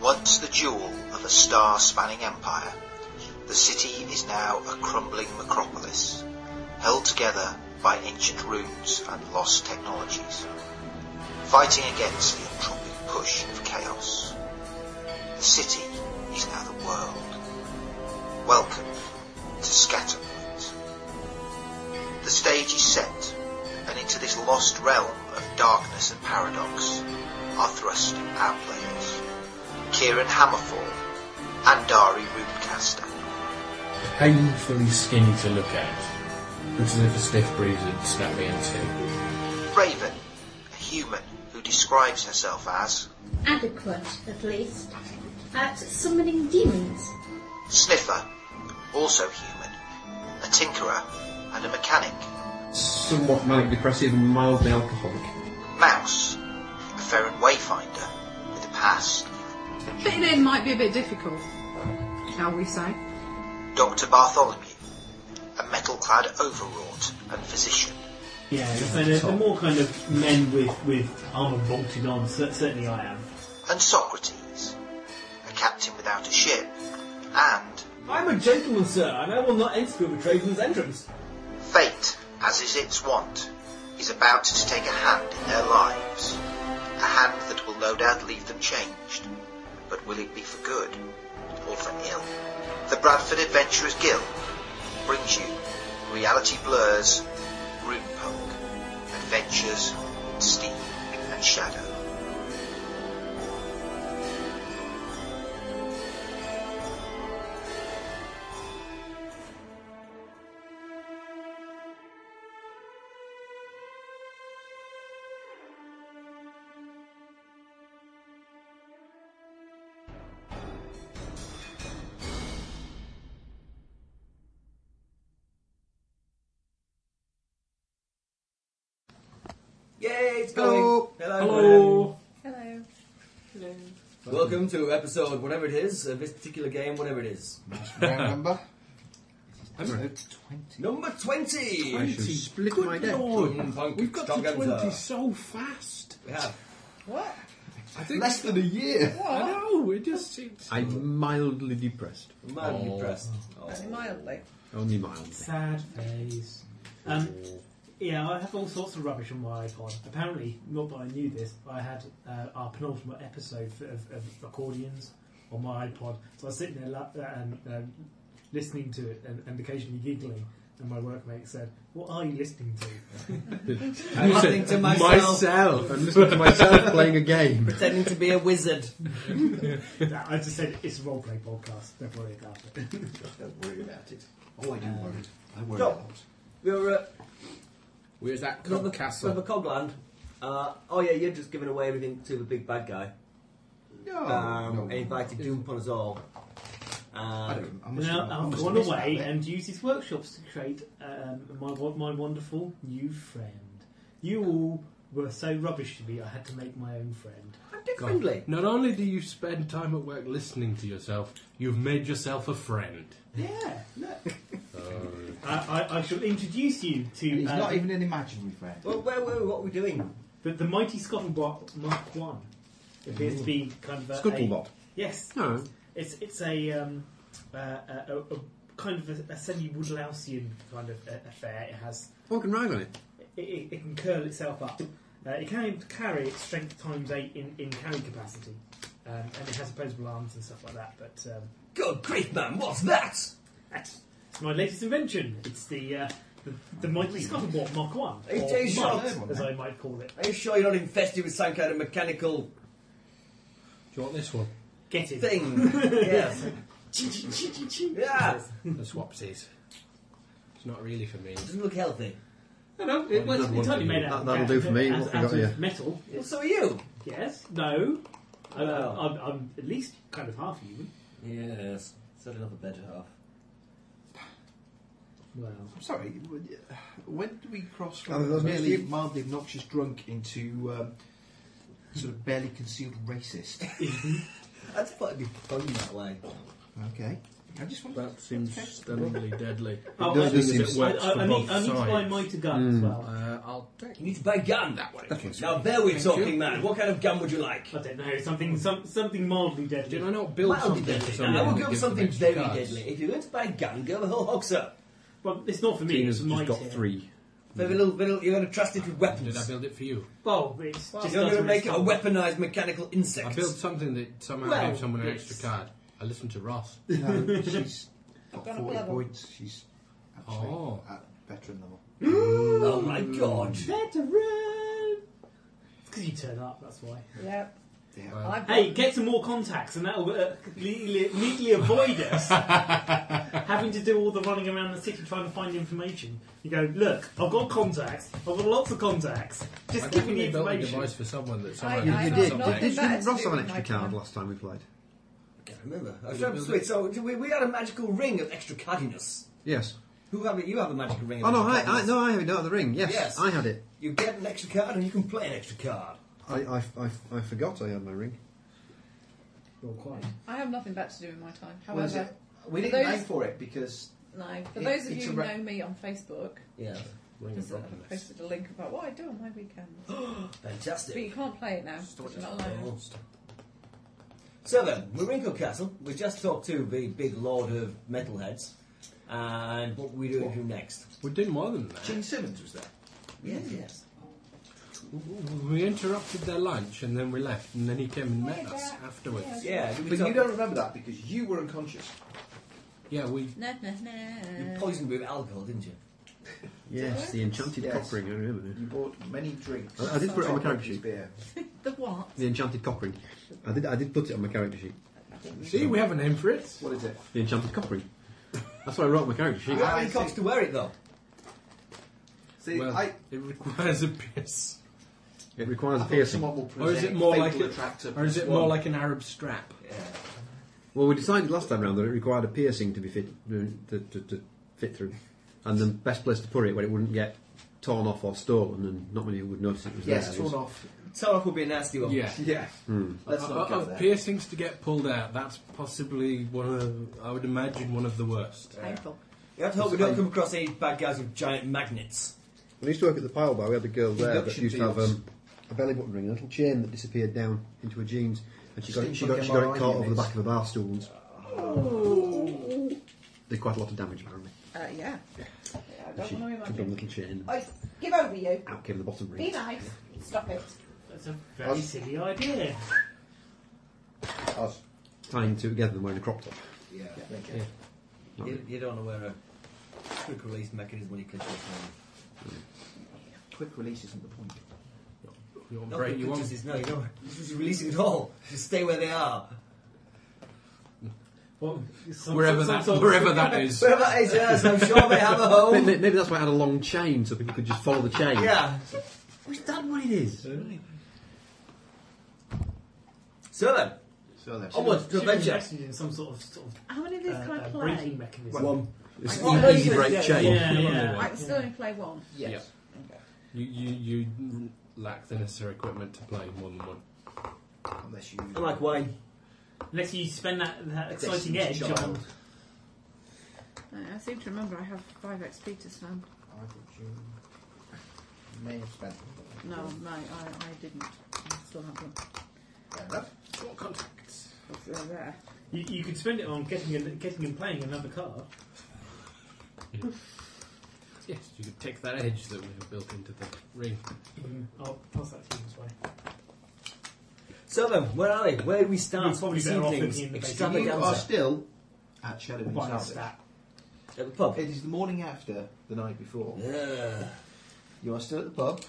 Once the jewel of a star-spanning empire, the city is now a crumbling necropolis, held together by ancient runes and lost technologies, fighting against the entropic push of chaos. The city is now the world. Welcome to Scatterpoint. The stage is set, and into this lost realm of darkness and paradox are thrust our players, Kieran Hammerfall and Dari Rootcaster. Painfully skinny to look at. Looks as if a stiff breeze had snapped me in two. Raven, a human who describes herself as adequate, at least, at summoning demons. Sniffer, also human, a tinkerer and a mechanic. Somewhat manic depressive and mildly alcoholic. Mouse, a Ferran wayfinder with a past. Fitting in might be a bit difficult, shall we say? Dr. Bartholomew, a metal-clad overwrought and physician. Yeah, and uh, they're more kind of men with, with armour bolted on, cer- certainly I am. And Socrates, a captain without a ship and I'm a gentleman, sir, and I will not enter with a tradesman's entrance. Fate, as is its wont, is about to take a hand in their lives. A hand that will no doubt leave them changed. But will it be for good or for ill? The Bradford Adventurers Guild brings you Reality Blurs, Rune Poke, Adventures in Steam and Shadow. Yay, it's Hello. going. Hello. Hello! Hello. Welcome to episode whatever it is of this particular game, whatever it is. Remember? Episode 20. Number 20! I should split Good my deck. lord! Mm, punk, We've got to stop going 20 there. so fast! We have. What? I think Less than a year. I What? know, it just seems... I'm mildly depressed. Mildly Oh. depressed. Oh. Mildly. Only mildly. Sad face. Um, yeah, I have all sorts of rubbish on my iPod. Apparently, not that I knew this, I had uh, our penultimate episode for- of, of accordions on my iPod. So I was sitting there la- and um, listening to it and, and occasionally giggling. And my workmate said, "What are you listening to?" You said, Listening to myself. myself. I'm listening to myself playing a game. Pretending to be a wizard. I just said, "It's a role play podcast. Don't worry about it." Don't worry about it. Oh, I do worry. I worry no. a lot. We were at Where's that cob Cobber Cobber castle? Cogland. Uh, oh yeah, you're just giving away everything to the big bad guy. No. um, Oh, no. and invited Doom upon us all. I Um, don't. I must Now have- I I've must gone have missed away that bit. and used his workshops to create um, my wo- my wonderful new friend. You all were so rubbish to me. I had to make my own friend. I'm dick friendly. Not only do you spend time at work listening to yourself, you've made yourself a friend. Yeah, look. I, I, I shall introduce you And to he's uh, not even an imaginary friend. Well, where were we? What were we doing? the, the mighty Scuttlebot Mark One. Appears to be kind of a, Scuttlebot. a- yes, No. it's it's a um, uh, a, a, a kind of a, a semi Woodlousian kind of uh, affair. It has What can rhyme on it? it, it, it can curl itself up. Uh, it can carry its strength times eight in, in carry capacity, um, and it has opposable arms and stuff like that. But um, Good grief, man! What's that? that's it's my latest invention. It's the uh, the, the mighty Scuttlebot Mark One, Are you or doing Mike, shots? as I might call it. Are you sure you're not infested with some kind of mechanical Do you want this one? Get it? thing? yes. Yeah. Hmm. The swapsies. It's not really for me. Doesn't look healthy. No, no, it was Another one for entirely you. made out. of That- that'll metal, do for me. as- What we out got of here? Metal. Well, so are you. Yes. No. Oh. I- No. I- I'm, I'm at least kind of half human. Yes. Certainly not the better half. Well, I'm sorry. w- When do we cross Oh, from that was merely you. mildly obnoxious drunk into um, sort of barely concealed racist? That's thought it'd be fun that way. Okay. I just want That seems stunningly deadly. Oh, wait, does this I- seem- works I, for I need, both I need to buy sides. mitre gun Hmm. as well. Uh, I'll take You need to buy a gun. that one. That one's Now there we're Thank talking, you. man. What kind of gun would you like? I don't know something some, something mildly deadly. Did I not build Mildly something? deadly. for Now, I someone will that go with gives them something extra very cards? deadly. If you're going to buy a gun, go with a whole hoxer. Well, it's not for me. Tina's It's for my just got tier. three. Very little, very little, you're going to trust it with Did I weapons. build it for you? Well, it's just you're going to doesn't make it a stop. weaponized mechanical insect. I built something that somehow Well, gave someone an it's- extra card. I listened to Ross. No, she's got gonna 40 level. points. She's actually Oh. at veteran level. Oh my god. Veteran. It's because you turn up. That's why. Yep. Yeah. Well, I've got- Hey, get some more contacts, and that'll uh, neatly, neatly avoid us having to do all the running around the city trying to find information. You go, look, I've got contacts. I've got lots of contacts. I Just give me the definitely built a information. device for someone that somehow I- gave I- them I- something not- extra. Did Didn't Ross Ross have have an my extra card? card last time we played? I can't remember. I Did I so, build sweet, it? so we, we had a magical ring of extra cardiness. Yes. Who have it? You have a magical ring. Of Oh no, I, extra I no, I have it. No, the ring. Yes, Yes. I had it. You get an extra card and you can play an extra card. I, I, I, I forgot I had my ring. Well, quite. I have nothing better to do in my time. Well, is However, it- We didn't Those- pay for it because no. For It- those of it's you a who re- know me on Facebook, Yeah, Ring of because I Brokenness. posted a link about what I do on my weekends. but fantastic. you can't play it now. 'cause you're not allowed. So then, Marinko Castle. We just talked to the big lord of metalheads, and what we do do next? We did more than that. Gene Simmons was there. Yes, yes. We interrupted their lunch and then we left, and then he came and met Yeah, us Jack. afterwards. Yeah. Yeah, we But talk- you don't remember that because you were unconscious. Yeah, we. Nah, nah, You nah. poisoned me with alcohol, didn't you? Yes, the enchanted Yes. cock ring. I remember now. You bought many drinks. I- I did put it on my character sheet. Beer. The what? The enchanted cock ring. I did. I did put it on my character sheet. See, we have a name for it. What is it? The enchanted cock ring. That's what I wrote on my character You sheet. got I many cocks see. to wear it though. See, well, I, it requires a piss. It requires I a thought piercing. someone will Or present is it more like fatal a- attractor Or is it plus more one. like an Arab strap? Yeah. Well, we decided last time round that it required a piercing to be fit to, to, to fit through, and the best place to put it where it wouldn't get torn off or stolen, and not many people would notice it was Yes, there. torn is- off. Tark would be a nasty one. Yeah. Yeah. Let's Uh, not go uh, there. piercings to get pulled out. That's possibly one of. I would imagine one of the worst. Painful. You have to hope we don't come across any bad guys with giant magnets. When I used to work at the pile bar, we had a girl there that Induction used to have fields. um, a belly button ring, a little chain that disappeared down into her jeans, and she got it, she Steampunk got, she got MRI it caught over the units. back of a bar stool once. Did quite a lot of damage apparently. Uh, yeah. yeah. I don't She want to took on the imagine. little chain, Oh, Oi, give over you. out came the bottom Be ring. nice. Stop it. That's a very Um, silly idea. Us. Tying two together and wearing a crop top. Yeah. Yeah. Not You, really. you don't want to wear a quick release mechanism when you click it. Quick release isn't the point. You want No, break? You want just, is- no, you don't. Just release it at all. Just stay where they are. Well, some- wherever some that sort of- wherever that is. Wherever that is, yes, I'm sure they have a Oh. Maybe, home. maybe- maybe that's why I had a long chain so people could just follow the chain. Yeah. Is that what it is? So then, So then. onwards should to be adventure. invested in some sort of, sort of How many of these uh, can I uh, play? breaking mechanism. I- It's an oh, easy yeah, break yeah, chain. yeah, yeah. I can still only play one. Yes. You, you you lack the necessary equipment to play more than one. Unless you. I'm like wine. Unless you spend that, that Unless exciting you're a edge child. on. I, I seem to remember I have 5 XP to spend. I thought you may have spent. No, no, I, I didn't. I still have one. Fair enough. What contacts? It's uh, there. You, you could spend it on getting and, getting and playing another card. Yes, you could take that edge that we have built into the ring. I'll pass that to you this way. So then, where are they? Where do we start? You're probably this better off evening's thinking in the basement. You are extravaganza still at Shadow Or buy a House. stat. at the pub. It is the morning after the night before. Yeah. You are still at the pub.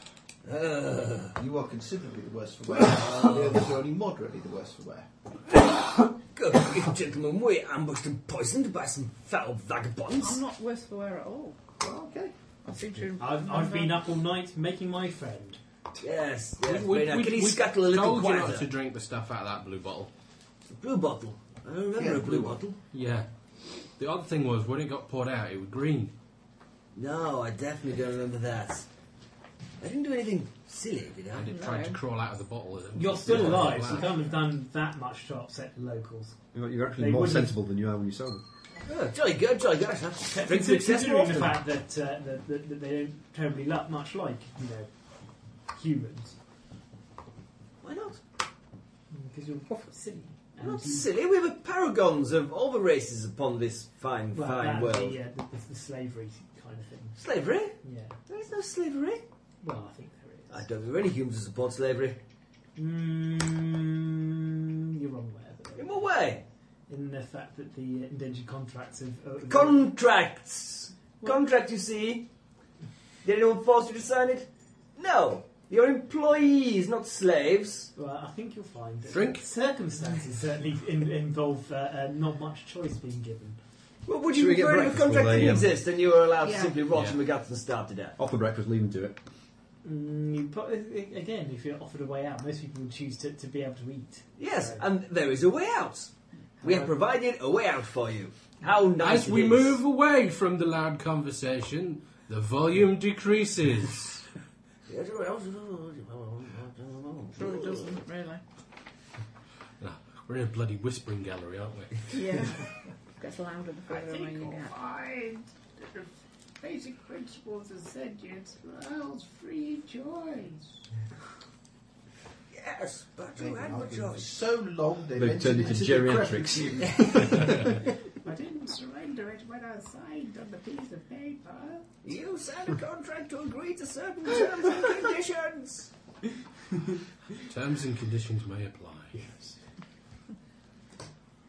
Uh, You are considerably the worse for wear. the others are only moderately the worse for wear. good grief, gentlemen, we're ambushed and poisoned by some foul I'm vagabonds. not worse for wear at all. Well, okay. I seem to remember. I've, I've been up all night making my friend. Yes, yes. very nice. Can you scuttle a little told you not to quieter? drink the stuff out of that blue bottle. Blue bottle. I remember Yeah, a blue blue one. bottle. Yeah. The other thing was when it got poured out, it was green. No, I definitely don't remember that. I didn't do anything silly, did I? And it tried to No. crawl out of the bottle. as it You're was- still Yeah. alive, Wow. so you can't have done that much to upset the locals. You're actually They more wouldn't- sensible than you are when you're sober. Oh, jolly good, jolly good. Kept drinks Consider- success more Considering the often. fact that, uh, that, that, that they don't terribly look much like, you know, humans. Why not? Because you're silly. We're And Not you- silly. We were paragons of all the races upon this fine, well, fine that, world. Yeah, the, the, the slavery kind of thing. Slavery? Yeah. There is no slavery. Well, I think there I is. don't think there are any humans who support slavery. Mm, you're wrong there. In what way? In the fact that the uh, indentured contracts of. Uh, Contracts. What? Contract, you see. Did anyone force you to sign it? No. You're employees, not slaves. well, I think you'll find that Drink? circumstances certainly in, involve uh, uh, not much choice being given. Well, would Should you we get prefer if a breakfast contract before they, didn't um, exist and you were allowed to Yeah. simply rot Yeah. in the guts and starve to death? Offer breakfast, leave them to it. Mm, you pro- again, if you're offered a way out, most people would choose to, to be able to eat. Yes, Right. and there is a way out. We have provided a way out for you. How nice As it we is. move away from the loud conversation, the volume decreases. Sure it doesn't, really. We're in a bloody whispering gallery, aren't we? Yeah. Gets louder the further away you get. I the basic principles of sentience allows free choice. Yes, but They've you been had the arguing for choice. so long they've, They've turned entered into decrepitude. I didn't surrender it when I signed on the piece of paper. You signed a contract to agree to certain terms and conditions. Terms and conditions may apply.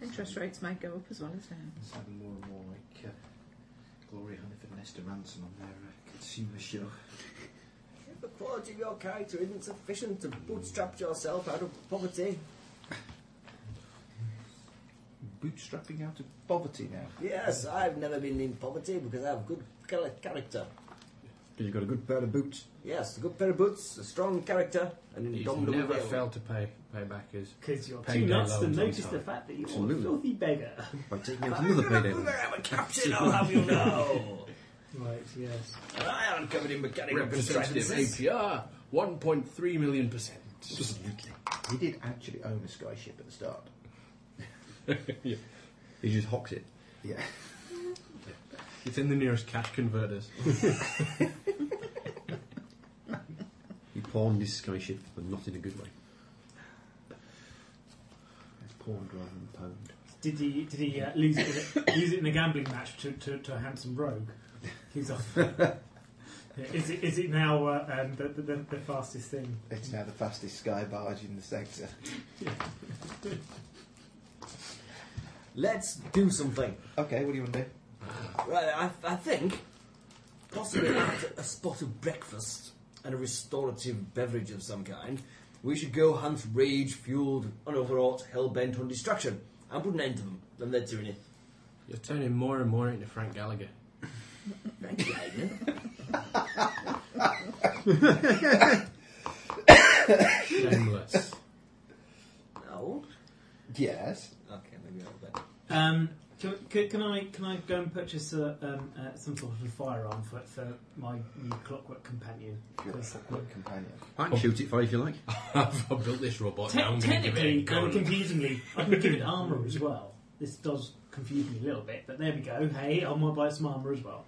Interest rates may go up as well as down. It's sounding more and more like uh, Gloria Hunniford and Esther Ransom on their uh, consumer show. If the quality of your character isn't sufficient to bootstrap yourself out of poverty, Bootstrapping out of poverty now. yes, I've never been in poverty because I have good char- character. Because you've got a good pair of boots. Yes, a good pair of boots, a strong character, an He's indomitable never will. failed to pay pay back his. Because you're Payday too nuts to loans on notice the time. fact that you're a Absolutely. filthy beggar. By taking out I'm another gonna payday. prove loan. I am a captain, I'll have you know. Right, yes. And I am covered in mechanical Representative contrivances. APR, 1.3 million percent. Absolutely. He did actually own a sky ship at the start. He just hocks it. Yeah. It's in the nearest cash converters. He pawned his sky ship, but not in a good way. That's pawned rather than pwned. Did he did he uh, lose it lose it in a gambling match to, to, to a handsome rogue? He's off. Yeah, is it is it now uh, um, the, the, the fastest thing? It's now the fastest sky barge in the sector. Let's do something. Okay, what do you want to do? Right, I, I think possibly after a spot of breakfast and a restorative beverage of some kind, we should go hunt rage fueled, unoverwrought, hell bent on destruction and put an end to them and their tyranny. You're turning more and more into Frank Gallagher. Thank you, Aidan. Shameless. No. Yes. Okay, maybe I'll bet. Um, can, can, can I can I go and purchase a, um, uh, some sort of firearm for, for my new clockwork companion? You're a 'Cause- good companion. I can shoot it for you if you like. I've built this robot. Te- now I'm going to give it a technically, gun. and confusingly, I can give it armour as well. This does confuse me a little bit, but there we go. Hey, I might buy some armour as well.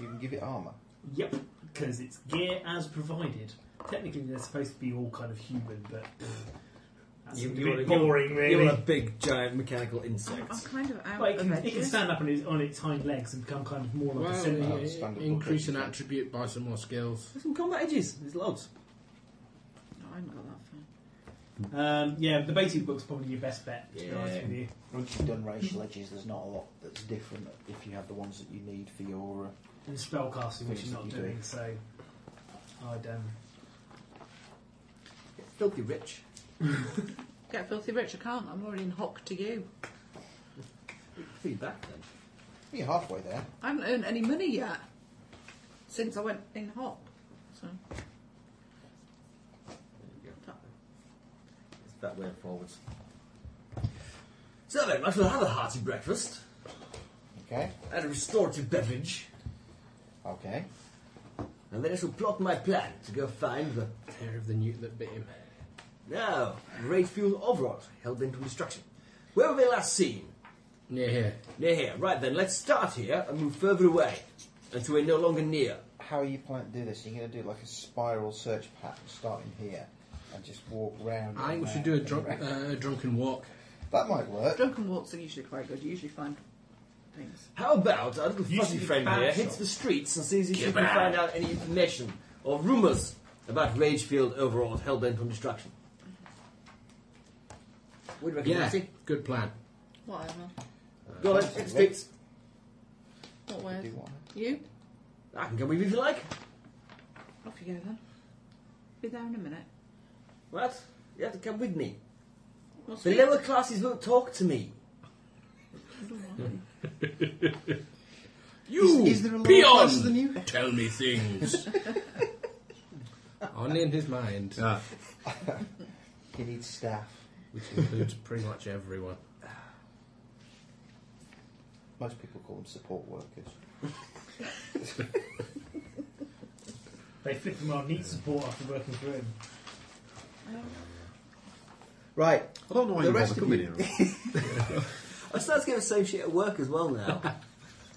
You can give it armour. Yep, because it's gear as provided. Technically, they're supposed to be all kind of human, but pff, that's You- a you bit wanna- boring, You're a really. big, giant mechanical I'm, insect. I'm kind of out But it of can, it can edges. stand up on its, on its hind legs and become kind of more like Well, a centaur. yeah, standard increase an book. attribute by some more skills. There's Oh, some combat edges. There's loads. No, I haven't got that far. Um, yeah, the basic book's probably your best bet, to be Yeah. honest with you. Once you've done Mm-hmm. racial edges, there's not a lot that's different if you have the ones that you need for your. Uh, And spellcasting, which you're not You do. doing, so I'd um, Get filthy rich. Get filthy rich, I can't. I'm already in hock to you. Feedback then. you're halfway there. I haven't earned any money yet since I went in hock. So, There you go. It's that way forwards. So then, might as well have a hearty breakfast Okay. and a restorative beverage, Okay. and then I shall plot my plan to go find the Hair of the newt that bit him. now rage fuel overwrought held into destruction. Where were they last seen? Near here. Near here. Right then, let's start here and move further away until we're no longer near. How are you planning to do this? Are you going to do like a spiral search pattern starting here and just walk round? I and think we should round do a, and drunk, round? uh, a drunken walk. That might work. Drunken walks are usually quite good. You usually find things. How about our little You fuzzy should eh? be friend here bad hits shot. the streets and sees if he Get can back. find out any information or rumours about Ragefield overall hellbent on destruction? Would reckon, Yeah, Nancy? good plan. Whatever. Go on, instincts. What Do wears? what? You? I can come with you if you like. Off you go then. Be there in a minute. What? You have to come with me. What's The lower classes won't talk to me. You, Is there a lower class peon, than you? tell me things. On in his mind, Ah, You need staff. which includes pretty much everyone. Most people call them support workers. They flip them on neat support after working through him. Right. I don't know why The you rest bother coming of you- here. I start to get the same shit at work as well now.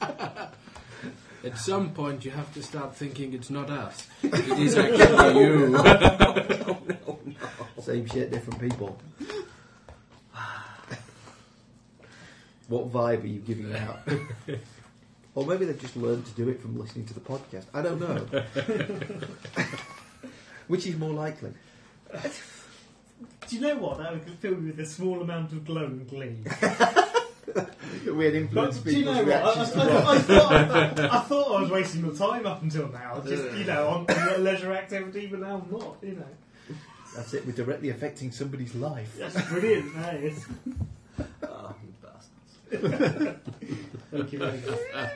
At some point, you have to start thinking it's not us. It is actually you. Same shit, different people. what vibe are you giving out? or maybe they've just learned to do it from listening to the podcast. I don't know. Which is more likely? Do you know what? That would fill me with a small amount of glow and glee. Weird influence But do you people's know what? I, reactions to I, I, I, thought, I thought I was wasting my time up until now. Just, you know, on on leisure activity, but now I'm not, you know. That's it, we're directly affecting somebody's life. That's brilliant, that is. Ah, you bastards. Thank you very much.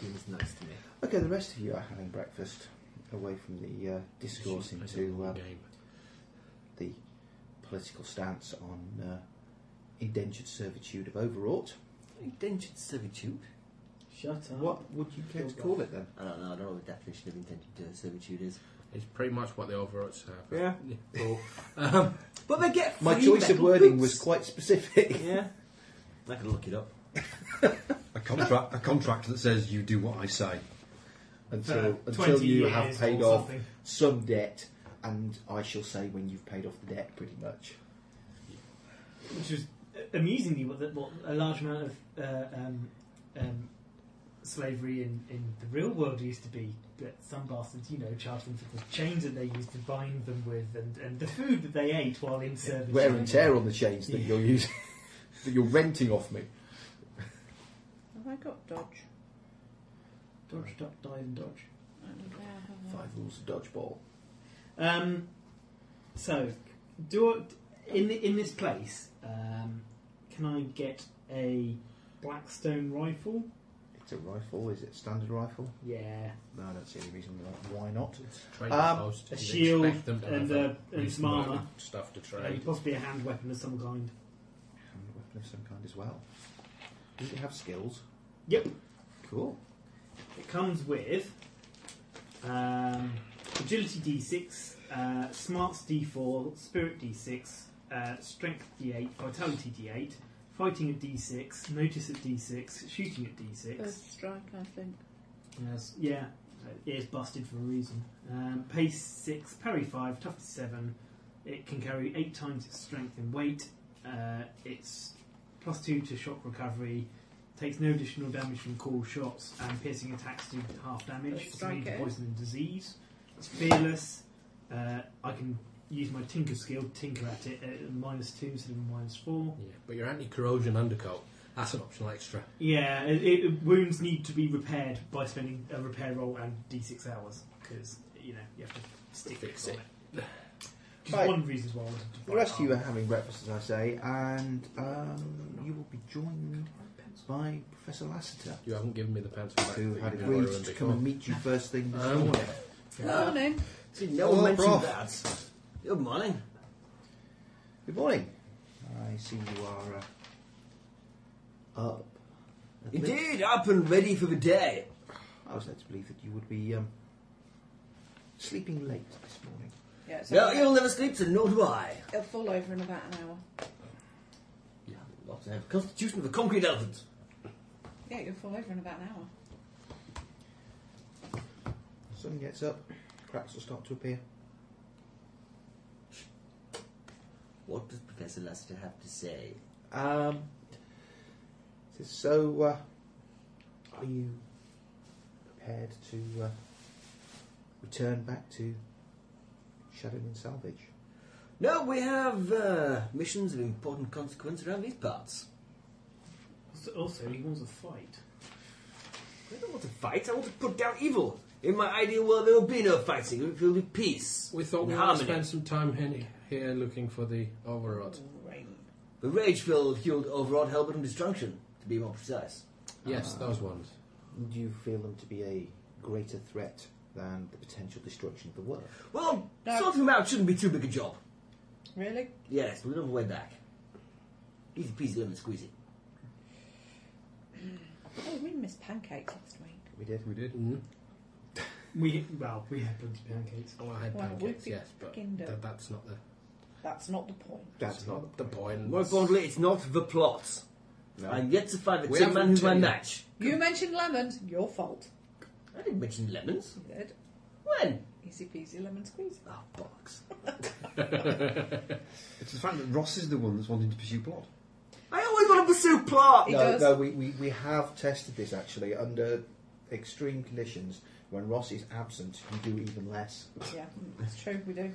He was nice to me. Okay, the rest of you are having breakfast away from the uh, discourse into uh, game. the political stance on uh, indentured servitude of overwrought. Indentured servitude? Shut up. What would you care to call it then? I don't know, I don't know what the definition of indentured servitude is. It's pretty much what the overwrought have. Yeah. Well, um, But they get My free choice of metal wording boots. was quite specific. Yeah. I could look it up. A contract, a contract that says you do what I say. until Uh, until 20 you have years paid or off something. some debt, and I shall say when you've paid off the debt, pretty much. Which was uh, amusingly what, the, what a large amount of uh, um, um, slavery in, in the real world used to be. That some bastards, you know, charged them for the chains that they used to bind them with and, and the food that they ate while in service. Wear and tear on the chains that you're using, that you're renting off me. Have I got dodge? Dodge, duck, dive, and dodge. Five rules of dodgeball. Um, so, do I, in the, in this place, um, can I get a Blackstone rifle? It's a rifle. Is it a standard rifle? Yeah, No, I don't see any reason why why not. trade Um, post, Ah, a you'd shield expect them to and, have a uh, and reasonable some amount armour. of stuff to and trade. possibly a hand weapon of some kind. Hand weapon of some kind as well. Does it have skills? Yep. Cool. It comes with um, agility d6, uh, smarts d4, spirit d6, uh, strength d8, vitality d8, fighting at d6, notice at d6, shooting at d6. First strike, I think. Yes, yeah, uh, it is busted for a reason. Um, pace 6, parry 5, toughness 7. It can carry 8 times its strength in weight. Uh, it's plus 2 to shock recovery. Takes no additional damage from cool shots, and piercing attacks do half damage. Let's It's strike immune to it. poison and disease. It's fearless. Uh, I can use my tinker skill, tinker at it, at minus 2 instead of minus 4. Yeah, but your anti-corrosion undercoat, that's an optional extra. Yeah, it, it, wounds need to be repaired by spending a repair roll and d6 hours because you know you have to stick Fix on it. Which is Right. one of the reasons why I wanted to. The rest of you are having breakfast, as I say, and um, you will be joined by Professor Lassiter. You haven't given me the pants for back. who that had you've been agreed wearing to come and meet you first thing this Um, morning. Morning. See, no Oh, one mentioned prof. that. Good morning. Good morning. I see you are uh, up. at lea- Indeed, up and ready for the day. I was led to believe that you would be um, sleeping late this morning. Yeah, it's No, over. you'll never sleep, so nor do I. It'll fall over in about an hour. Yeah. Lot to have. Constitution of the concrete elephant. Yeah, you'll fall over in about an hour. Sun gets up, cracks will start to appear. What does Professor Lester have to say? Um, says, so, uh, are you prepared to uh, return back to Shadowing Salvage? No, we have uh, missions of important consequence around these parts. So- also, he wants a fight. I don't want to fight. I want to put down evil. In my ideal world, there will be no fighting. It will be peace. We thought we and might harmony. spend some time here, here looking for the overrod. The rage-filled, fueled overwrought Helbert and destruction, to be more precise. Yes, Ah. those ones. Do you feel them to be a greater threat than the potential destruction of the world? Well, No. sorting them out shouldn't be too big a job. Really? Yes, we never went back. Easy peasy, lemon squeezy. Oh, we missed pancakes last week. We did. We did. Mm. We well, we had plenty of pancakes. Well, Oh, I had Well, pancakes, we- yes, but fucking do. th- that's not the That's not the point. That's not. the point. More importantly, it's not the plot. No. I'm yet to find the We tin haven't man who's my tell you. match. You mentioned lemons. Your fault. I didn't mention lemons. You did. When? Easy peasy lemon squeeze. Oh, bollocks. It's the fact that Ross is the one that's wanting to pursue plot. I always want to pursue plot! It no, does. no we, we, we have tested this actually under extreme conditions. When Ross is absent, you do even less. Yeah, mm, it's true. We do.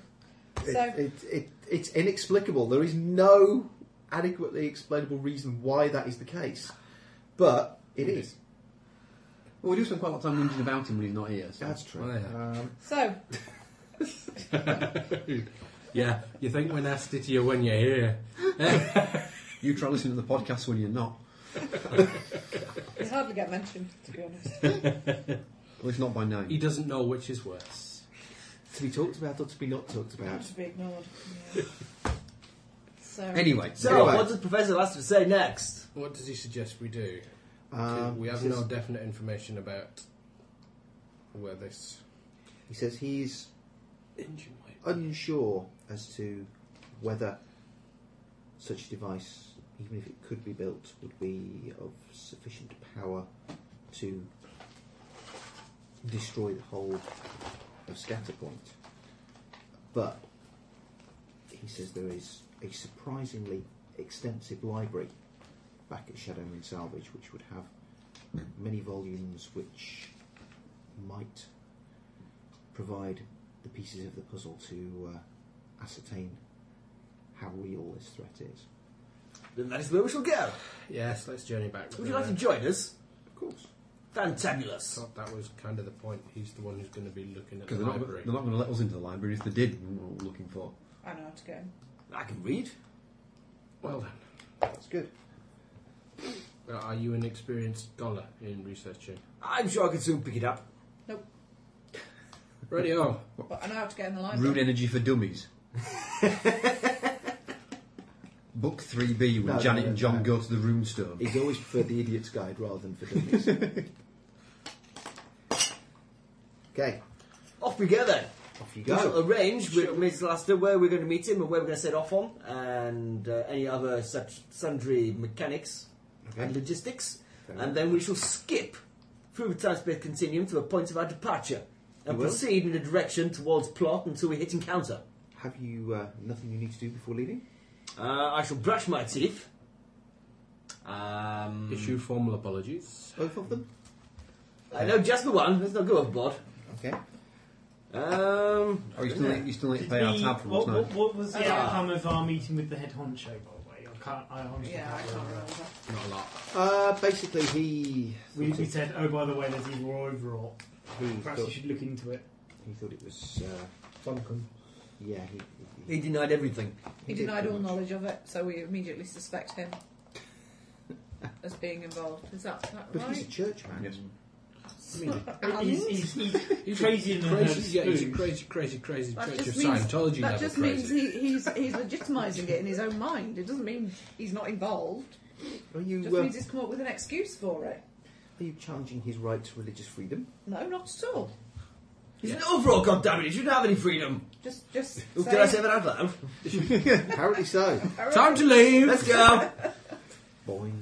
It, So- it, it, it's inexplicable. There is no adequately explainable reason why that is the case. But it is. Well, we do spend quite a lot of time whinging about him when he's not here. So. That's true. Well, yeah. Um, So yeah, you think we're nasty to you when you're here. You try listening to the podcast when you're not. you hardly get mentioned, to be honest. At least not by name. He doesn't know which is worse. to be talked about or to be not talked about. Not to be ignored. Yeah. So Anyway, So, anyway. what does Professor Lester say next? What does he suggest we do? Um, we he have says- no definite information about where this He says he's engine might unsure as to whether such a device, even if it could be built, would be of sufficient power to destroy the whole of Scatterpoint. But he says there is a surprisingly extensive library back at Shadowmoon Salvage, which would have many volumes which might provide the pieces of the puzzle to uh, ascertain how real this threat is. Then that is where we shall go. Yes, let's journey back. Uh, Would you like to join us? Of course. Fantabulous. thought that was kind of the point. He's the one who's going to be looking at the Because they're not, library. they're not going to let us into the library. If they did, we were all looking for. I know how to go. I can read. Well done. That's good. Well, Are you an experienced scholar in researching? I'm sure I can soon pick it up. Nope. Radio. But I know how to get in the Rune library. Energy for Dummies. Book 3B when No, Janet no, and John no. go to the runestone. He's always preferred the idiot's guide rather than for dummies. okay, Off we go then. off you We shall go. arrange with Mr. Laster where we're going to meet him and where we're going to set off on, and uh, any other such sundry mechanics and logistics. Fair and then we shall skip through the time space continuum to the point of our departure and You will? proceed in a direction towards plot until we hit encounter. Have you uh, nothing you need to do before leaving? Uh, I shall brush my teeth. Um, Issue formal apologies. Both of them? I know just the one. Let's not go overboard. Okay. Um, Oh, you still, need, you still need to pay our We- tab from last what, night. what, what was the Yeah. Ah. outcome of our meeting with the head honcho, by the way? I can't, I honestly Yeah, I can't can't remember. remember. Not a lot. Uh, basically, he We, thought we it, said, oh, by the way, there's evil overall. he Perhaps you thought, should look into it. he thought it was. Uh, yeah, he, he, he denied everything. He did denied pretty all much. knowledge of it, so we immediately suspect him as being involved. Is that, that But he's a right? churchman. Yes. He's, he's, he's, He's crazy in the head crazy, yeah, he's a spoon. crazy, crazy, crazy That Church of just means- Scientology That level just crazy. means he, he's he's legitimising it in his own mind. It doesn't mean he's not involved. Are It you just uh, means he's come up with an excuse for it. are you challenging his right to religious freedom? No, not at all. He's an overall, goddammit. He shouldn't have any freedom. Just just Ooh, say did I say that out loud? Apparently so. Time to leave. Let's go. Boing.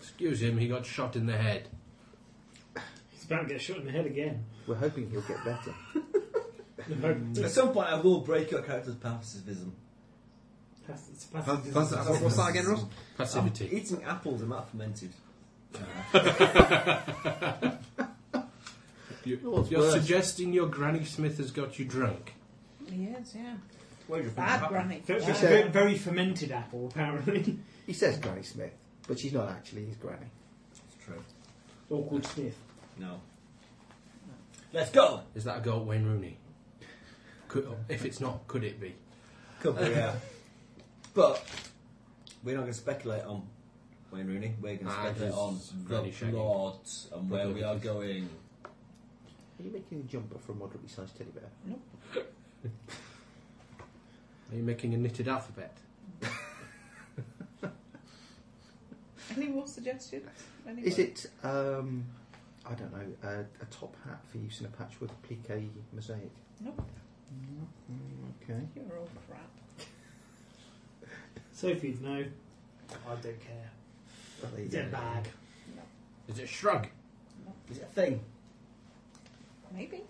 Excuse him, he got shot in the head. He's about to get shot in the head again. We're hoping he'll get better. Mm. At some point, I will break your character's pacifism. Pass- it's pass- Pass- pass- what- what's that again, Ross? Passivity. Eating apples, I'm not fermented. you, you're suggesting your Granny Smith has got you drunk. He is, yeah. Where do you think Bad that granny. Fe- fe- She Bad. said- ve- very fermented apple, apparently. He says Granny Smith, but she's not actually his granny. It's true. Awkward sniff. No. Let's go! Is that a goal, Wayne Rooney? Could, if it's not, could it be? Could be, yeah. but we're not going to speculate on Wayne Rooney. We're going to Ah, speculate just on granny the shagging. plot and where we are going. Are you making a jumper for a moderately sized teddy bear? Are you making a knitted alphabet? Any more suggestions? Any Is more? it, um, I don't know, a, a top hat for use in a patchwork applique mosaic? Nope. Mm, okay. You're all crap. Sophie'd know. I don't care. Well, there you It's a go. bag. Is it a shrug? Is it a thing? Maybe.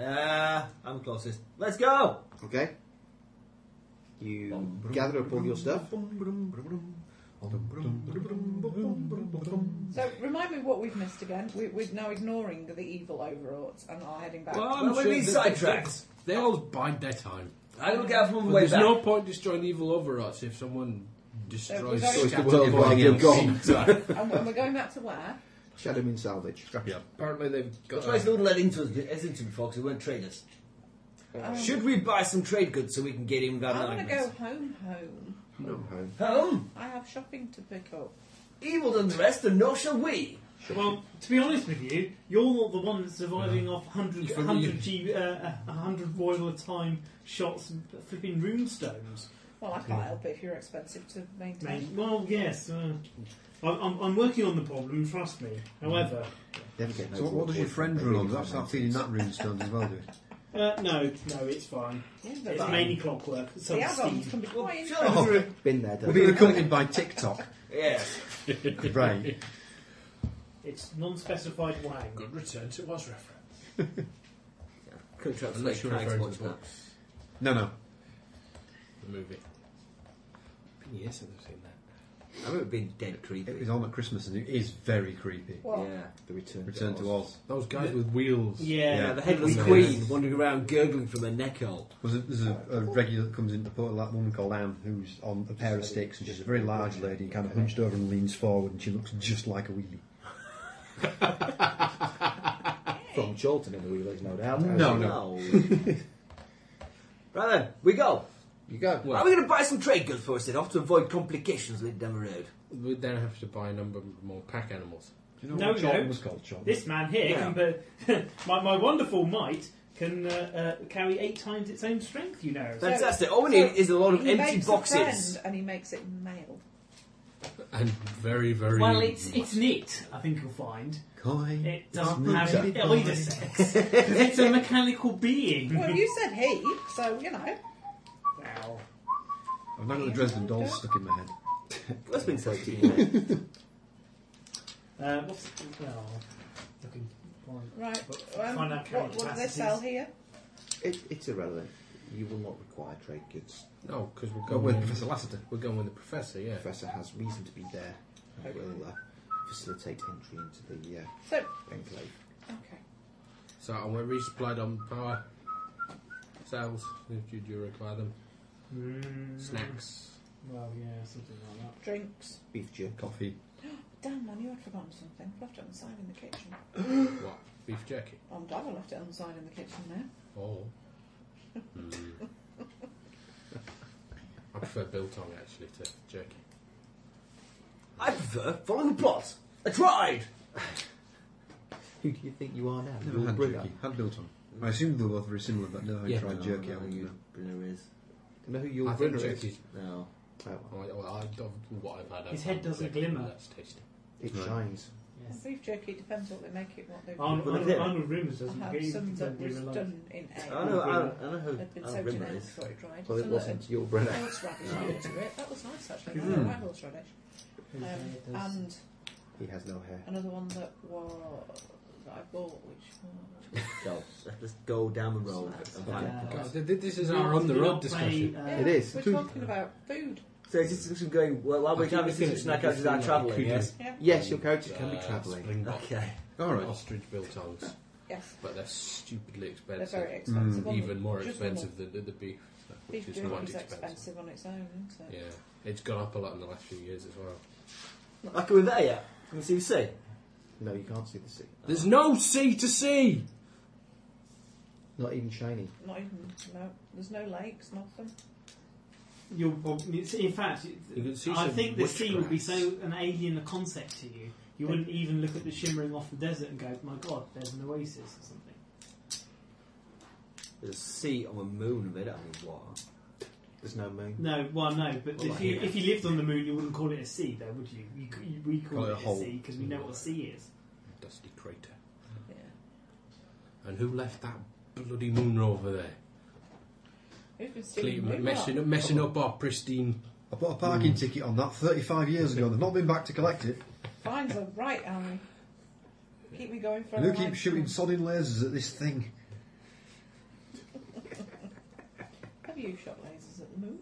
Ah, I'm closest. Let's go! Okay. You gather up all your stuff. So remind me what we've missed again. We, we're now ignoring the evil overlords and are heading back. Well, I'm Well, sure we've been that- sidetracked. They all bide their time. I will get from But the way there's back. no point destroying evil over us if someone destroys Destroys the scattered world while everything you're else. and, and we're going back to where? Shadow Moon Salvage. Yeah. Apparently they've That's got. why it's not let into us, as into before, because we weren't traders. Oh. Um, Should we buy some trade goods so we can get in with our I want to go nightmares? home, home. Home. Home! I have shopping to pick up. Evil done the rest, and nor shall we! Well, to be honest with you, you're not the one surviving off 100, If I 100, G, uh, uh, 100 royal at a time shots and flipping runestones. Well, I can't help it if you're expensive to maintain. Mate, well, yes. Uh, I- I'm, I'm working on the problem, trust me. However, Never get no So what, what does your friend run on? That's not feeling that rune stone as well, do it? uh, no, no, it's fine. Yeah, but It's the- mainly clockwork. So the add-ons Steve. can be quite interesting. Sure. Been there, done We're being that. accompanied by TikTok. Yes. Great. It's non-specified wang. Good return to was reference. Couldn't trust Unless you're Craig's referring to watch the that. books. No, no. The movie. Been years since I've seen that. I remember it being dead creepy. It was on at Christmas and it is very creepy. Well, yeah. The return, Return to Oz. Oz. Those guys with wheels. Yeah, Yeah, the headless Yeah. queen wandering around gurgling from her neck hole. Was a, there's a, a regular that comes into the portal, that woman called Anne, who's on a pair of sticks, and she's a very large lady, kind of hunched over and leans forward, and she looks just like a wheelie. From Cholton in the Wheelers, no doubt. No, no. right then, we go. You go. Well- Are we going to buy some trade goods for us then, off to avoid complications later down the road? We then have to buy a number more pack animals. Do you know No, what Cholton no. was called? Cholton? This man here, can Yeah. be, my, my wonderful might, can uh, uh, carry eight times its own strength, you know. So- Fantastic. All we need so is a lot of he empty makes a boxes. friend and he makes it male. And very, very. Well, it's, it's neat, I think you'll find. Coin. It doesn't It's have neat. either sex. it's a mechanical being. Well, you said he, so you know. Wow. I've now got the Dresden dolls stuck in my head. That's been so cute. Uh, what's. Well, looking. fine. Right. But Um, find out what, carrying what do they capacities. sell here? It, it's irrelevant. You will not require trade goods. No, because we're Go going with with Professor Lassiter. We're going with the professor. Yeah. The professor has reason to be there. It will uh, facilitate entry into the uh, So, enclave. okay. So and we're resupplied on power cells if you do require them. Mm, Snacks. Well, yeah, something like that. Drinks. Beef jerky. Coffee. Damn, man, you had forgotten something. I've left it on the side in the kitchen. Oh, What? Beef jerky. I'm glad I left it on the side in the kitchen now. Oh. Mm. I prefer biltong actually to jerky. I prefer following the plot. I tried. Who do you think you are now? Never Your had brother. jerky. Had Biltong. I assume they were both very similar, but never Yeah. tried jerky. I wouldn't know. Brunner is. You know who your I think brother is? jerky's. No. Oh, well, Well, I, well, I don't, what I've had. His I've had head doesn't jerky, glimmer. That's tasty. it Right. shines. Yeah. Oh, Well, Yes. beef jerky depends what they make it, what they Arnold, Well, Arnold, yeah. Arnold Rimmers I doesn't have get you some that completely was reliant. done in I egg. know, I know, I know how They've been how soaked in Rimmer egg is. before it dried. Well, it Some that wasn't your bread. had horse radish No. near to it. That was nice actually. Mm. I like horse radish. Um, and He has no hair. another one that was that I bought, which was Go. Let's go down the road and find Yeah. it. God, th- th- this is our on the road discussion. Play, uh, yeah, It is. We're talking about food. So is this discussion going, well, while we're I keep having this looking at discussion, our it, characters are looking like travelling, it yes? Yeah. Yes, your characters can be Uh, travelling. Springbok. Okay. All right. Ostrich biltogs, Yes. but they're stupidly They're expensive. very expensive. One- Mm, Even more just one expensive than the, the beef, so, more. which Beef is jerky quite is expensive. expensive on its own, isn't it? Yeah, it's gone up a lot in the last few years as well. Okay, we're there yet. Can we see the sea? No, you can't see the sea. There's no sea to see. Not even shiny. Not even no. There's no lakes, nothing. You'll probably, in fact, You can see I some think the sea would be so witchcrafts. an alien a concept to you. You wouldn't even look at the shimmering off the desert and go, "My God, there's an oasis or something." There's a sea on the moon, they don't have any water. There's no Mm. moon. No, well, no. But Well, if, like you, here. if you lived on the moon, you wouldn't call it a sea, though, would you? you, c- you we call Call it it a a hole. sea because we know what a sea is. Dusty crater. Yeah. And who left that bloody moon rover there? Who's been stealing Cle- moon messing rock? up, messing up our pristine. I bought a parking ticket on that 35 years ago and I've not been back to collect it. Fines are right, Alan. Keep me going for And a who while. keeps shooting sodding lasers at this thing? Have you shot lasers at the moon?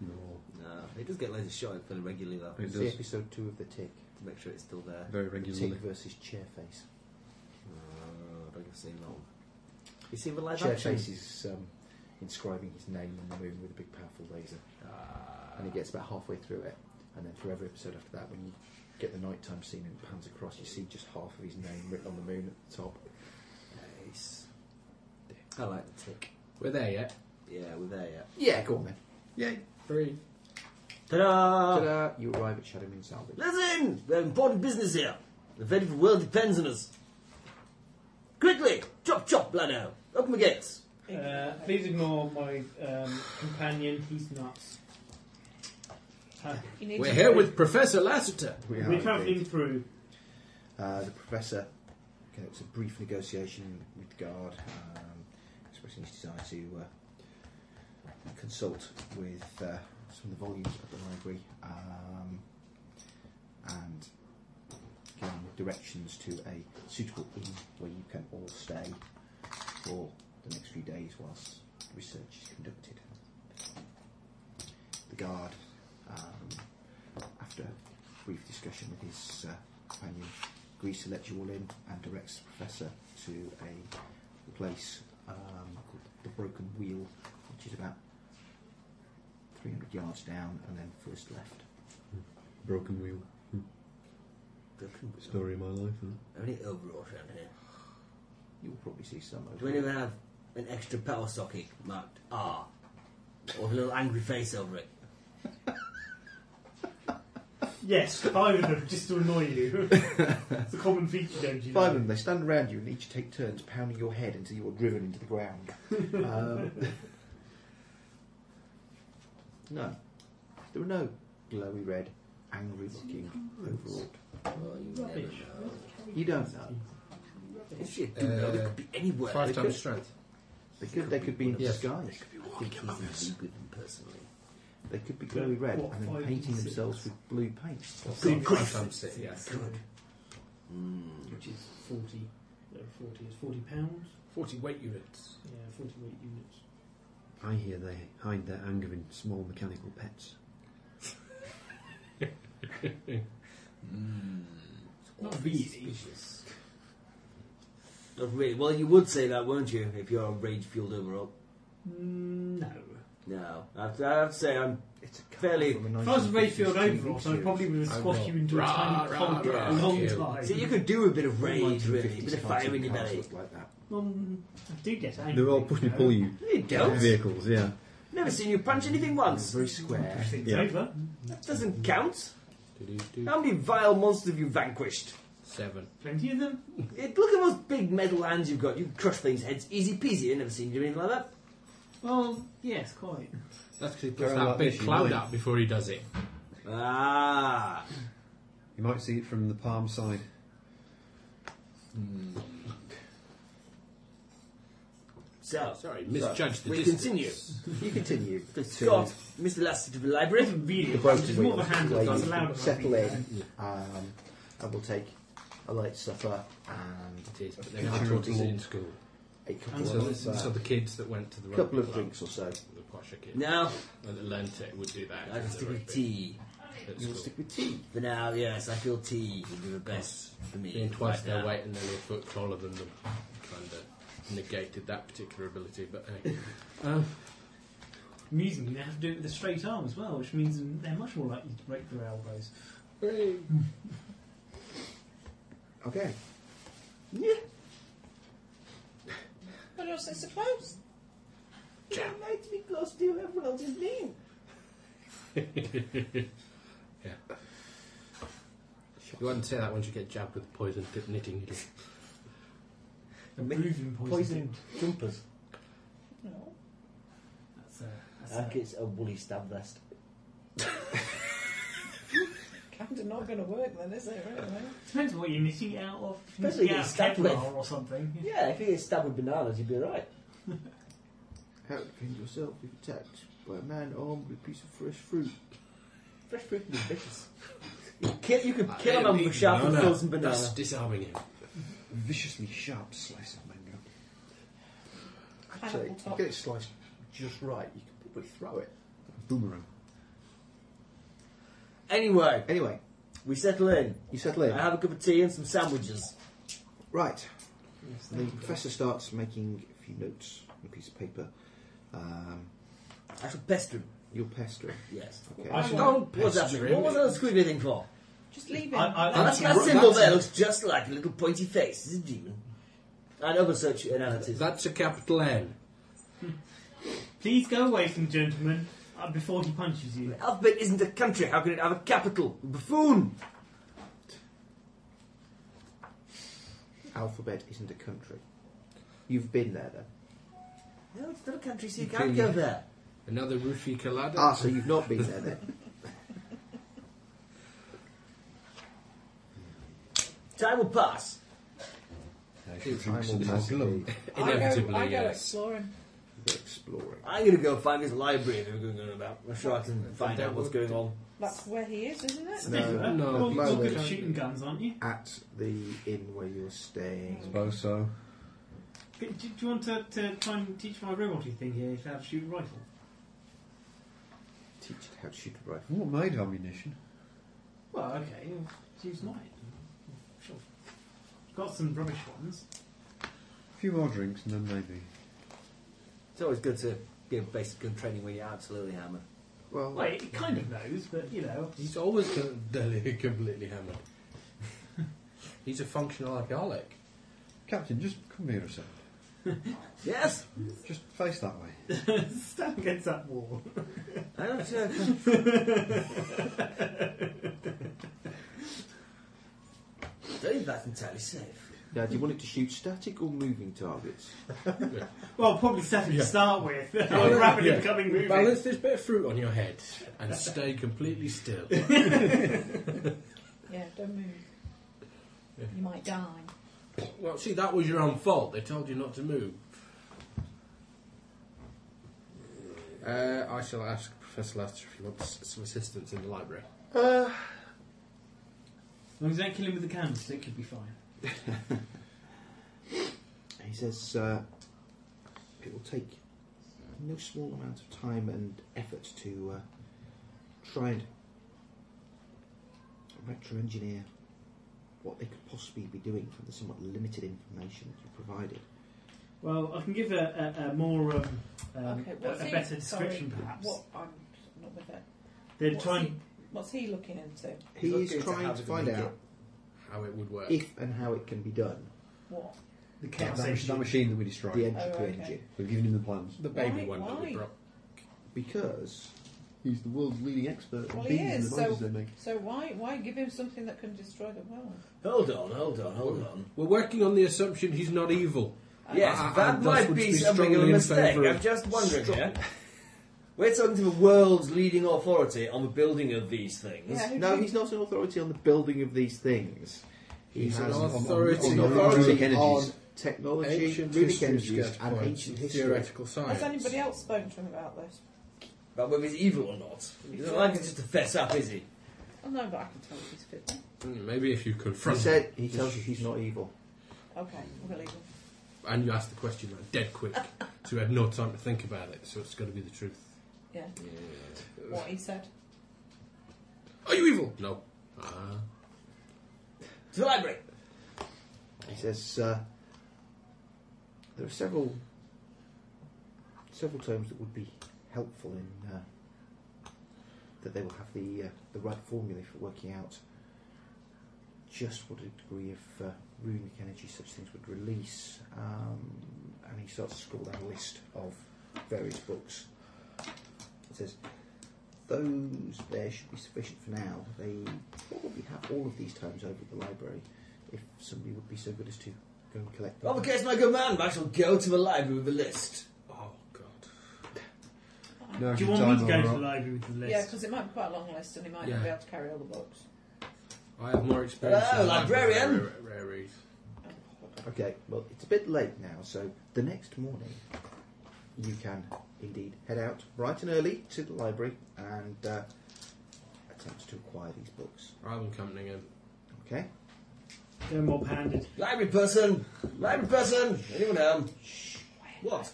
No. No, it does get laser shot fairly regularly, though, It's to the episode two of the Tick. make sure it's still there. Very The regularly. Tick versus Chairface. Uh, I don't think I've seen that one. You seen the live action? Chairface is um, inscribing his name on the moon with a big powerful laser, and he gets about halfway through it. And then for every episode after that, when you get the nighttime scene and it pans across, you see just half of his name written on the moon at the top. Nice. I like the tick. We're there yet. Yeah, we're there yet. Yeah, go on then. Three. Ta-da! Ta-da! You arrive at Shadow Moon Salvage. Listen! We have important business here. The fate of the world depends on us. Quickly! Chop, chop, Lano! Open the gates! Uh, please ignore my um, companion. He's nuts. Uh, You need We're to- here with Professor Lassiter. We we're are travelling indeed. through. Uh, the professor conducts a brief negotiation with guard, um, expressing his desire to uh, consult with uh, some of the volumes at the library um, and giving directions to a suitable inn where you can all stay for the next few days whilst research is conducted. The guard, um, after a brief discussion with his uh, companion, agrees to let you all in and directs the professor to a place um, called the Broken Wheel, which is about 300 yards down and then first left. Broken wheel. Story of my life. Isn't How many overalls around here? You'll probably see some Do over any of them have an extra power socket marked R? Or with a little angry face over it? Yes, five of them just to annoy you. it's a common feature, don't you? know? Five of them, they stand around you and each take turns pounding your head until you are driven into the ground. um, no. There were no glowy red, angry looking overall. Oh, you never know. Rubbish. You don't know. If you do know, they could be anywhere. Five They times could- strength. Uh, They could, they could be in Yes. disguise. I think he's in league with them personally. They could be glowy red What, and five then and painting six? themselves with blue paint. Good Five grief. times six. Yeah. Mm. Which is uh, 40. No, 40 is 40 pounds. Forty weight units. Yeah, 40 weight units. I hear they hide their anger in small mechanical pets. Mm. Not really. Not really. Well, you would say that, won't you, if you're a rage fueled overall? Mm, No. No. I have to, I have to say, I'm It's a car Fairly- from a If I was a Rayfield 1952 overall, so I probably would have I squashed will. you into a Rah, tiny rah, pond for a rah, long kill. time. So you could do a bit of All rage, really, a 1950s bit of cars fire in your and cars belly. looked like that. Um, I do get angry. They're all push and you know. pull you You don't. vehicles, yeah. Never seen you punch anything It's once. very square. It's Yeah. over. That doesn't count. Do-do-do. How many vile monsters have you vanquished? Seven. Plenty of them. It, look at those big metal hands you've got. You crush things' heads easy peasy. I've never seen you do anything like that. Well, yes, quite. That's because he puts They're that like big this, you cloud know. out before he does it. Ah. You might see it from the palm side. So, Sorry, misjudged the we distance. continue. You continue. Scott, Mr. Last of the Library. The broken wheel ladies settle in, um, and we'll take a light supper and it is, but a they're not couple of taught it in drinks- school. A couple so, of the, uh, so the kids that went to the couple rugby of club, drinks or so. the posher kids, Now- that learnt it would do that. I at can the stick with rugby tea. at You will school. stick with tea. For now, yes, I feel tea would be the best for me. being twice right their now. weight and then a foot taller than them kind of negated that particular ability. But hey, um, Amusingly, they have to do it with a straight arm as well, which means they're much more likely to break their elbows. Okay. But you're so close. Jam. I'd like to be close to you, everyone else's name. you wouldn't say that once you get jabbed with a poisoned dip- knitting needle. A moving poison. Poison jumpers. No. That's, uh, that's I think it's a woolly stab vest. Kinda not going to work then, is it? Really? Depends what you're knitting it out of. If you're Especially knitting it if out it's of stabbed Kevlar or something. Yeah, if you get stabbed with bananas, you'd be alright. How defend yourself if attacked by a man armed with a piece of fresh fruit? Fresh fruit would be vicious. You, kill, you could kill I don't a man with need sharp and banana. frozen banana. That's disarming him. Viciously sharp slice of mango. Actually, if you get it sliced just right, you can probably throw it. Boomerang. Anyway, Anyway, we settle in. you settle in. Uh, I have a cup of tea and some sandwiches. Right. the professor starts making a few notes on a piece of paper. Um, I shall pester him. you'll pester him. Yes. Okay. I Don't What's that pester mean? What him. was that squealy thing for? Just leave him. I, I, Oh, that's I, that symbol there looks just like a little pointy face. It's a demon. And other such inanities. That's a capital N. please go away from the gentleman uh, before he punches you. The alphabet isn't a country. How can it have a capital? Buffoon! Alphabet isn't a country. You've been there then. No, it's not a country, so you Okay. can't go there. Another Rufi Calada. Ah, so you've not been there then. Time will pass. Inevitably, I go, I go yes. exploring. You're exploring. I'm going to go find this library that we're going on about. I'm sure I can find That out what's would- going on. That's where he is, isn't it? No, no, you're, no, you're good no. at shooting guns, aren't you? At the inn where you're staying. Suppose so. Do, do you want to, to try and teach my robotic thing here if I have to shoot a rifle? Teach it how to shoot a rifle. What made ammunition? Well, okay, seems mine. Sure. Got some rubbish ones. A few more drinks and then maybe. It's always good to give basic gun training when you're absolutely hammered. Well, Well, it kind of knows, but you know. He's always com- completely hammered. He's a functional alcoholic. Captain, just come here a second. Yes! Just face that way. Stand against that wall. I don't know. don't think that's entirely safe. now, do you want it to shoot static or moving targets? Well, probably seven Yeah. to start with. I'm rapidly Yeah. becoming moving. Balance this bit of fruit on your head and stay completely still. Yeah, don't move. You might die. Well, see, that was your own fault. They told you not to move. Uh, I shall ask Professor Lester if he wants some assistance in the library. As long as you don't kill him with the candlestick, you'll be fine. He says uh, it will take no small amount of time and effort to uh, try and retro engineer what they could possibly be doing from the somewhat limited information that you provided. Well, I can give a, a, a more um, um, Okay, a, what's a he- better description, sorry, perhaps. What, I'm not with it. They're What's trying. he, what's he looking into? He He's is looking to trying have to it find make out How it would work. if and how it can be done. What? The That, chaos that, mach- that engine. machine that we destroyed. The entropy Oh, okay. engine, We've given him the plans. the baby Why- one that why? we brought. because He's the world's leading expert Well, he is, so, so why why give him something that can destroy the world? Hold on, hold on, hold on. We're working on the assumption he's not evil. Yes, Uh, that and thus might would be be something of a strongly in mistake. favour of I'm just wondering strong- here. We're talking to the world's leading authority on the building of these things. Yeah, who no, do you- he's not an authority on the building of these things. He He's has an on- on- authority on- on authority runic energies. on technology, ancient runic history energies, sketch and points, ancient history. theoretical Has science. anybody else spoken to him about this? About whether he's evil or not. He's not likely just to fess up, is he? Oh no, but I can tell if he's fit. Hmm, Maybe if you He confront him said he tells you he's not evil. Okay, I'm gonna leave him. and you ask the question like dead quick, so you had no time to think about it. So it's got to be the truth. Yeah. What he said. Are you evil? No. Ah. To the library! He says uh, there are several several terms that would be helpful in uh, that they will have the uh, the right formula for working out just what a degree of uh, runic energy such things would release. Um, and he starts to scroll down a list of various books. It says those there should be sufficient for now. They probably have all of these terms over at the library if somebody would be so good as to go and collect them. Robert Case, my good man, but I shall go to the library with a list. Oh God. No, Do you your want me to time go to over. the library with the list? Yeah, because it might be quite a long list and he might Yeah. not be able to carry all the books. I have more experience. Hello, in librarian. libra- libraries. Okay, well, it's a bit late now, so the next morning you can indeed head out bright and early to the library and uh, attempt to acquire these books. I'm accompanying him. Okay? They're mob handed. Library person! Library person! Anyone home? What?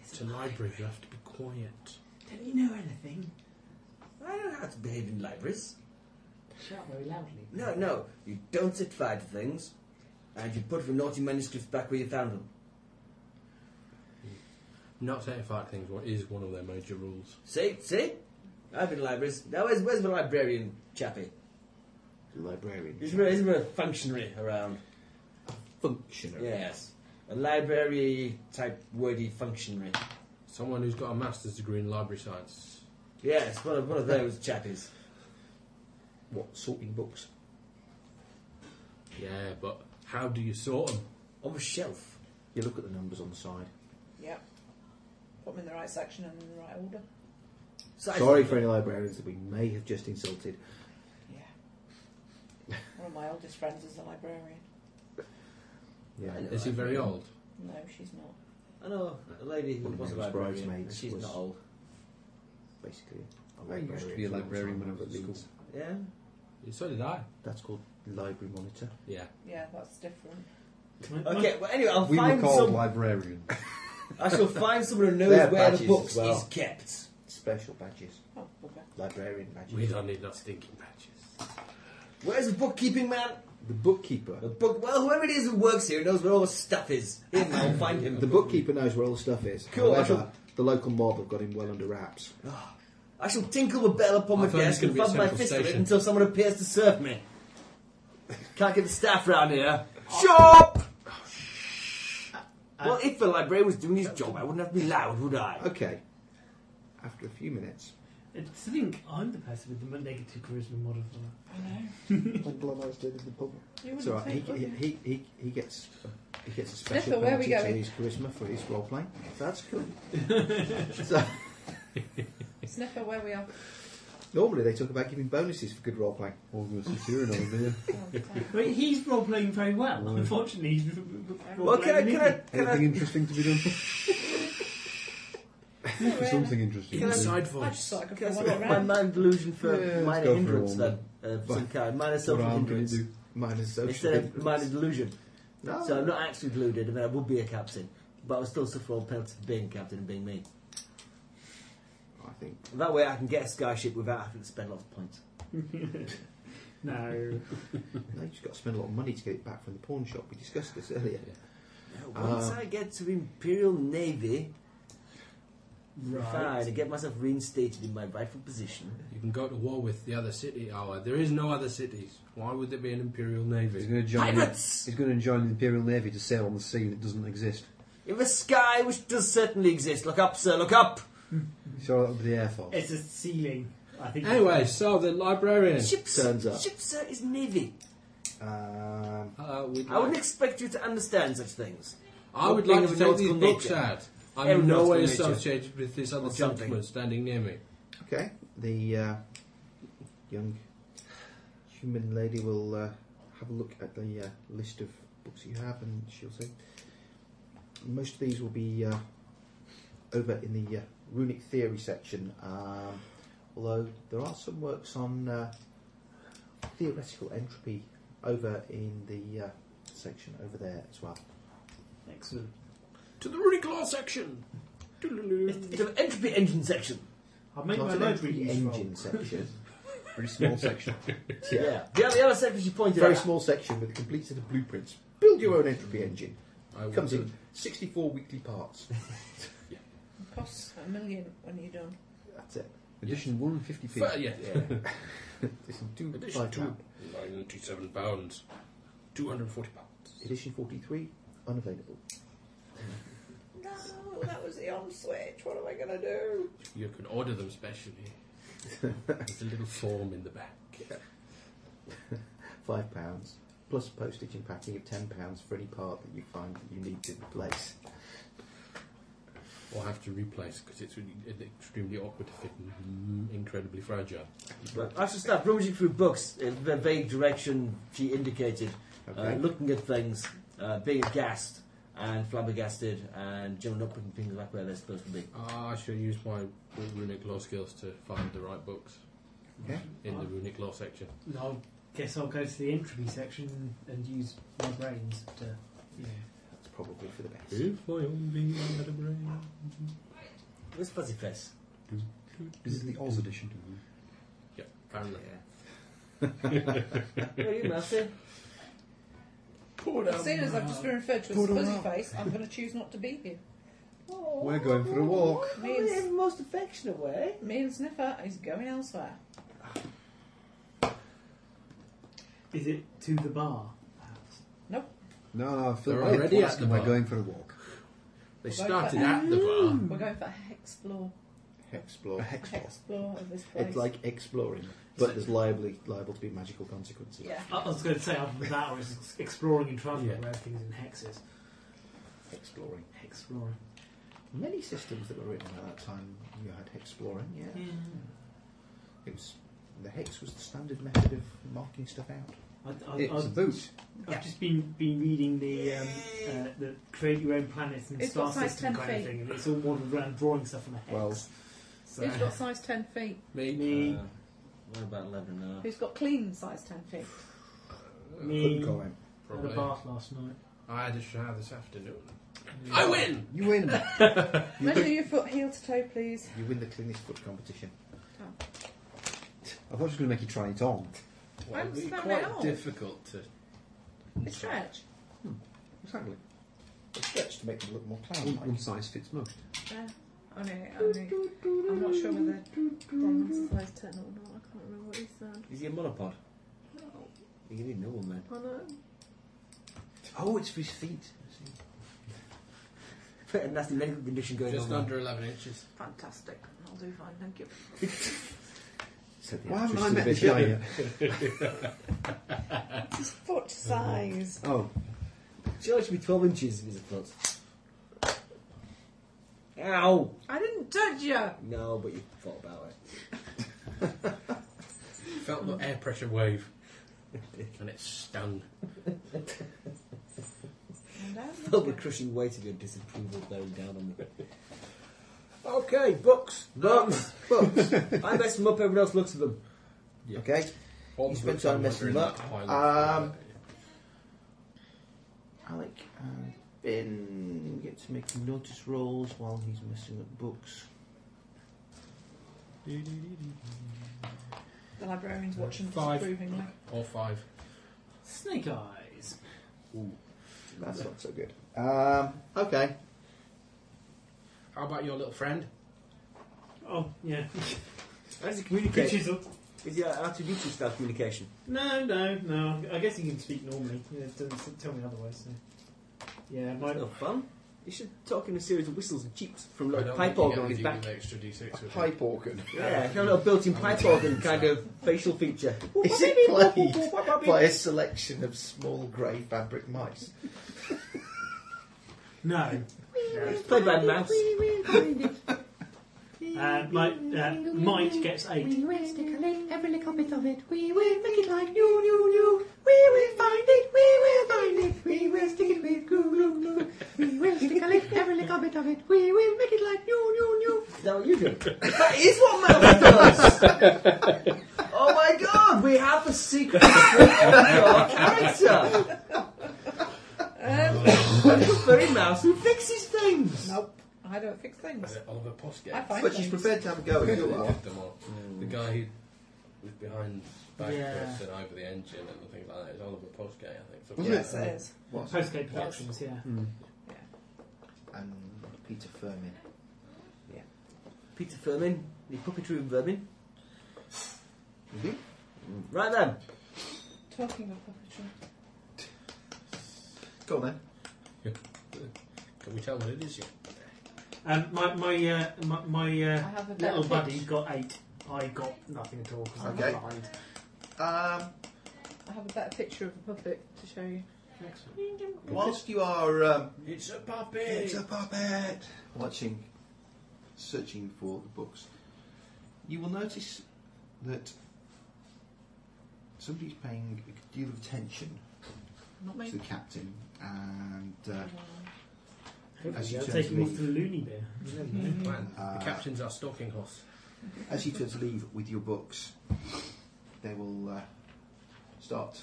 It's a library. You have to be quiet. Don't you know anything? I don't know how to behave in libraries. Shout very loudly. No, no. You don't sit fire to things, and you put the naughty manuscripts back where you found them. Not setting fire to things wa- is one of their major rules. See? See? I've been in libraries. Now, where's, where's the librarian chappie? The librarian. Isn't there, isn't there a functionary around? Functionary. Yes. A library type wordy functionary. Someone who's got a master's degree in library science. Yes, one of, one of those chappies. What, sorting books? Yeah, but how do you sort them? On the shelf. You look at the numbers on the side. Yep. Put them in the right section and in the right order. Size- Sorry for any librarians that we may have just insulted. Yeah. One of my oldest friends is a librarian. Yeah. I know, Is he I very know. old? No, she's not. I know a lady who One of was a Mabel's librarian. bridesmaids and she's was- not old. Basically. a I used to be a for a long librarian time when I was at school. Leeds. Yeah. So did I. That's called library monitor. Yeah. Yeah, that's different. Can I- Okay, well, anyway, I'll We were find called some. librarians. I shall find someone who They knows have where the badges as books well. is kept. Special badges. Oh, bugger. Librarian badges. We don't need no stinking badges. Where's the bookkeeping man? The bookkeeper. The book. Well, whoever it is who works here knows where all the stuff is. Him, I'll find him. The bookkeeper knows where all the stuff is. Cool, I However, shall- the local mob have got him well under wraps. I shall tinkle the bell upon my I thought it was desk and gonna be a thump my central fist at it station. until someone appears to serve me. Can't get the staff round here. Shop! Well, if the librarian was doing his job, I wouldn't have to be loud, would I? Okay. After a few minutes, I think I'm the person with the negative charisma modifier. I know. like Blumhouse did in the pub. You it's wouldn't all right. uh, He, think, would he, you? he, he, he gets he gets a special Sniffer, where we penalty to going? his charisma for his role playing. That's cool. so Sniffer, where we are. normally they talk about giving bonuses for good role playing. All the Centurion over there. Oh, damn. But he's role playing very well. Unfortunately, he's Well, can I, can I, can Anything I, interesting to be done? Something interesting. to do. Inside I voice. just thought I could can I follow swap my around. mind delusion for Yeah, let's minor go for hindrance all then? Uh, of some kind. Minor What social harm can it hindrance. do? Minus social. Instead of influence. minor delusion. No. So I'm not actually deluded, I mean, I would be a captain. But I would still suffer all the penalty for being captain and being me. I think That way I can get a skyship without having to spend lots of points. No. no, you've just got to spend a lot of money to get it back from the pawn shop. We discussed this earlier. Now, Once Uh, I get to Imperial Navy, fine, I Right. get myself reinstated in my rightful position. You can go to war with the other city. Oh, uh, there is no other cities. Why would there be an imperial He's navy? going to join. Pirates! He's going to join the Imperial Navy to sail on the sea that doesn't exist. In the sky, which does certainly exist. Look up, sir, look up! Sure, that'll be the Air Force. It's a ceiling. I think. Anyway, so the librarian. Ships, turns up. ships, sir, is Navy. Um, Hello, we'd I wouldn't like- expect you to understand such things. I would Thing like to of take these nautical books nature. out. I'm Aeronautical in no way nature. associated with this other Or something. gentleman standing near me. Okay. The uh, young human lady will uh, have have a look at the uh, list of books that you have, and she'll say most of these will be uh, over in the uh, runic theory section. Um, although there are some works on uh, theoretical entropy over in the uh, section over there as well. Excellent. To the runic law section. It's, it's an entropy engine section. I'll make Not my an library entropy useful. engine section. Pretty small section. Yeah. The, other, the other sections you pointed Very out. small section with a complete set of blueprints. Build your own entropy engine. I will Comes do in 64 weekly parts. It costs a million when you're done. That's it. Edition 150p. Fair, yeah. Edition two, Edition five two. pound. 97 pounds. 240 pounds. Edition 43, unavailable. No, that was the on switch. What am I going to do? You can order them specially. There's a little form in the back. Five pounds. Plus postage and packing of ten pounds for any part that you find that you need to replace. Or have to replace because it's really, it's extremely awkward to fit and mm, incredibly fragile. Right. I should start rummaging through books in the vague direction she indicated, Okay. uh, looking at things, uh, being aghast and flabbergasted, and generally not putting things back where they're supposed to be. Ah, I should use my runic law skills to find the right books Okay? in the runic law section. I guess I'll go to the entropy section and use my brains to. You know, That's probably for the best. If I only had a brain. Where's Fuzzy Face? This is the Oz edition. Yeah, apparently. Where are you, Master? Seeing as I've just been referred to as fuzzy face, I'm going to choose not to be here. Uh, We're going for a walk. Me and, most affectionate way. me and Sniffer is going elsewhere. is it to the bar? Nope. No, no, Phil. They're I did already ask at the him, bar. We're going for a walk. They Well, started that- at the Hmm. bar. We're going for explore, Explore. explore of this place. It's like exploring, but there's liably, liable to be magical consequences. yeah. I I was going to say, other than that, or is exploring in travel Yeah. where everything's in hexes. Exploring. Exploring. Many systems that were written at that time, you had exploring, yeah. It was, the hex was the standard method of marking stuff out. I, I, It's a I've, boot. I've just been, been reading the um, uh, the create your own planets and It's star got size 10 system kind of feet. thing, and it's all modeled around drawing stuff on a hex. Well, so, Who's got size 10 feet? Me. me, what about 11 now? Who's got clean size 10 feet? me, uh, Couldn't comment. at a Probably. bath last night. I had a shower this afternoon. I win! You win. Measure your foot heel to toe, please. You win the cleanest foot competition. I thought she was going to make you try it on. Why Well, it'd be was that quite round? difficult to. It's stretch. Exactly. It's stretched to make them look more One, clown-like. one size fits most. Yeah. Oh no, oh no. I'm not sure whether Don's size 10 or not. I can't remember what he said. Is he a monopod? You didn't know him then. Oh no. Oh, it's for his feet. Quite a nasty medical condition going Just on. under 11 inches. Fantastic. I'll do fine, thank you. Said the Why haven't actress I to met the this guy guy. yet? Foot size. Oh, Surely it should be 12 inches if it's a foot. Ow! I didn't touch you! No, but you thought about it. Felt the air pressure wave. and it stung. And down you Felt the go. crushing weight of your disapproval bearing down on me. Okay, books, books, books. I mess them up, everyone else looks at them. Okay. One spent book time I'm messing wondering up. that pile of- Um, Mm. Alec and Ben get to make notice rolls while he's messing up books. The librarian's watching Five. disapprovingly. Or five. Snake eyes. That's not so good. Um, okay. How about your little friend? Oh, yeah. How does he communicate? Pictures of Is he R2D2 style communication? No, no, no. I guess he can speak normally. Yeah, it doesn't s- tell me otherwise. So. Yeah, my, That's no fun. You should talk in a series of whistles and cheeps from I like don't pipe think organ on his you back. get anything with extra D6 with it. Pipe organ. Yeah, kind of a built in pipe organ kind of facial feature. Is it played by a selection of small grey fabric mice? no. It's played by a mouse. Uh, Mike, uh, Mike gets eight. We will stick a lick, every little bit of it. We will make it like new, new, new. We will find it, we will find it. We will stick it with glue, glue, glue. We will stick a lick, every little bit of it. We will make it like new, new, new. Now you do. that is what Melvin does. oh my god, we have the secret of your character. Um, very mouse who fixes things. Nope. I don't fix things. Oliver Poskett. I find But she's things. prepared to have a go if you are. Picked them up. The guy who was behind back Yeah. person over the engine and things like that is Oliver Poskett, I think. So Wasn't Yes, it is. Postgate Productions, yeah. And Peter Furman. Peter Furman, the puppetry of Vermin. Mm-hmm. Mhm. Right then. Talking of puppetry. Go on then. Can we tell what it is yet? Um, my my uh, my, my I uh, have a better little pitch. buddy got eight. I got nothing at all because Okay. I'm behind. Um, I have a better picture of a puppet to show you. Excellent. whilst you are um, It's a puppy! It's a puppet. Watching, searching for the books, you will notice that somebody's paying a good deal of attention Not to me. the captain, and uh, As you I'll turn take to him off leave. to the loony bin. Man, Uh, the captain's our stalking horse. as you turn to leave with your books, they will uh, start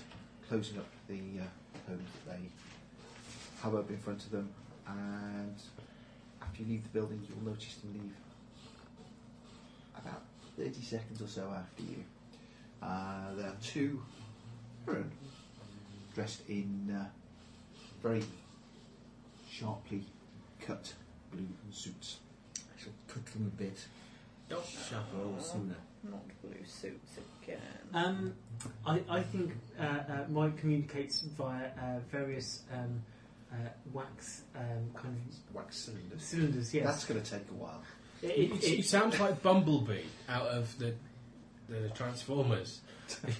closing up the uh, home that they have up in front of them, and after you leave the building, you'll notice them leave about 30 seconds or so after you. Uh, there are two women dressed in uh, very sharply cut blue suits. I shall cut them a bit. Don't shut A little sooner. Not blue suits again. Um, I, I think uh, uh, Mike communicates via uh, various um, uh, wax um, kind Wax of cylinders. cylinders. Yes, That's going to take a while. it, It, it, it, it- sounds like Bumblebee out of the the Transformers.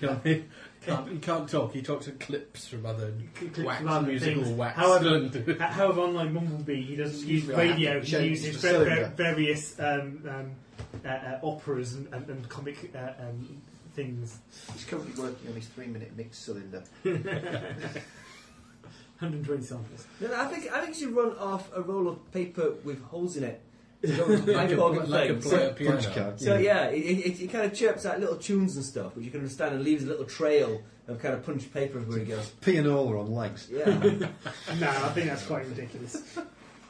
You know, he, can't, he can't talk. He talks in clips from other clips wax from other musical things. wax. However- cylinders. Uh, However, unlike Mumblebee, he doesn't Excuse use me, I radio. have to He change uses the ver- ver- cylinder. various um, um, uh, uh, operas and, and, and comic uh, um, things. He's currently working on his three-minute mix cylinder. 120 samples. No, no, I think I think you should run off a roll of paper with holes in it. So don't hide organ like a things. player piano. So yeah, it, it, it kind of chirps out little tunes and stuff, which you can understand, and leaves a little trail of kind of punched paper everywhere he goes. Pianola on legs. Yeah. No, I think that's quite ridiculous.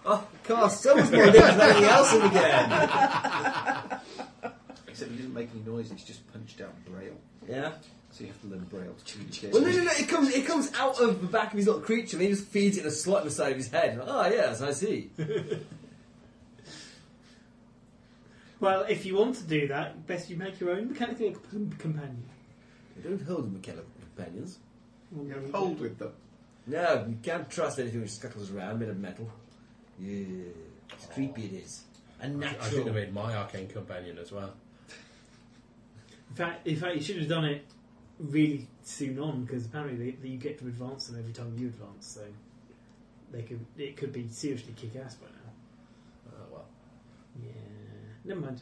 oh, of course, so much more different than anything else in the game. Except he doesn't make any noise, he's just punched out braille. Yeah. So you have to learn braille to communicate. Well, no, no, no. It comes, it comes out of the back of his little creature, and he just feeds it in a slot in the side of his head. oh yes, I see. well, if you want to do that, best you make your own mechanical comp- companion. You don't hold mechanical companions. Hold with them. No, you can't trust anything which scuttles around made of metal. Yeah, it's creepy. It is I should have unnatural. made my arcane companion as well. In fact, in fact, you should have done it really soon on because apparently they, they, you get to advance them every time you advance, so they could it could be seriously kick ass by now. Oh, well. Yeah, never mind.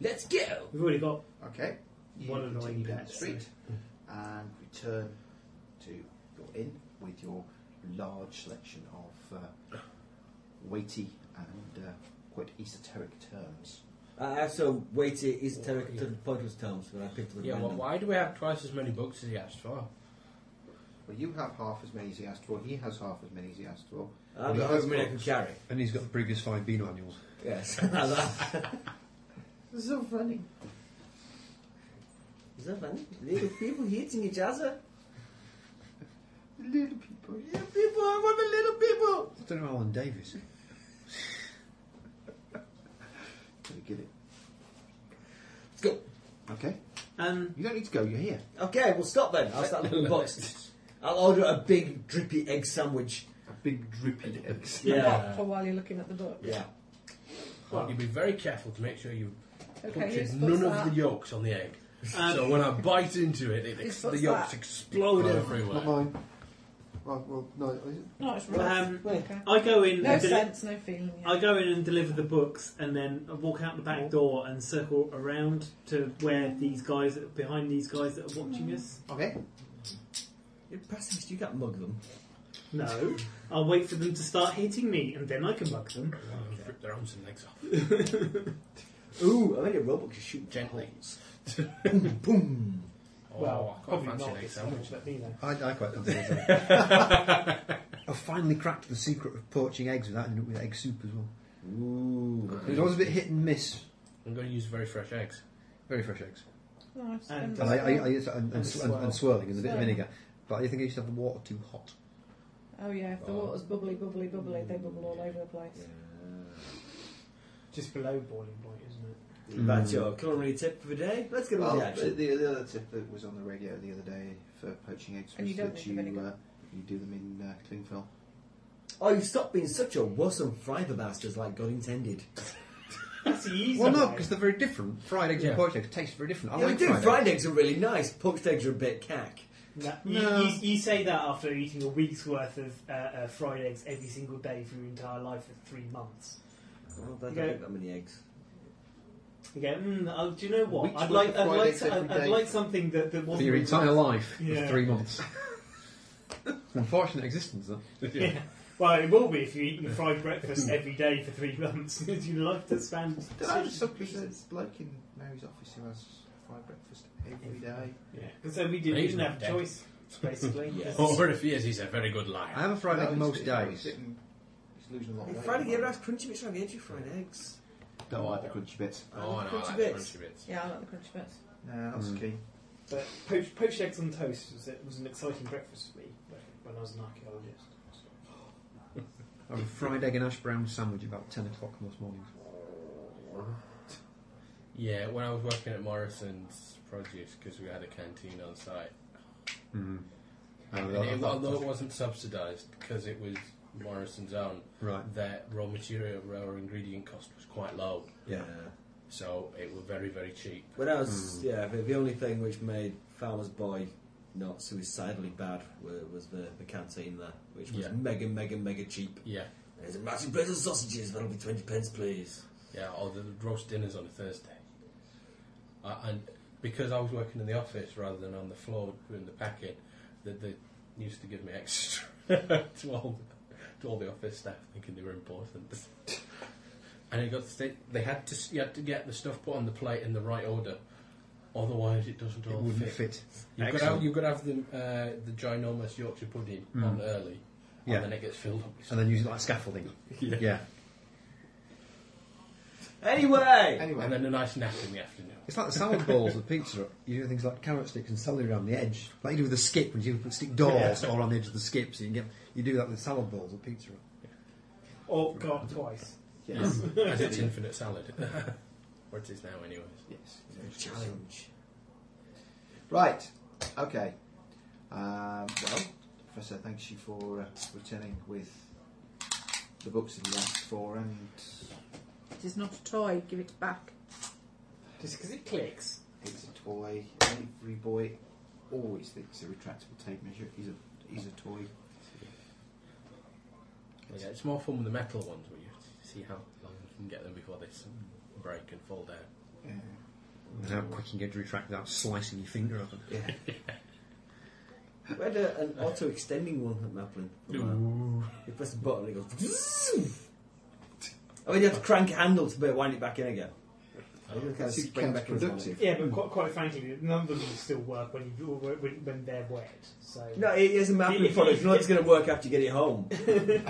Let's go. We've already got Okay. You One annoying continue down the pet, street and return to your inn with your large selection of uh, weighty and uh, quite esoteric terms. I have some weighty esoteric to the pointless terms when I picked up the Yeah, well, random. why do we have twice as many books as he asked for? Well, you have half as many as he asked for. He has half as many as he asked for. I've got however many I can carry. And he's got the previous five B manuals. Yes. is So funny. that funny? Little people hitting each other. Little people. Little people, I want the little people. I don't know Alan Davis. Gonna get it. Let's go. Okay. um, You don't need to go. You're here. Okay, we'll stop then. I'll start looking boxed. I'll order a big drippy egg sandwich. A big drippy eggs. Yeah. For while you're looking at the book. Yeah. Well, you be very careful to make sure you Okay, punctured who's none that? of the yolks on the egg. Um, so when I bite into it, it Who's ex- puts the yolks that? explode Oh, everywhere. Not mine. Right, well, no. Is it? No, it's right. Um, I go in. No and deli- sense, no feeling. Yeah. I go in and deliver the books, and then I walk out the back door and circle around to where these guys that are behind these guys that are watching us. Okay. Impressive. You can't mug them. No, I'll wait for them to start hitting me, and then I can mug them. Rip their arms and legs off. Ooh, I made a robot to shoot Gently. holes. boom, boom. well, Oh, I quite fancy an egg it's sandwich. not, but, you know. I, I quite fancy that. I finally cracked the secret of poaching eggs without ending up with egg soup as well. Ooh. It was always a bit hit and miss. I'm going to use very fresh eggs. Very fresh eggs. Nice. And- And, I, I, I used to- and, and, And sw- swirl. and, and swirling and a bit of Swirl. vinegar. But I think I used to have the water too hot. oh yeah, if the water's bubbly, bubbly, bubbly, they bubble all over the place. Just below boiling point, isn't it? That's your culinary tip for the day. Let's get Well, on with the the, action. the, the other tip that was on the radio the other day for poaching eggs was And you that don't need the you, vinegar. uh, you do them in uh, cling film. Oh, you stop being such a wuss and fry the bastards like God intended. That's the easy Well, no, way. because they're very different. Fried eggs Yeah. and poached eggs taste very different. I yeah, like we do. fried, Fried eggs. eggs are really nice. Poached eggs are a bit cack. No, you, No. you, you say that after eating a week's worth of uh, uh, fried eggs every single day for your entire life for three months. Well, I don't Okay. think that many eggs. You go, mm, oh, do you know what? Week's I'd worth like, of I'd fried like, eggs so- every I'd, I'd day. like something that, that For wasn't. your entire life Yeah. of three months. Unfortunate existence, though. Yeah. Well, it will be if you're eating a fried breakfast every day for three months. you like to spend. Did I just there's a bloke in Mary's office who has fried breakfast every day? Yeah, because then we didn't, we He's didn't not have a dead. choice, basically. Yes. Or if he is, he's Oh, a very good I liar. have a fried No, egg he's- most he's days. sitting- He's losing a lot of Hey, weight. fried egg, that's crunchy bits. I get you fried eggs. Don't like the crunchy bits. Oh, no, I like Crunchy the bits. crunchy bits. Yeah, I like the crunchy bits. Nah, that's Mm. key. But poached, poached eggs on toast was, it was an exciting breakfast for me when I was an archaeologist. I have a fried egg and ash brown sandwich about 10 o'clock most mornings. Yeah, when I was working at Morrison's Produce, because we had a canteen on site, Mm. I and know that- it, that- although it wasn't subsidised because it was Morrison's own, Right. their raw material, raw ingredient cost was quite low, Yeah. so it was very, very cheap. But that was yeah, the, the only thing which made Farmer's Boy not suicidally bad was, was the, the canteen there, which was Yeah. mega, mega, mega cheap. Yeah, There's a massive plate of sausages, that'll be 20 pence, please. yeah, or the roast dinners on a Thursday. Uh, and because I was working in the office rather than on the floor doing the packing, that they used to give me extra to all to all the office staff, thinking they were important. and it got to sta- they had to s- you had to get the stuff put on the plate in the right order, otherwise it doesn't It all wouldn't fit. fit. You've got to have, Excellent. you've got to have the uh, the ginormous Yorkshire pudding Mm. on early, Yeah. and then it gets filled up. with And then use it like scaffolding. Yeah. yeah. Anyway! Anyway, and then a nice nap in the afternoon. It's like the salad balls at pizza. You do things like carrot sticks and celery around the edge, like you do with the skip when you put stick doors all around the edge of the skip. So you can get you do that with salad balls at pizza. Or God, twice. yes. As it's infinite salad. or it is now, anyways. yes. Challenge. Right. Okay. Um, well, Professor, thanks you for uh, returning with the books that you asked for and It is not a toy. Give it back. Just because it clicks. it's a toy. Every boy always thinks a retractable tape measure is a is a toy. Well, yeah, it's more fun with the metal ones where you see how long you can get them before they s- break and fall down. Yeah. And how quick you can get to retract without slicing your finger open. yeah. We had a, an auto extending one at Maplin. for a while. You press the button and it goes. I mean, you have to crank a handle to be- wind it back in again. You kind of It's spring back in. counterproductive. Yeah, but quite, quite frankly, none of them will still work when, you, when, when they're wet. So No, it is a Maplin product. You know it's going to work after you get it home. if,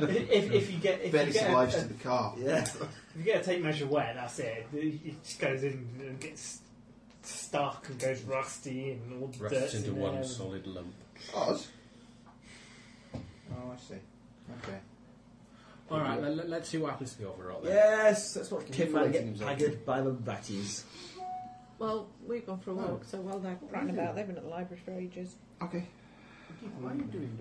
if you get if you Barely get, a, survives a- to the car. Yeah. if you get a tape measure wet, that's it. It it just goes in and gets stuck and goes rusty and all the Rusts dirt's into in one there. solid lump. Oz. Oh, I see. Okay. All right, let, let, us see what happens to the overall. Then. Yes, that's what Kim might Inflating get himself. haggard by the batties. Well, we've gone for a walk, so while they're prattling is it? about, they've been at the library for ages. Okay. Why are you doing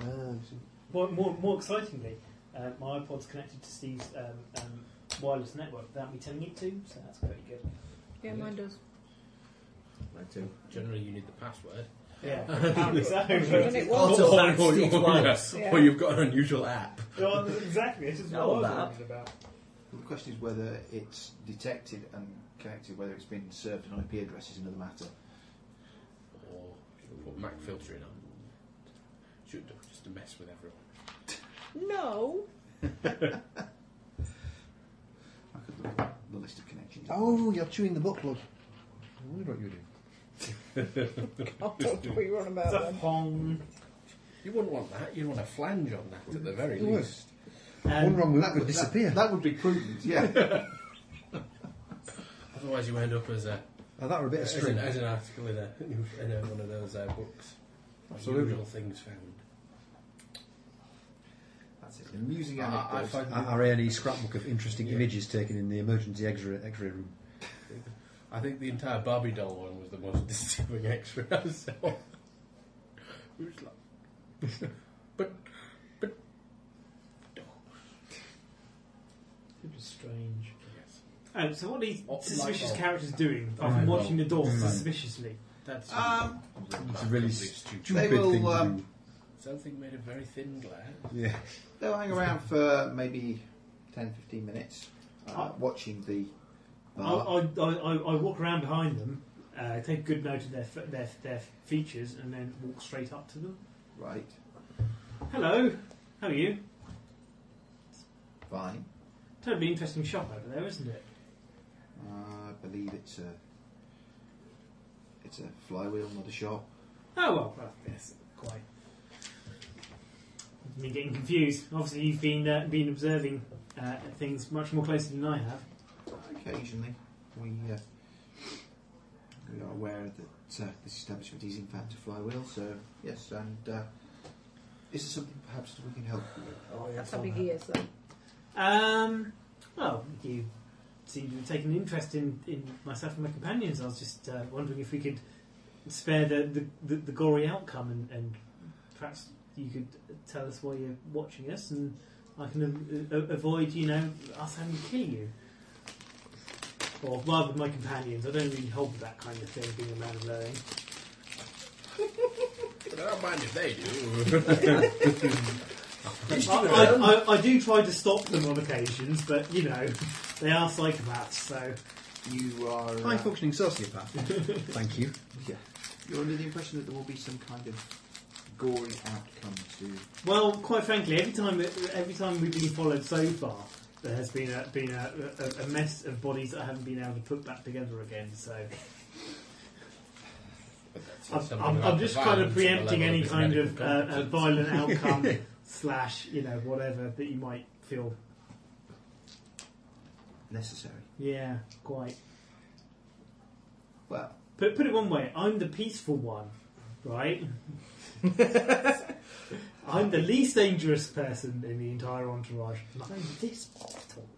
that? Uh, so- Ah, More, more, more excitingly, uh, my iPod's connected to Steve's um, um, wireless network without me telling it to, so that's pretty good. Yeah, mine does. Mine too. Generally, you need the password. Yeah, apparently so. But- Or- or, or- or- yeah, Yeah. or you've got an unusual app. Well, exactly. This is what I was wondering about. Well, the question is whether it's detected and connected, whether it's been served an IP address is another matter. Or should put Mac filtering on. Should do, just to mess with everyone. No. I could look at the list of connections. Oh, you're chewing the book, look. I wonder what you do. I'll talk to what you're on about then. You wouldn't want that. You'd want a flange on that at the very It would. least. One wrong with that would disappear. That, would be prudent, yeah. Otherwise, you end up as a. Oh, that were a bit of as string. An, as an article in, a, in a, one of those uh, books. Absolutely. Unusual things found. That's it. Amusing Uh, I anecdotes. find our A&E scrapbook of interesting images taken in the emergency X-ray, X-ray room. I think the entire Barbie doll one was the most disturbing extra I saw. It was like, but, but, dolls. It was strange. Yes. Oh, so what are these What light suspicious bulb? characters doing? Light I'm bulb. watching the door Mm. suspiciously. That's Um, It's a really they stupid thing will to um, do. Something made of very thin glass. Yeah. They'll hang around for maybe 10, 15 minutes uh, Oh. watching the I, bar. I, I, I I walk around behind them, uh, take good note of their, f- their their features, and then walk straight up to them. Right, Hello, how are you? fine. Totally interesting shop over there, isn't it? Uh, I believe it's a it's a flywheel, not a shop. Oh well, well yes, quite. Me getting confused. Obviously, you've been uh, been observing uh, things much more closely than I have. Occasionally, we uh, we are aware that uh, this establishment is in fact a flywheel. So yes, and uh, is there something perhaps that we can help you with? Oh, yeah, That's how big he is, though. Um, well, you seem to have taken an interest in, in myself and my companions. I was just uh, wondering if we could spare the, the, the, the gory outcome and, and perhaps you could tell us why you're watching us and I can uh, a- a- avoid, you know, us having to kill you. Or rather, my companions. I don't really hold with that kind of thing, being a man of learning. But I don't mind if they do. I, I, I, I do try to stop them on occasions, but, you know, they are psychopaths, so... You are High uh, functioning sociopath. Thank you. yeah. You're under the impression that there will be some kind of gory outcome to Well, quite frankly, every time every time we've been followed so far, there has been a been a, a, a mess of bodies that I haven't been able to put back together again. So I'm, I'm, I'm just kind of preempting any kind of uh, uh, violent outcome slash you know whatever that you might feel. necessary. Yeah, quite. Well, Put put it one way, I'm the peaceful one, right? I'm the least dangerous person in the entire entourage. And I'm this bottle.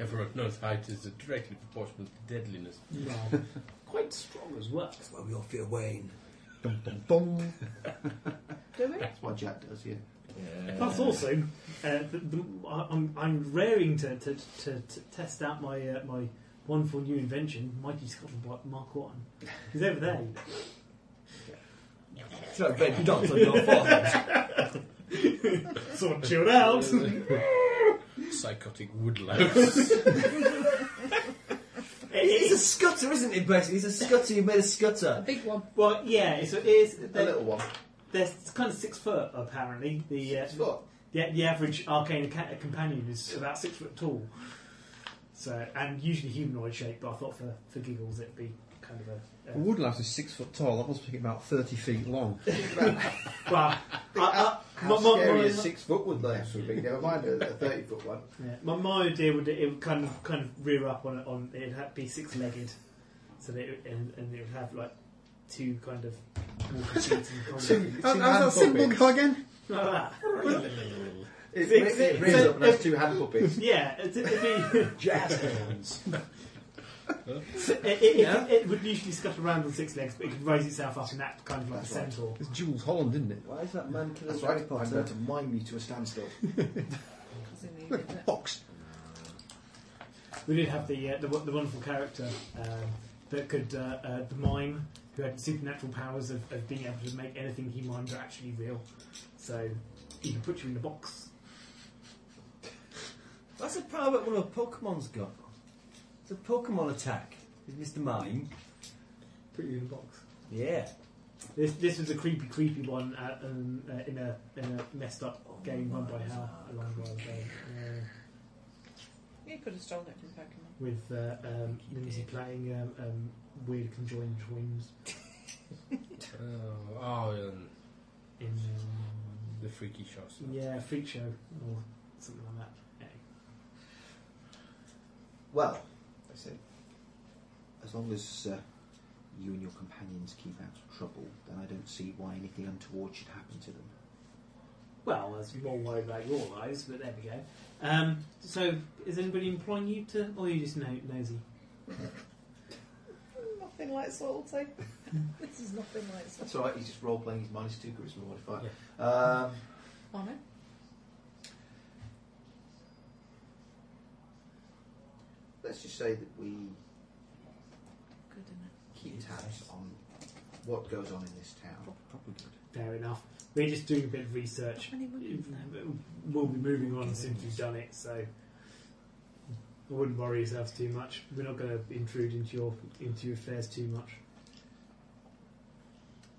Everyone knows height is directly proportional to deadliness. No. Quite strong as well. That's why we all fear Wayne. Dum, dum, dum. Do we? that's what Jack does, yeah. Plus, also, uh, the, the, I- I'm, I'm raring to, to, to, to test out my uh, my wonderful new invention, Mighty Scuttlebutt Mark One. He's over there. you know. So, red dots on your forehead. Sort of chilled out. Psychotic woodlouse. He's a scutter, isn't he, basically? He's a scutter. You made a scutter. Big one. well, yeah, it's, it is. A They're, little one. they're kind of six foot apparently. The uh, It's what? the, the average arcane ca- companion is about six foot tall. So, and usually humanoid shape, but I thought for, for giggles it'd be kind of a. A a woodlouse is six foot tall. That must be about 30 feet long. well, I- I- How my- my- scary my- a six foot woodlouse would be? Never mind a, a thirty foot one. Yeah, my, my idea would it would kind of kind of rear up on on it'd have, be six legged, so that it, and, and it would have like two kind of walking seats in common. How- How's that symbol go again? like that. It, Six- it rings so up and has two hand puppets. Yeah, it'd, it'd be. Jazz hands. so It, it, it, Yeah. it would usually scuttle around on six legs, but it could raise itself up and act kind of like That's a right. centaur. It's Jules Holland, isn't it? Why is that man killing That's Harry right. I'm Potter? going to mime you to a standstill. Because he needed Look, it. box. We did have the uh, the, wo- the wonderful character um, that could uh, uh, the mime who had supernatural powers of, of being able to make anything he minds actually real. So he can put you in a box. That's a power that one of Pokemon's got. It's a Pokemon attack. It's Mr. Mime. Put you in a box. Yeah. This this was a creepy, creepy one at, um, uh, in a in a messed up game run by Hal a long while ago. Uh, You could have stolen it from Pokemon. with uh, um, Lindsay playing um, um, weird conjoined twins. Oh, oh um, in um, the freaky shots. yeah, freak show or something like that. Well, I said, as long as uh, you and your companions keep out of trouble, then I don't see why anything untoward should happen to them. Well, there's more worried about your lives, but there we go. Um, so, is anybody employing you to, or are you just no- nosy? Nothing like salty. this is nothing like salty. That's all right. He's just role playing his minus two charisma modifier. Um, On it. let's just say that we Good enough. keep tabs on what goes on in this town. Probably good. Fair enough. We're just doing a bit of research. How many women is there? We'll be moving on as soon as we've done it, so I wouldn't worry yourself too much. We're not going to intrude into your into your affairs too much.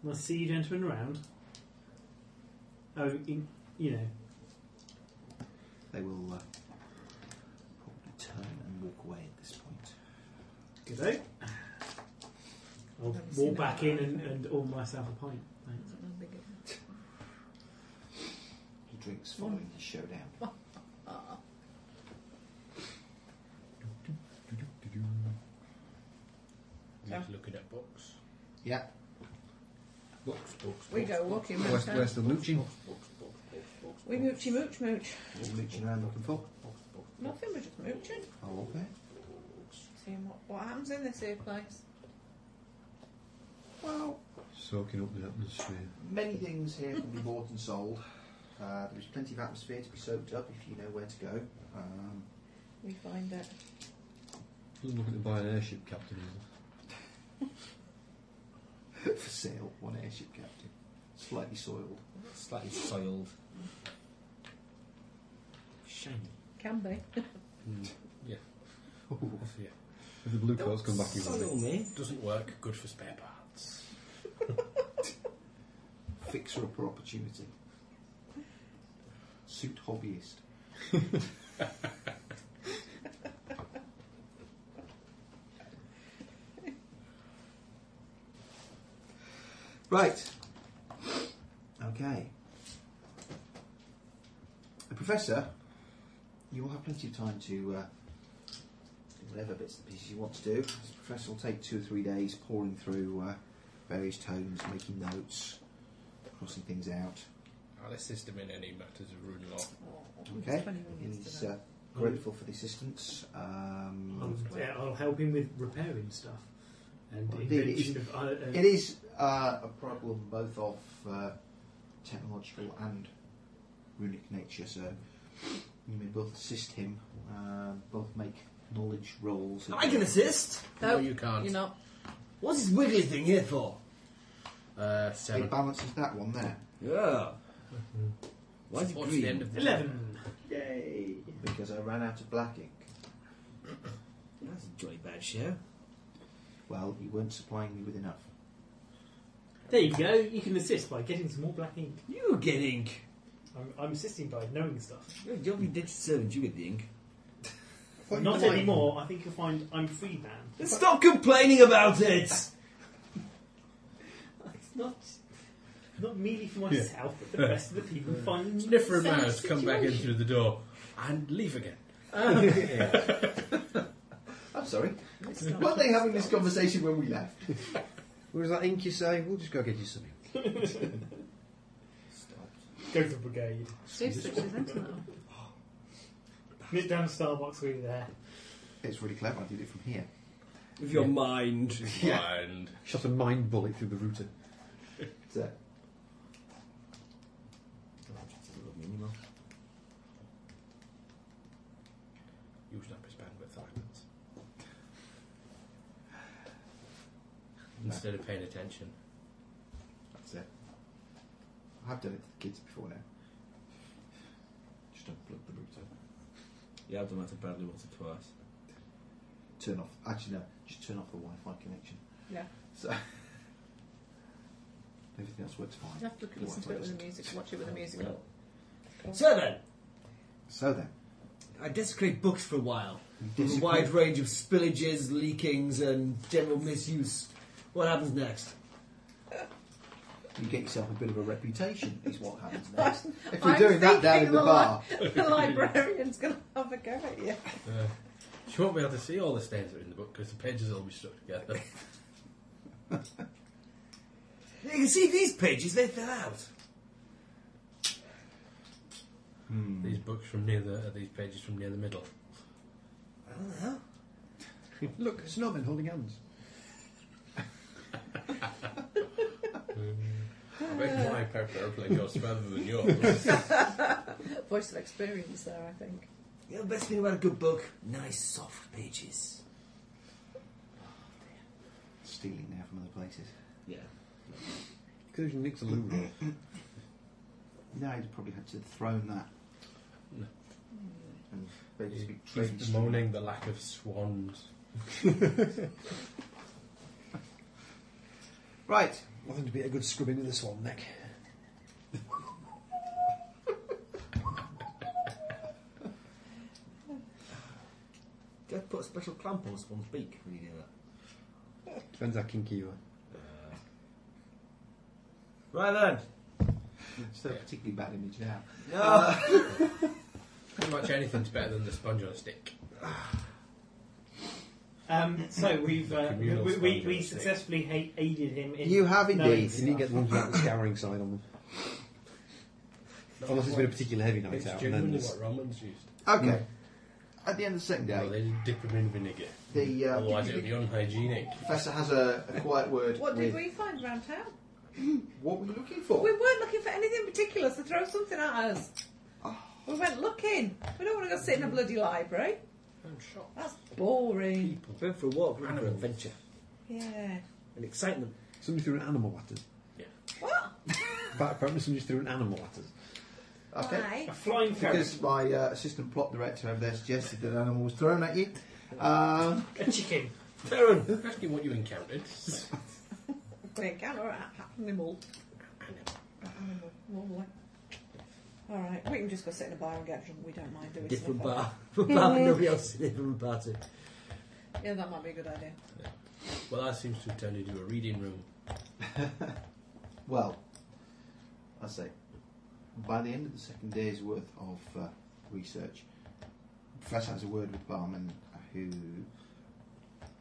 Well, see you gentlemen around. Oh, in, you know, They will uh, probably turn and walk away at this point. good day. I'll Haven't seen walk that back in a in and, while. and order myself a pint. Thanks. Isn't that big of it? He drinks following his showdown. Ah. Just looking at books. Yeah. Books, books, We books, go books, walking books, around Where's, town. where's the looching? books, books, books, books, We moochy mooch mooch. What are reaching around looking for? Nothing, we're just mooching. Oh, okay. Seeing what, what happens in this here place. Well, Soaking up the atmosphere. many things here can be bought and sold. Uh, there is plenty of atmosphere to be soaked up if you know where to go. Um, We find it. Doesn't look at the buy an airship captain, is it? for sale, one airship captain. Slightly soiled. Slightly soiled. Shiny. Can be. Yeah. If the blue coats come back, he will Soil me. Doesn't work. Good for spare parts. Fixer upper opportunity. Suit hobbyist. right. Okay. Uh, Professor, you will have plenty of time to uh, do whatever bits and pieces you want to do. This professor will take two or three days pouring through uh, various tomes, making notes, crossing things out. I'll assist him in any matters of rune law. Okay. It's 21 years He's to uh, that. grateful for the assistance. Um, I'll, yeah, I'll help him with repairing stuff. And Well, indeed, it invention is- of, uh, uh, it is uh, a problem both of uh, technological and runic nature, so you may both assist him, uh, both make knowledge rolls. I can assist. uh, No, you can't. You're not. What's this wiggly thing here for? Uh, It seven. balances that one there. Yeah. Why What's is it the green? end of the Eleven. Yay! Because I ran out of black ink. That's a jolly bad show. Well, you weren't supplying me with enough. There you go. You can assist by getting some more black ink. You get ink. I'm, I'm assisting by knowing stuff. You're a jolly dead servant, you get the ink. Not anymore. I think you'll find I'm free man. Stop complaining about it! It's not not merely for myself, but the rest of the people find Sniffer and same Mouse come back in situation. through the door and leave again. I'm sorry. It's not. Weren't they having this conversation when we left? Where's that ink you say? We'll just go get you some ink. Go for brigade. Two switches, isn't it? Nip down to Starbucks while you're there. It's really clever. I did it from here. With your mind. And Shot a mind bullet through the router. So, used up his bandwidth islands. instead of paying attention. That's it. I have done it to the kids before now. Just unplug the router. Yeah, I've done that to Bradley once or twice. Turn off. Actually, no. Just turn off the Wi-Fi connection. Yeah. So everything else works fine. You have to look- The listen to Wi-Fi it with doesn't. the music, watch it with the music on. So then, So then, I desecrate books for a while. With a Desecrate- wide range of spillages, leakings, and general misuse. What happens next? You get yourself a bit of a reputation. Is what happens next. I'm If we're doing that down in thinking the bar, li- the librarian's going to have a go at you. Uh, she won't be able to see all the stains that are in the book because the pages will all be stuck together. You can see these pages, they fell out. These books from near the uh, these pages from near the middle. I don't know. Look, snowmen holding hands. Um, I bet my paper airplane goes further than yours. Voice of experience there, I think. You know, the best thing about a good book, nice soft pages. stealing now from other places. Yeah. Including Nick's a loophole. No, he'd probably had to thrown that. And basically He's trade bemoaning the lack of swans. Right. Nothing to beat a good scrubbing with a swan neck. Did I put a special clamp on someone's beak when you do that? Depends how kinky you are. Right then. It's a particularly bad image now. No. Pretty much anything's better than the sponge on a stick. Um, so we've The uh, we, communal we, we, sponge on a stick. successfully ha- aided him. in You have knowing indeed. You stuff. need to get the ones without the scouring side on them. Unless it's been a particularly heavy night It's out. And then genuinely there's- what Romans used. Okay. Hmm. At the end of the second Well, day, they just dip them in vinegar. the uh, Otherwise, it would be unhygienic. professor has a, a quiet word. What did with we find round town? What were you looking for? We weren't looking for anything particular, so throw something at us. Ah. We went looking. We don't want to go sit in a bloody library. I'm shocked. That's boring. Went for a walk, looking for adventure Yeah. and excitement. Somebody threw an animal at us. What? But apparently somebody threw an animal at us. Okay. Why? A flying ferret. Because my uh, assistant plot director over there suggested that an animal was thrown at you. Um, A chicken. Theron, Asking what you encountered. We can or a- animal. Animal. Lovely. All right, we can just go sit in a bar and get drunk. We don't mind doing different something. bar. Different bar, nobody else, different party. Yeah, that might be a good idea. well, that seems to have turned into a reading room. well, I say, by the end of the second day's worth of uh, research, Professor has a word with Barman who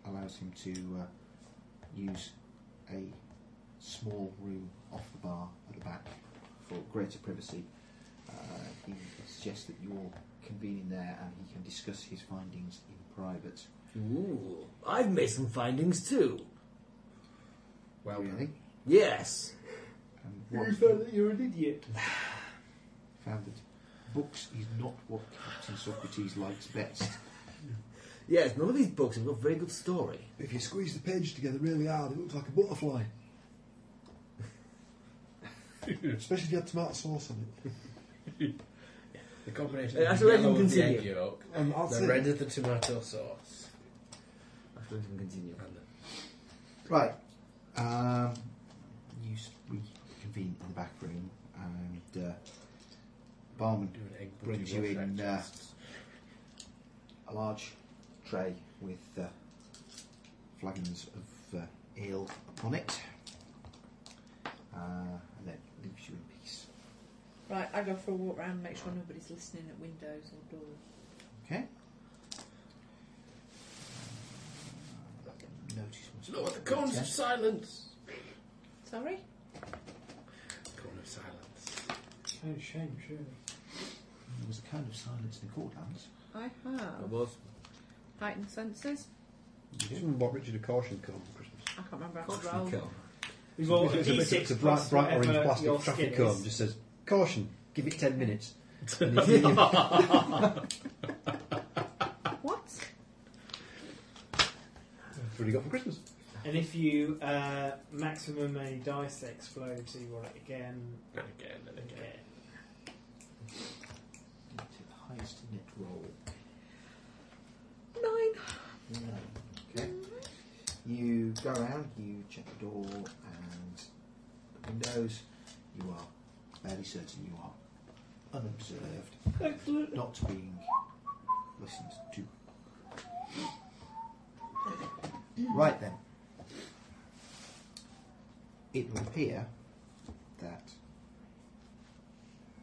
allows him to uh, use a small room off the bar at the back for greater privacy. Uh, he suggests that you all convene in there and he can discuss his findings in private. Ooh, I've made some findings too. Well, Oh, Really? Yes. And You what found that you're an idiot. found that books is not what Captain Socrates likes best. Yes, none of these books have got a very good story. If you squeeze the page together really hard, it looks like a butterfly. Especially if you had tomato sauce on it. The combination Uh, of that's the a legend yellow of the egg continue. yolk, And Um, I'll the say- red of the tomato sauce, I suppose we can continue. and the Right. Um, you, s- we convene in the back room, and uh, barman do an egg brings butty you in waffle. uh, a large tray with uh, flagons of uh, ale upon it, uh, and then leaves you in peace. Right, I go for a walk round, make sure nobody's listening at windows or doors. Okay. Notice must Look at the cones of silence. Sorry? Cone of silence. Oh, shame, surely. There was a kind of silence in the courthouse. I have. was. Heightened senses. Just remember what Richard of Caution called on Christmas. I can't remember how to roll. We roll a it's, a, d6 it's a plus bright, bright whatever orange your skin plastic traffic is. cone. Just says, caution, give it 10 minutes. And if you- What? That's what he got for Christmas. And if you uh, maximum a dice that explode, so you roll it again and again and again. To the highest net roll. Nine. No. Okay. You go around, you check the door and the windows. You are fairly certain you are unobserved, Excellent. not being listened to. Right then. It would appear that,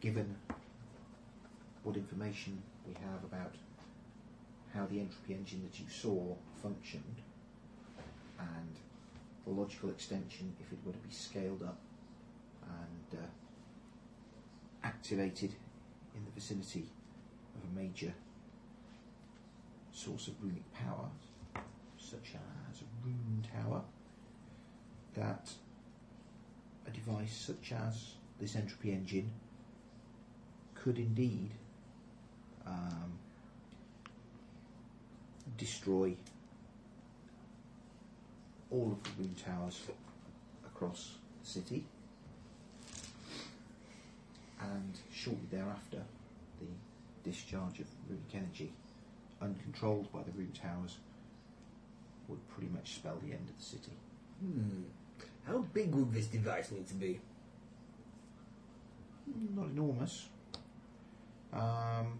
given what information we have about how the entropy engine that you saw functioned, and the logical extension if it were to be scaled up and uh, activated in the vicinity of a major source of runic power, such as a rune tower, that a device such as this entropy engine could indeed um, destroy all of the rune towers across the city. And shortly thereafter, the discharge of runic energy, uncontrolled by the rune towers, would pretty much spell the end of the city. Hmm. How big would this device need to be? Not enormous. Um,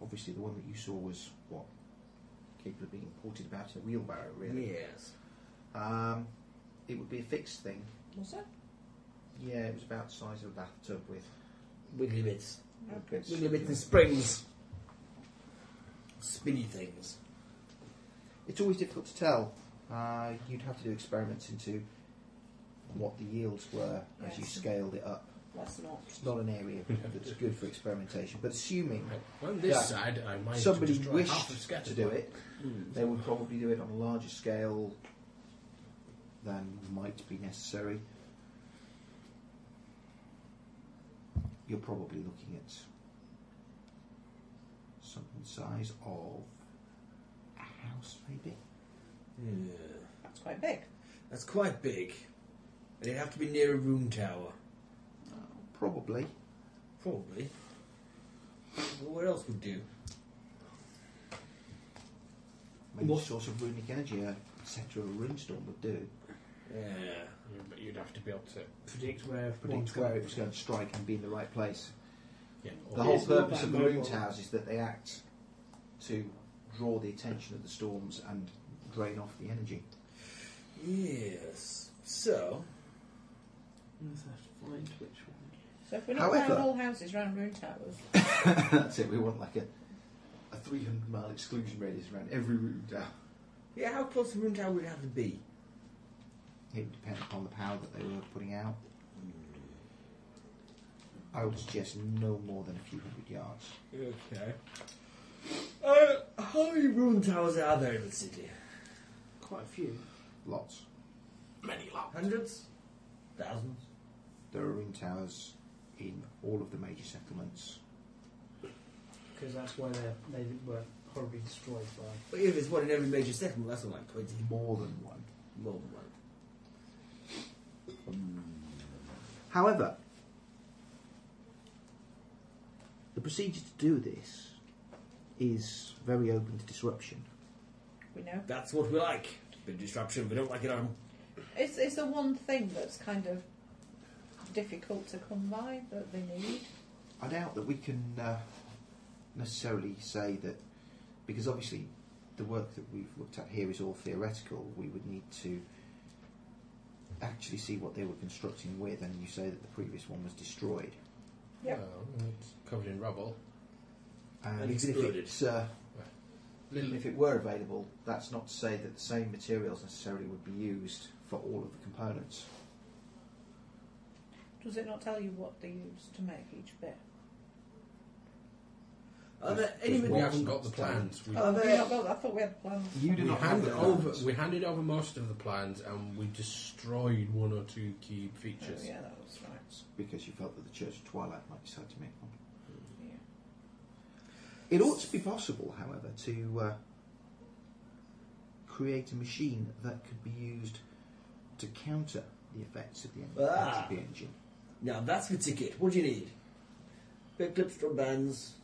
obviously, the one that you saw was what capable of being ported about in a wheelbarrow, really. Yes. Um, it would be a fixed thing. What's that? Yeah, it was about the size of a bathtub with Wiggly bits. Okay. Wiggly bits and springs. Spinny things. It's always difficult to tell. Uh, you'd have to do experiments into what the yields were as you Yes. scaled it up. That's not. It's not an area that's good for experimentation. But assuming On this that side, I might somebody just try half a wished scatter to do point. it, they would probably do it on a larger scale than might be necessary. You're probably looking at something the size of a house, maybe. Yeah. That's quite big. That's quite big. And it'd have to be near a room tower. Probably. Probably. Well, what else would do? Maybe what source of runic energy a cetera, a runestorm would do. Yeah. Yeah, But you'd have to be able to. predict where one's Predict going. where it was going to strike and be in the right place. Yeah, The or whole It's not purpose that of the rune mobile. towers is that they act to draw the attention of the storms and drain off the energy. Yes. So. You'll just have to find which one. So if we're not However- round all houses, round room towers. That's it. We want like a, a 300 mile exclusion radius around every rune tower. Yeah, how close to room tower would it have to be? It would depend upon the power that they were putting out. Hmm. I would suggest no more than a few hundred yards. Okay. Uh, how many room towers are there in the city? Quite a few. Lots. Many lot. Hundreds? Thousands? There are rune towers in all of the major settlements. Because that's why they're- they were horribly destroyed by. But if it's one in every major settlement, that's not like 20. More than one. More than one. However, the procedure to do this is very open to disruption. We know. That's what we like. Bit of disruption, we don't like it on. It's, it's the one thing that's kind of difficult to come by that they need. I doubt that we can uh, necessarily say that, because obviously the work that we've looked at here is all theoretical. We would need to actually see what they were constructing with, and you say that the previous one was destroyed. Yep. Well, Oh, it's covered in rubble. And, And even if exploded. it's, uh, Little even if it were available, that's not to say that the same materials necessarily would be used for all of the components. Does it not tell you what they use to make each bit? Are there Just- any just we Well, haven't got it's the plans. We, Are Have there, you not got that? I thought we had plans. Mm. You do we, not have handed the over, plans. we handed over most of the plans and we destroyed one or two key Oh, features. yeah, that was right. because you felt that the Church of Twilight might decide to make one. Yeah. It ought to be possible, however, to uh, create a machine that could be used to counter the effects of the en- Ah. entropy engine. Now that's the ticket. What do you need? Paper clips from bands,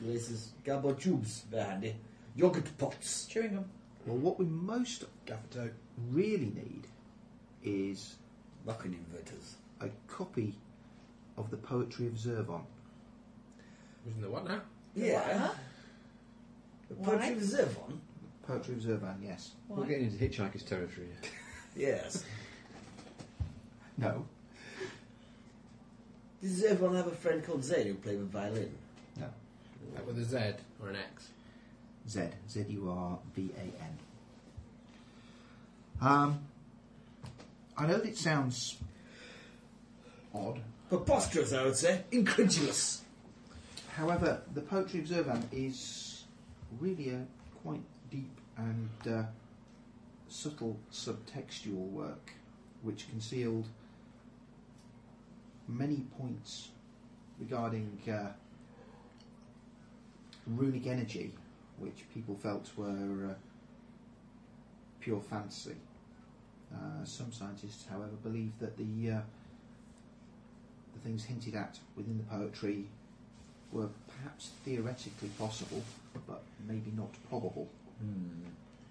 laces, cardboard tubes, very handy. Yogurt pots. Chewing gum. Well, what we most really need is Bucking inverters. A copy of the poetry of Zervon. Wasn't there what now? Yeah. The poetry of Zervon. Poetry of Zervan, yes. We're getting into hitchhiker's territory. here. Yes. No. Does everyone have a friend called Zed who played the violin? No. With a Z or an X. Z. Z U R V A N. Um, I know that it sounds odd. Preposterous, I would say. Incredulous. However, the poetry of Zervan is really a quite deep and uh, subtle subtextual work which concealed many points regarding uh, runic energy, which people felt were uh, pure fantasy. Uh, some scientists, however, believe that the uh, the things hinted at within the poetry were perhaps theoretically possible, but maybe not probable. Hmm.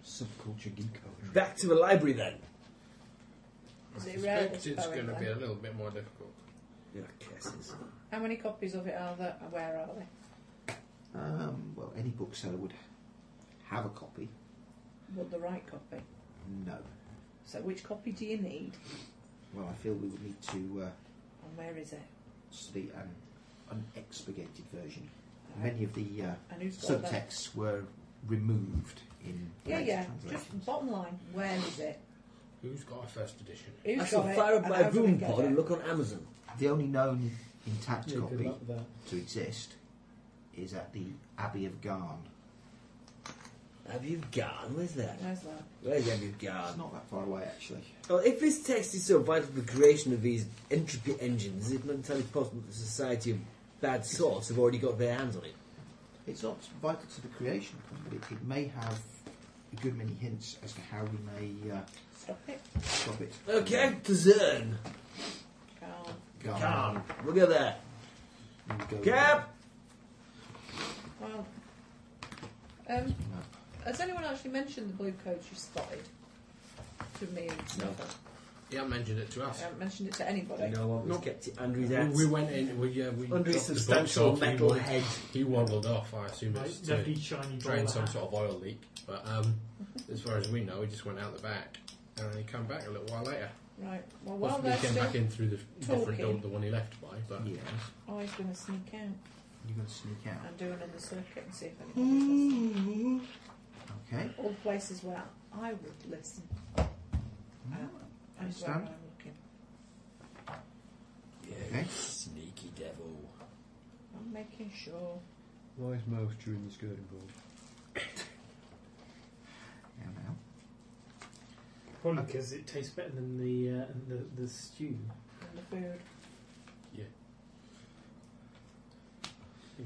Subculture geek poetry. Back to the library then. Is I it Oh, rare suspect this it's poem, going to be a then? little bit more difficult. Yeah, guesses. How many copies of it are there? and Where are they? Um, well, any bookseller would have a copy. Would the right copy? No. So which copy do you need? Well, I feel we would need to uh, And where is it? study an unexpurgated version. Many of the uh, And who's got that? subtexts were removed in Yeah, later yeah. translations. Just bottom line. Where is it? Who's got a first edition? Who's I shall got it? fire up and my how do we room get pod it? and look on Amazon. The only known intact Yeah, good copy luck with that. to exist is at the Abbey of Garn. Have you gone? Where's that? Where's that? Where's have you It's gone? not that far away, actually. Well, if this text is so vital to the creation of these entropy engines, is it not entirely possible that the society of bad sorts have already got their hands on it? It's not vital to the creation, but it, it may have a good many hints as to how we may uh, Stop it. stop it. Okay, to Zern. Carl. Garn. Come, we'll go there. You go- Cap! Well. Um, No. has anyone actually mentioned the blue codes you spotted? To me, and No. He hadn't mentioned it to I us. haven't mentioned it to anybody. No one Nope. kept it under his We, we ass. went in, we, yeah, we Under his dropped the substantial books off, he metal wan- head. He waddled off, I assume Right, it's lovely to shiny drain bowler some hat. sort of oil leak. But um, as far as we know, he just went out the back and he came back a little while later. Right. Well, while Possibly they're came still, back in through the talking. different door, the one he left by. But Yeah, I was going to Oh, sneak out you're going to sneak out. and do another circuit and see if anybody listens. Mm-hmm. Okay. Mm-hmm. All the places where I would listen. Um, and where I'm Understand? looking. Yeah, Okay. sneaky devil. I'm making sure. Wise mouse during the skirting board. Now, now. Probably because it tastes better than the uh, the, the stew. And the food.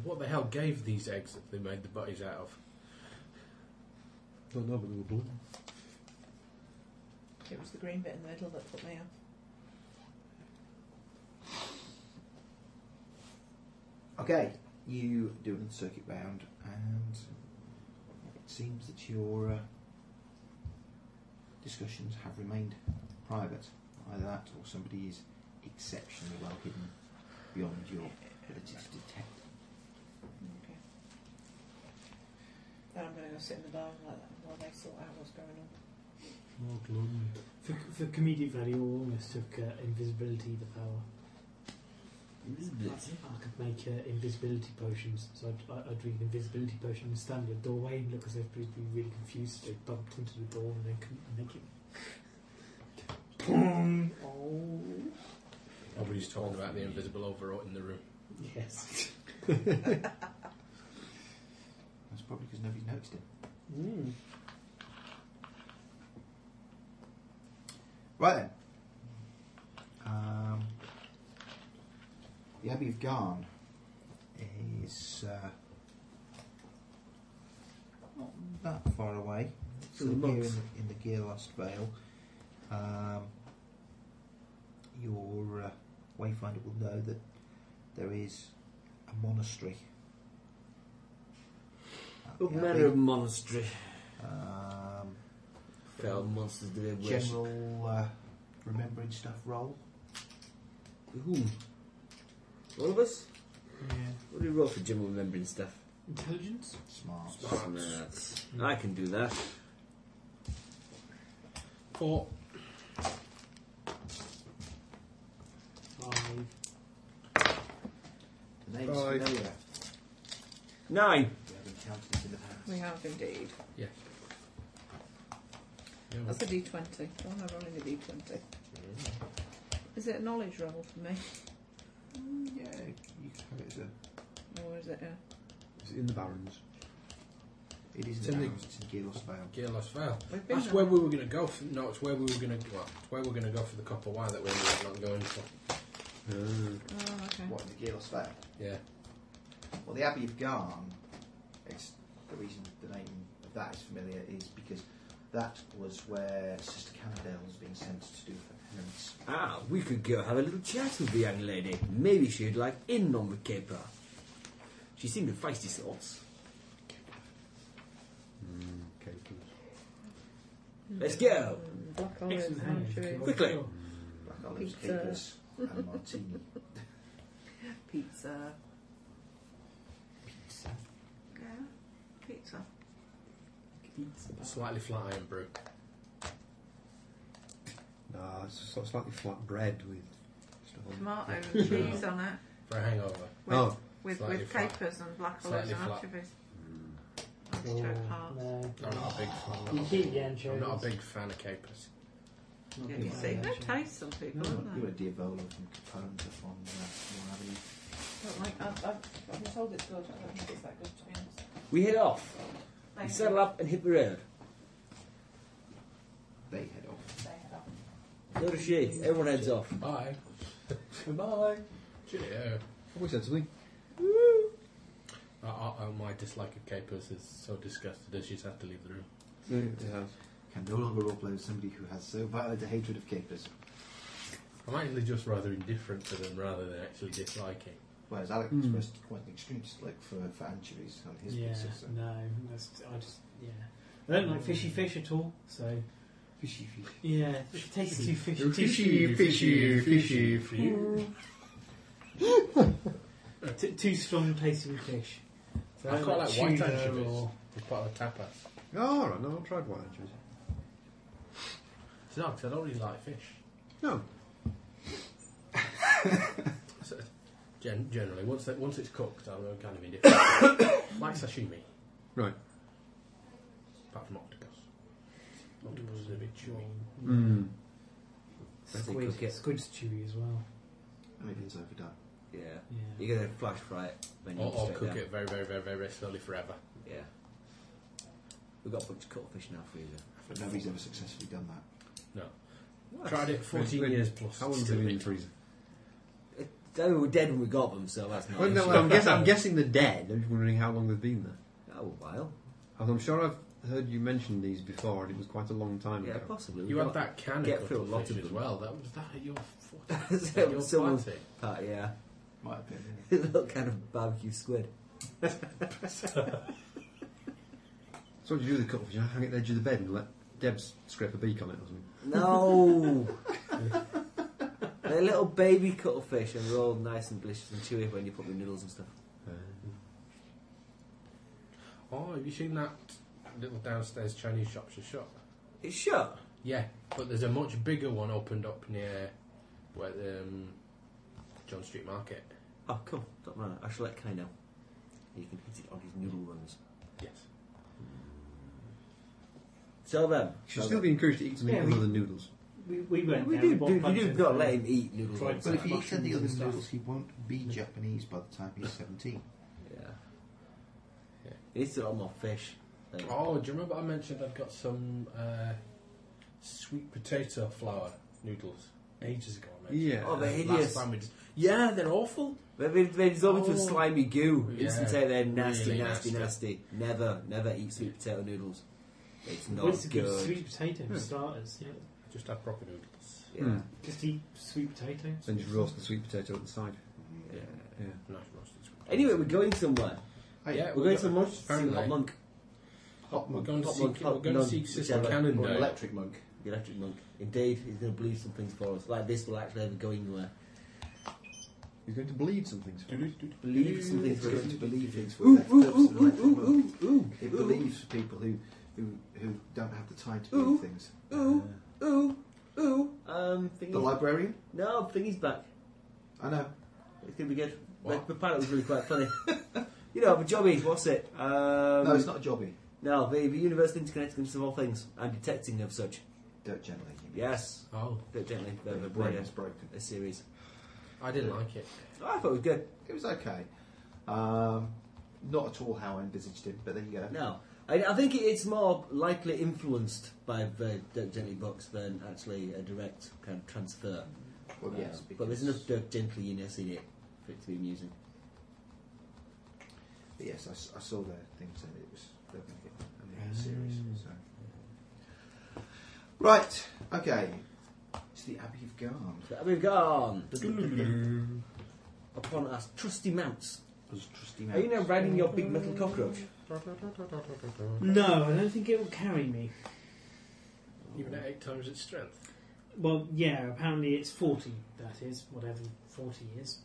what the hell gave these eggs that they made the bodies out of? Don't know, but they were blue. It was the green bit in the middle that put me off. Okay, you do another circuit round, and it seems that your uh, discussions have remained private. Either that, or somebody is exceptionally well hidden beyond your ability to detect. Okay. Then I'm going to go sit in the dining like that while they sort out what's going on. For, for comedic value, I almost took uh, invisibility the power. Invisibility. I could make uh, invisibility potions, so I'd, I- I'd drink an invisibility potion and stand in a doorway and look as if everybody'd be really confused. So they bumped into the door and then couldn't make it. Boom! Oh, Nobody's talking about the invisible overwrought in the room. yes. That's probably because nobody's noticed it. Mm. Right then. Um, the Abbey of Garn is uh, not that far away. It's still the appear in monks. the, in the gear last veil. Um, your uh, wayfinder will know that there is a monastery. at What the manner of abbey. monastery? Um, Fell monsters do they worship? general uh, remembering stuff roll. Who? All of us? Yeah. What do you roll for general remembering stuff? Intelligence? Smart. Smarts. I can do that. Four. Five. The name's Oh, Five. familiar. Nine. We have encountered this in the past. We have indeed. Mm-hmm. Yes. That's a d20. Why am I rolling a d20? Is it a knowledge roll for me? Mm, Yeah, you can have it as a. Or is it a. It's in the Barrens. It is It's in in the the- Barons, it's in Gear Lost Vale. Gear Lost Vale. We've been That's there. where we were going to go. For, no, it's where we were going to. Well, it's where we're going to go for the copper wire that we ended up not going for. Hmm. Oh, okay. What, in the Gear Lost Vale? Yeah. Well, the Abbey of Garn, it's, the reason the name of that is familiar is because that was where Sister Cannondale was being sent to do her penance. Ah, we could go have a little chat with the young lady. Maybe she'd like in on the caper. She seemed a feisty sort. Let's go. Hmm. Black olives, Excellent hand. archery, Quickly. Black Olives, Pizza. Capers, and Martini. pizza. Pizza. Yeah, pizza. Slightly flat iron brew. Nah, it's sort of slightly flat bread with stuff on Tomato and cheese on it. For a hangover. With, Oh, with, slightly with flat. capers and black olives Slightly and flat. anchovies. Extra parts. No. I'm not a big fan. I'm You not a keep big- the anchovies. I'm not a big fan of capers. Yeah, you see, they taste some people, You don't want- you they? want a Diavolo from Capone to from uh, Moore Avenue. Don't like, I've, I've, I've been told it's good. I don't think it's that good, to be honest. We head off. We Thank saddle up and hit the road. They head off. They had up. So does she. Everyone heads off. Bye. Goodbye. Cheerio. Have we said something? I, I, I- my dislike of capers is so disgusted that she's had to leave the room. Can no longer roleplay with somebody who has so violent a hatred of Capers. I'm actually just rather indifferent to them rather than actually disliking. Whereas Alec Hmm. expressed quite an extreme dislike for, for anchovies on his yeah, pizza. So. no, that's, I just yeah. I don't like fishy fish at all. So Fishy, fishy. yeah, it tastes too fishy. Too Fishy, fishy, fishy, fishy. T- too strong tasting fish. So I don't quite like white tuna anchovies. or- It's part of the tapas. Oh, all right, no, I've tried white anchovies. It's not because I don't really like fish. No. So, uh, gen- generally, once that, once it's cooked, I'm kind of indifferent. like sashimi, Right. apart from octopus. Octopus is a bit chewy. Mm. That's it, Squid, cook it. squid's chewy as well. And if it's overdone. Yeah. Yeah. You're going to flash fry it. Then you Or, or straight cook down. it very, very, very, very, very slowly forever. Yeah. We've got a bunch of cuttlefish in our freezer. But nobody's ever successfully done that. Tried it 14 When- years plus. How it's long's it still been in a the bit- freezer? They were dead when we got them, so that's not Well, an no, issue. I'm, guess, I'm guessing they're dead. I'm just wondering how long they've been there. Oh, well. And I'm sure I've heard you mention these before, and it was quite a long time Yeah, ago. possibly. You We've had got- that can Get of through a lot cuttlefish of as them. well. That was that at your, f- So at your someone- party. Ah, yeah. My opinion. Little kind of barbecue squid. So what do you do with the cuttlefish? You hang it at the edge of the bed and let Debs scrape a beak on it or something. No! They're little baby cuttlefish and they're all nice and delicious and chewy when you put them in noodles and stuff. Oh, have you seen that little downstairs Chinese shop? She shop. It's shut. Yeah, but there's a much bigger one opened up near where the um, John Street Market. Oh, cool. Don't mind. I shall let Kai know. He can hit it on his noodle runs. Yes. Tell them. You should still be encouraged to eat something Yeah, other we- than noodles. We, we went We down, do, bought do, we bunch do of, not uh, let him eat noodles. fried and But But if stuff. he eats any other mushrooms and noodles, stuff. he won't be Japanese by the time he's 17. Yeah. He needs to eat a lot more fish. Like, Oh, do you remember I mentioned I'd got some uh, sweet potato flour noodles ages ago? I mentioned. Yeah. Oh, they're And Last hideous. time we just, yeah, they're awful. They, they, they dissolve into a Oh. slimy goo. Yeah, Instant take there, nasty, really nasty, nasty. nasty, Never, never eat sweet potato noodles. It's Well, not it's a good good. sweet potato for Hmm. starters. Yeah. Just have proper noodles. Yeah. Just eat sweet potatoes. Then just roast the sweet potato at the side. Yeah. Yeah. Nice roasted sweet Anyway, we're going somewhere. Yeah, we're we're going go- to lunch to see apparently. Hot Monk. Hot Monk. We're going to Hot see- Monk, we're Hot going to Nun, see Sister whichever, Cannon or Day. Electric Monk. The Electric Monk. Indeed, he's going to bleed some things for us. Like this will actually ever go anywhere. You're going to bleed some things. for us. Believe some things It's for us. going to believe things for Ooh, that ooh, purpose ooh, and let ooh, them ooh, ooh, ooh. It ooh. believes people who, who who don't have the time to Ooh. believe things. Ooh, ooh, ooh. Um, The thingy's, librarian? no, thingy's back. I know. It's going to be good. Like, the pilot was really quite funny. you know, but jobbies, what's it? Um, no, it's not a jobby. No, the, the universe interconnectedness of all things and detecting of such. Don't generally. you mean. Yes. Oh, Bit gently, bit of a, Brain yeah, is broken. a series. I didn't like it. I thought it was good. It was okay. Um, not at all how I envisaged it, but there you go. No, I, I think it's more likely influenced by the Dirk Gently books than actually a direct kind of transfer. Well, Uh, yes, but because- there's enough Dirk Gentliness in it for it to be amusing. But yes, I s- I, saw the thing saying it was they're going to get a new series. So. Right. Okay. It's the Abbey of Garn. But we've gone upon our trusty mounts. Those trusty Are you now mounts. riding your big metal cockroach? Mm. Hmm. No, I don't think it will carry me. Even at eight times its strength. Well, yeah, apparently it's 40, that is, whatever 40 is.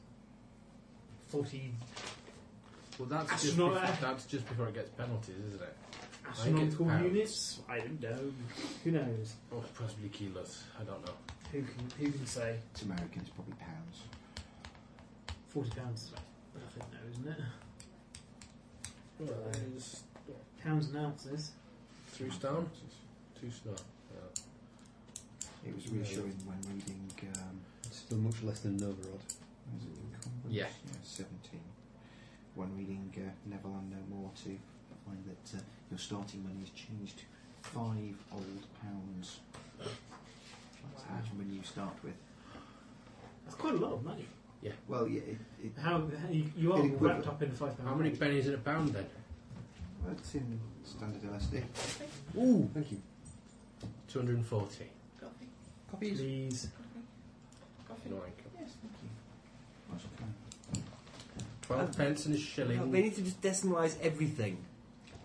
40 Well, that's That's just, not before, a- that's just before it gets penalties, isn't it? it's astronomical pounds. units? I don't know. Who knows? Or Oh, possibly kilos. I don't know. Who can, who can say? It's Americans, probably pounds. 40 pounds is nothing now, isn't it? Well, Well, that is Pounds and ounces. three stone, two stone. It was reassuring when reading. Um, It's still much less than an overrod. was it Incumbents? Yeah. Seventeen. When reading uh, Never Land No More, to find that uh, your starting money has changed to five old pounds. That's how Wow. much money you start with. That's quite a lot of money. Well, yeah, it, it, How, how you, you are Getting wrapped equivalent. up in a £5 How many note. pennies in a pound then? that's in standard LSD. Ooh, thank you. 240. Coffee. Copies. Please. Coffee. No income. Yes, thank you. That's okay. 12 pence and a No, they shilling. need to just decimalise everything.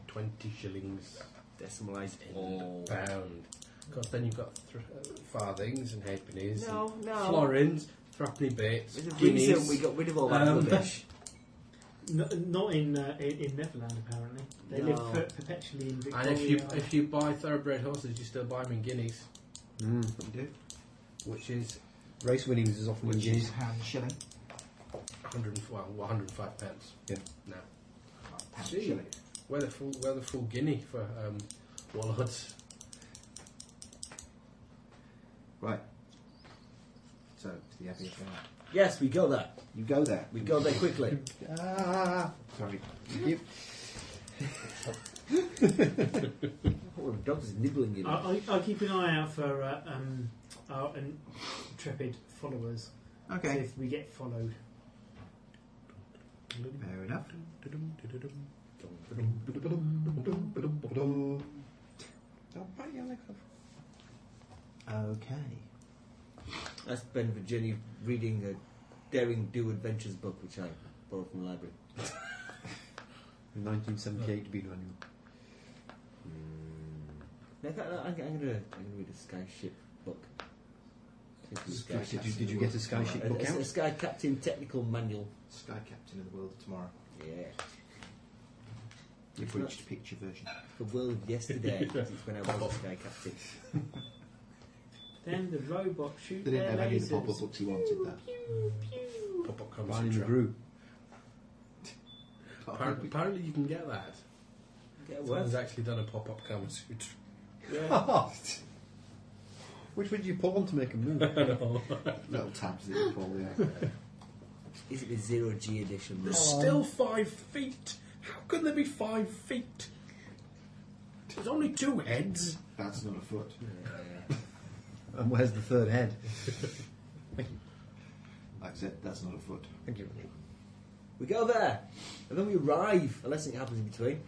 20 shillings Decimalise in all. Oh. a pound. Because then you've got thr uh, farthings and halfpennies. No, and no. Florins, threepenny bits, There's a reason guineas. we got rid of all that Um, rubbish. No, not in, uh, in in Neverland, apparently. They No. live per- perpetually in Victoria. and if you if you buy thoroughbred horses, you still buy them in guineas, Mm. You do? which is Race winnings is often in Which is guineas. how much shilling? 105, well, 105 pence. Yeah. Now, Pound Gee. shilling. where the full where the full guinea for um, walnuts? Right. So to the Abbey of Garn. yes, we go there. You go there. We go there quickly. Ah, sorry. Yep. Oh, the dog is nibbling in it. I'll, I'll- I'll keep an eye out for uh, um, our intrepid followers. See Okay. if we get followed. Fair enough. Okay. That's Ben for Jenny reading a Daring Do Adventures book, which I borrowed from the library. 1978 bean manual. No, Hmm. I, I, I'm going to I'm gonna read a Sky Ship book. It's a Sky Did you- Captain did you get a book. Sky Ship A- book a- out? A Sky Captain Technical Manual. Sky Captain of the World tomorrow. Yeah. You've It's not- reached picture version. The world of yesterday. it's when I was a Sky Captain. Then the robot shoot They didn't their have any of the pop-up lasers. books he wanted there. Pop up comes Barney the trap. McGrew. Apparently, apparently you can get that. Yeah, it Someone's was. actually done a pop up Kama Sutra. Yeah. Which one do you pull on to make a move? Little tabs that you pull there. Is it the Zero G edition? There's um, still five feet. How can there be five feet? There's only two heads. That's not a foot. and where's the third head? Like I said, that's not a foot. Thank you. We go there, and then we arrive, unless something happens in between.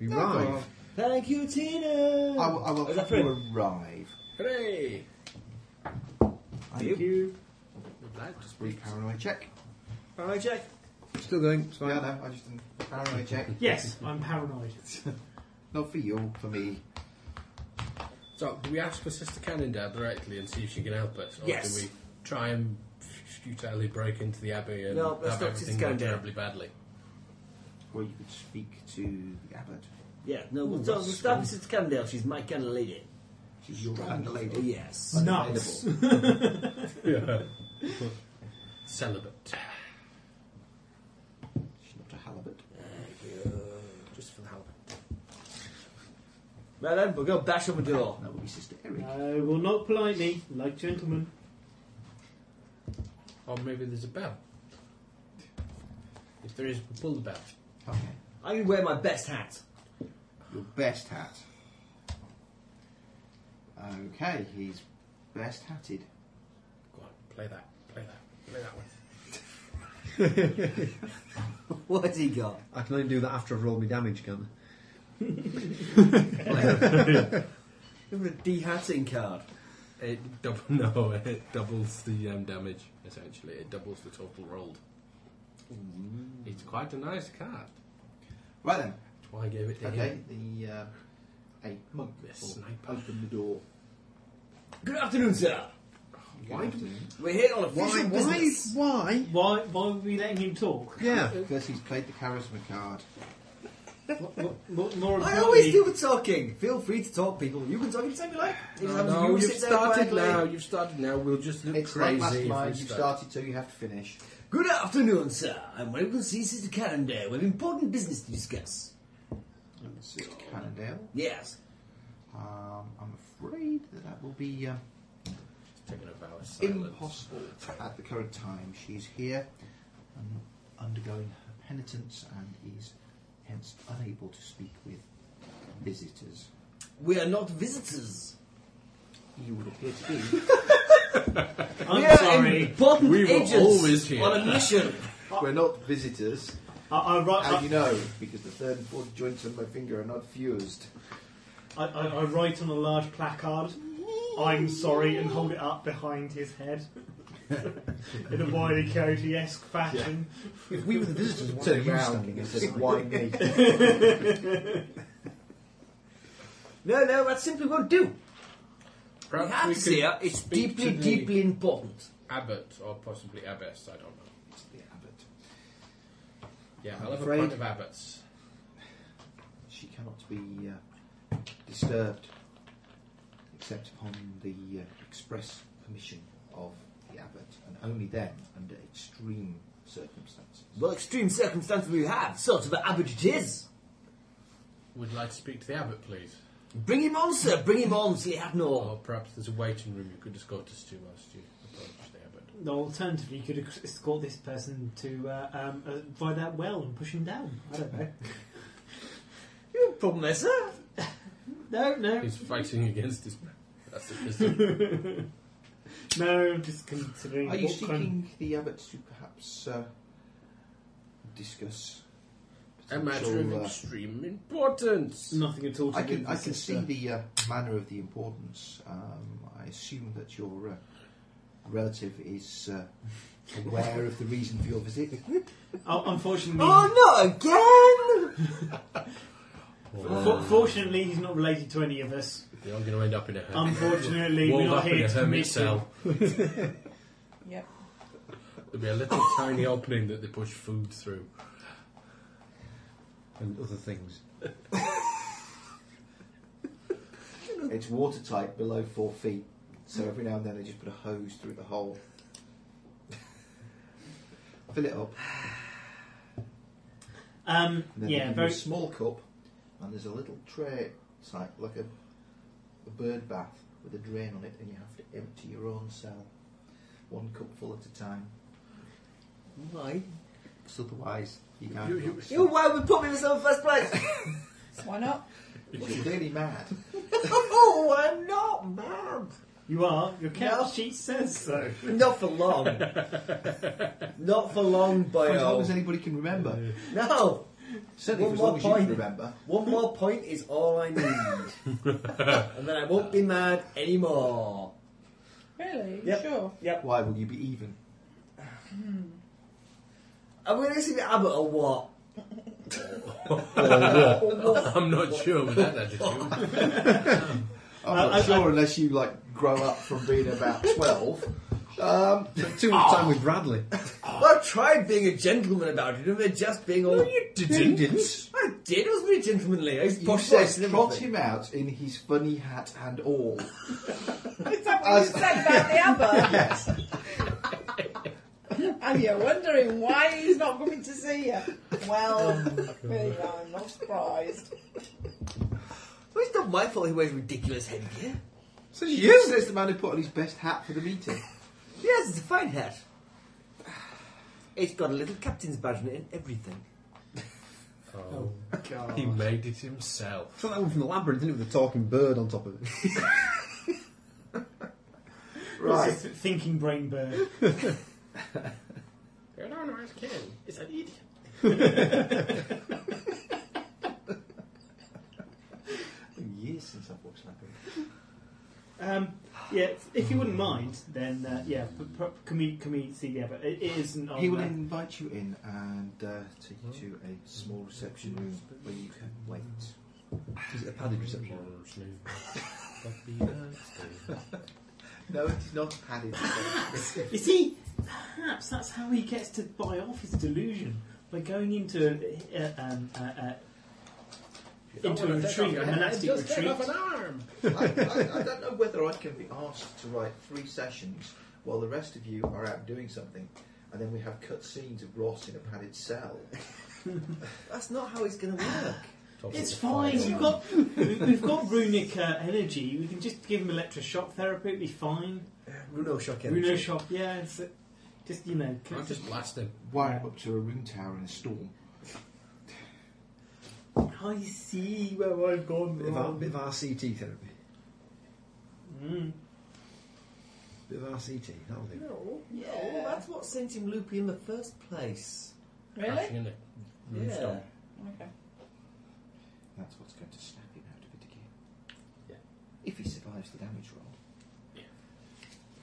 We arrive. Thank you, Tina. I will, I will Is have that to Fred? arrive. Hooray! Thank you. Just brief paranoid check. Paranoid check. Still going. It's fine. Yeah, no, I just didn't. Paranoid check. Yes, I'm paranoid. Not for you, for me. So, do we ask for Sister Cannondale directly and see if she can help us? Or Yes. do we try and futilely break into the abbey and No, let's have not everything Sister go Cannondale. terribly badly? Or you could speak to the abbot. Yeah, no, we'll, Ooh, tell, that's we'll stop Mrs. Candale. She's my kind of lady. She's your kind of lady. Oh, yes. Nuts. yeah. Celibate. She's not a halibut. Thank you. Just for the help. Now then, we'll go bash on the door. That would be Sister Eric. I will not politely, like gentlemen. Or maybe there's a bell. If there is, we'll pull the bell. Okay. I can wear my best hat. Your best hat. Okay, he's best hatted. Go on, play that. Play that. Play that one. What has he got? I can only do that after I've rolled my damage, can't You have a de-hatting card. It dou- no, it doubles the um, damage, essentially. It doubles the total rolled. It's quite a nice card. Right then. That's why I gave it to Okay, him. the uh, a monk The will sniper. open the door. Good afternoon, sir. Why do We're here on official business. Why? Why, why are we letting him talk? Yeah. Because he's played the charisma card. What- what- what- more I importantly- always do the talking. Feel free to talk, people. You can talk anytime you like. It just No, happens no, you you've sit there started quietly. now. You've started now. We'll just look It's crazy. like if we mastermind, you've start. started so you have to finish. Good afternoon, sir. I'm welcome to see Sister Carindale. We have important business to discuss. And Sister Cannondale. Yes. Um, I'm afraid that that will be uh, Taking a vow of silence. impossible at the current time. She's here and undergoing her penitence and is hence unable to speak with visitors. We are not visitors. You would appear to be. I'm we are sorry. important We were agents always here. on a mission. We're not visitors. I, I, write, How I, do you know? Because the third and fourth joints on my finger are not fused. I, I, I write on a large placard, I'm sorry, and hold it up behind his head in a wily coyote esque fashion. If we were the visitors, why Turn are you round standing and at says, the "Why me?" No, no, that simply won't do. Perhaps we have we to could see her. It's speak deeply, to the deeply important. abbot or possibly abbess. I don't know. It's the abbot. Yeah, I'm I'll have a afraid- pint of abbots. She cannot be uh, disturbed except upon the uh, express permission of the abbot, and only then under extreme circumstances. Well, extreme circumstances we have, sort of an abbot it is. Would like to speak to the abbot, please. Bring him on, sir. Bring him on, so you have no. Or perhaps there's a waiting room you could escort us to whilst you approach the abbot. No, alternatively, you could escort this person to uh, um, uh, by that well and push him down. I don't know. You have a problem there, sir. No, no. He's fighting against his. That's the pistol. No, I'm just considering. Are you what kind- seeking the abbot to perhaps uh, discuss? a matter of potential, uh, extreme importance. Nothing at all to I do can with I the can see sister. the uh, manner of the importance. Um, I assume that your uh, relative is uh, aware of the reason for your visit. Oh, unfortunately, Oh, not again! for- fortunately, he's not related to any of us. You're going to end up in a hermit. Unfortunately, we're Walled not up in here a to hermit commit cell. Yep. There'll be a little tiny opening that they push food through. And other things. It's watertight below four feet, so every now and then they just put a hose through the hole. Fill it up. And Um, then they give yeah, you a very. small cup, and there's a little tray. It's like like a, a bird bath with a drain on it, and you have to empty your own cell, one cupful at a time. Why? Because otherwise, you can't. You- you- You why would put me in this in the first place? Why not? You're really mad. oh, I'm not mad. You are. Your count No. sheet says so. Not for long. not for long, For as boyo. long as anybody can remember. No. Certainly for as long as you can remember. One more point is all I need. and then I won't be mad anymore. Really? You Yep. Sure. Yep. Why will you be even? Are we going to see the abbot or "Ah, oh, what? I'm not sure with that attitude. I'm not sure unless you like grow up from being about twelve. Um, Too much time with Bradley. Well, I tried being a gentleman about it, and they're just being all. you You didn't. I did. I was being gentlemanly. I was you posh said voice and trot everything. him out in his funny hat and all. Is that what you said about the abbot? yes. And you're wondering why he's not coming to see you. Well, really, I'm not surprised. Well, it's not my fault he wears ridiculous headgear. So you says the man who put on his best hat for the meeting. Yes, it's a fine hat. It's got a little captain's badge on it and everything. Oh, he made it himself. It's like that one from the labyrinth, isn't it, with the talking bird on top of it? Right. Thinking brain bird. You're an honourous kid. It's an idiot. Years since I've watched that. Um, yeah, if you wouldn't mind, then uh, yeah, p- p- can we can we see the abbot? It isn't. On, He will uh, invite you in and uh, take you to a small reception room where you can wait. Is it a padded reception? uh, No, it is not padded. You see, perhaps that's how he gets to buy off his delusion by going into uh, um, uh, uh, into a retreat, a monastic retreat. arm. I, I, I don't know whether I can be asked to write three sessions while the rest of you are out doing something, and then we have cut scenes of Ross in a padded cell. That's not how it's going to work. It's fine. We've got we- we've got runic uh, energy. We can just give him electroshock therapy. It'd be fine. Runo shock energy. Runo shock. Yeah. It's, uh, just you know. I just blast him. Wire him up to a room tower in a storm. I see where I've gone Bit of, R- bit wrong. Oh, of RCT Ah, therapy. Mm. Bit of RCT, that'll do. No, yeah. Yeah. that's what sent him loopy in the first place. Really? Crashing in it. Yeah. Okay. That's what's going to snap him out of it again. Yeah. If he survives the damage roll.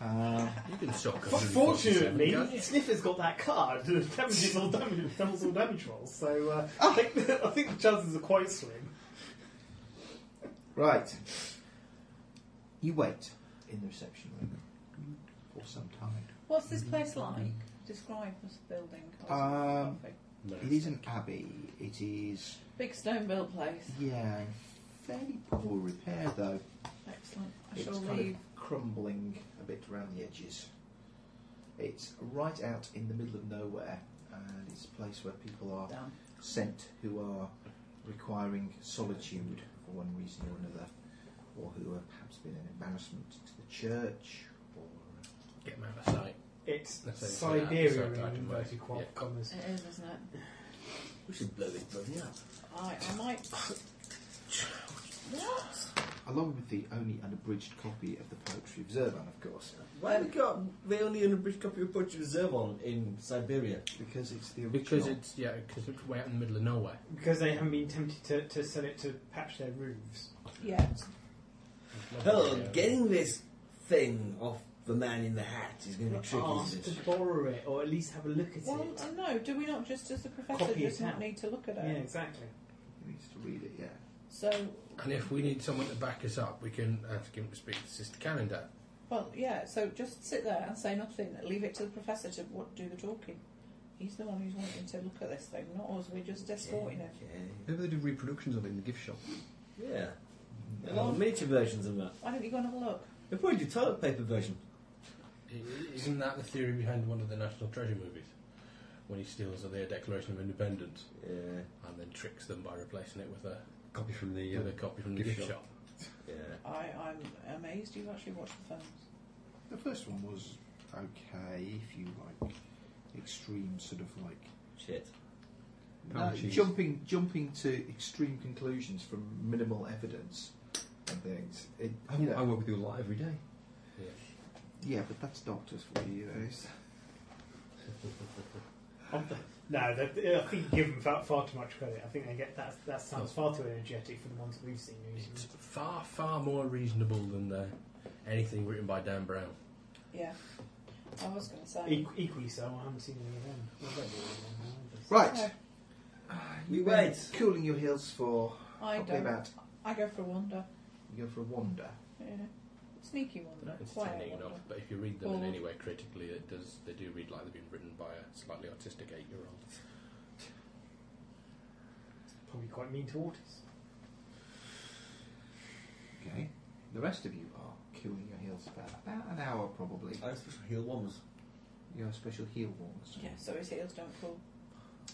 Yeah. You can suck But fortunately, Sniffer's got that card. The damage is all damage, doubles all damage rolls. So uh, I, think, I think the chances are quite slim. right. You wait in the reception room for some time. What's this place like? Describe this building. or Um, something. It is an abbey. It is, Big stone built place. yeah, in fairly poor repair though. Excellent. I It's shall kind leave. of crumbling a bit around the edges. It's right out in the middle of nowhere, and it's a place where people are Down. sent who are requiring solitude for one reason or another, or who have perhaps been an embarrassment to the church, or Get him out of sight. It's Let's say it's an Siberia episode in title, inverted yeah. commas. It is, isn't it? We should blow this bloody up. I, I might. What? along with the only unabridged copy of the poetry of Zervan, of course, Why have we got they only in a British copy of Butcher Zervon in Siberia? because it's the original. Because it's yeah, because it's way out in the middle of nowhere. Because they haven't been tempted to, to sell it to patch their roofs. Yeah. Oh, getting this thing off the man in the hat is going to be tricky, Ask isn't to it? borrow it or at least have a look at Well, it. no, do we not just, as the professor, Copy it does not out. need to look at it? Yeah, exactly. He needs to read it, yeah. So, And if we need someone to back us up, we can uh, ask him to speak to Sister Calendar. well, yeah, so just sit there and say nothing. Leave it to the professor to what, do the talking. He's the one who's wanting to look at this thing, not us. We're just escorting him. Maybe they do reproductions of it in the gift shop. Yeah. yeah. There are miniature versions of that. Why don't you go and have a look? They probably do toilet paper version. I- Isn't that the theory behind one of the National Treasure movies? When he steals their Declaration of Independence Yeah, and then tricks them by replacing it with a, Copy from the. Uh, with a copy from the Gift gift shop. yeah. I, I'm amazed you've actually watched the films. The first one was okay, if you like extreme sort of like Shit. Pound No, cheese. jumping jumping to extreme conclusions from minimal evidence and things. It, uh, I, you know- Oh, I work with you a lot every day. eh? yeah, but that's doctors for you. Those. No, that- I think you give them far, far too much credit. I think they get that. That sounds far too energetic for the ones that we've seen. using It's it. far, far more reasonable than uh, anything written by Dan Brown. Yeah. I was going to say. E- equally so, I haven't seen any of them. Well, they do, they do, they do. Right. We You've been wait. Cooling your heels for I probably don't. about. I go for a wander. You go for a wander. Yeah. Sneaky wander. It's Quiet entertaining enough, wander. but if you read them in Well- any way critically, it does. They do read like they've been written by a slightly autistic eight-year-old. Probably quite mean to Ortiz. Okay. The rest of you are cooling your heels about, about an hour probably. I have special heal ones. Your special heel warmers. Yeah, so his heels don't cool.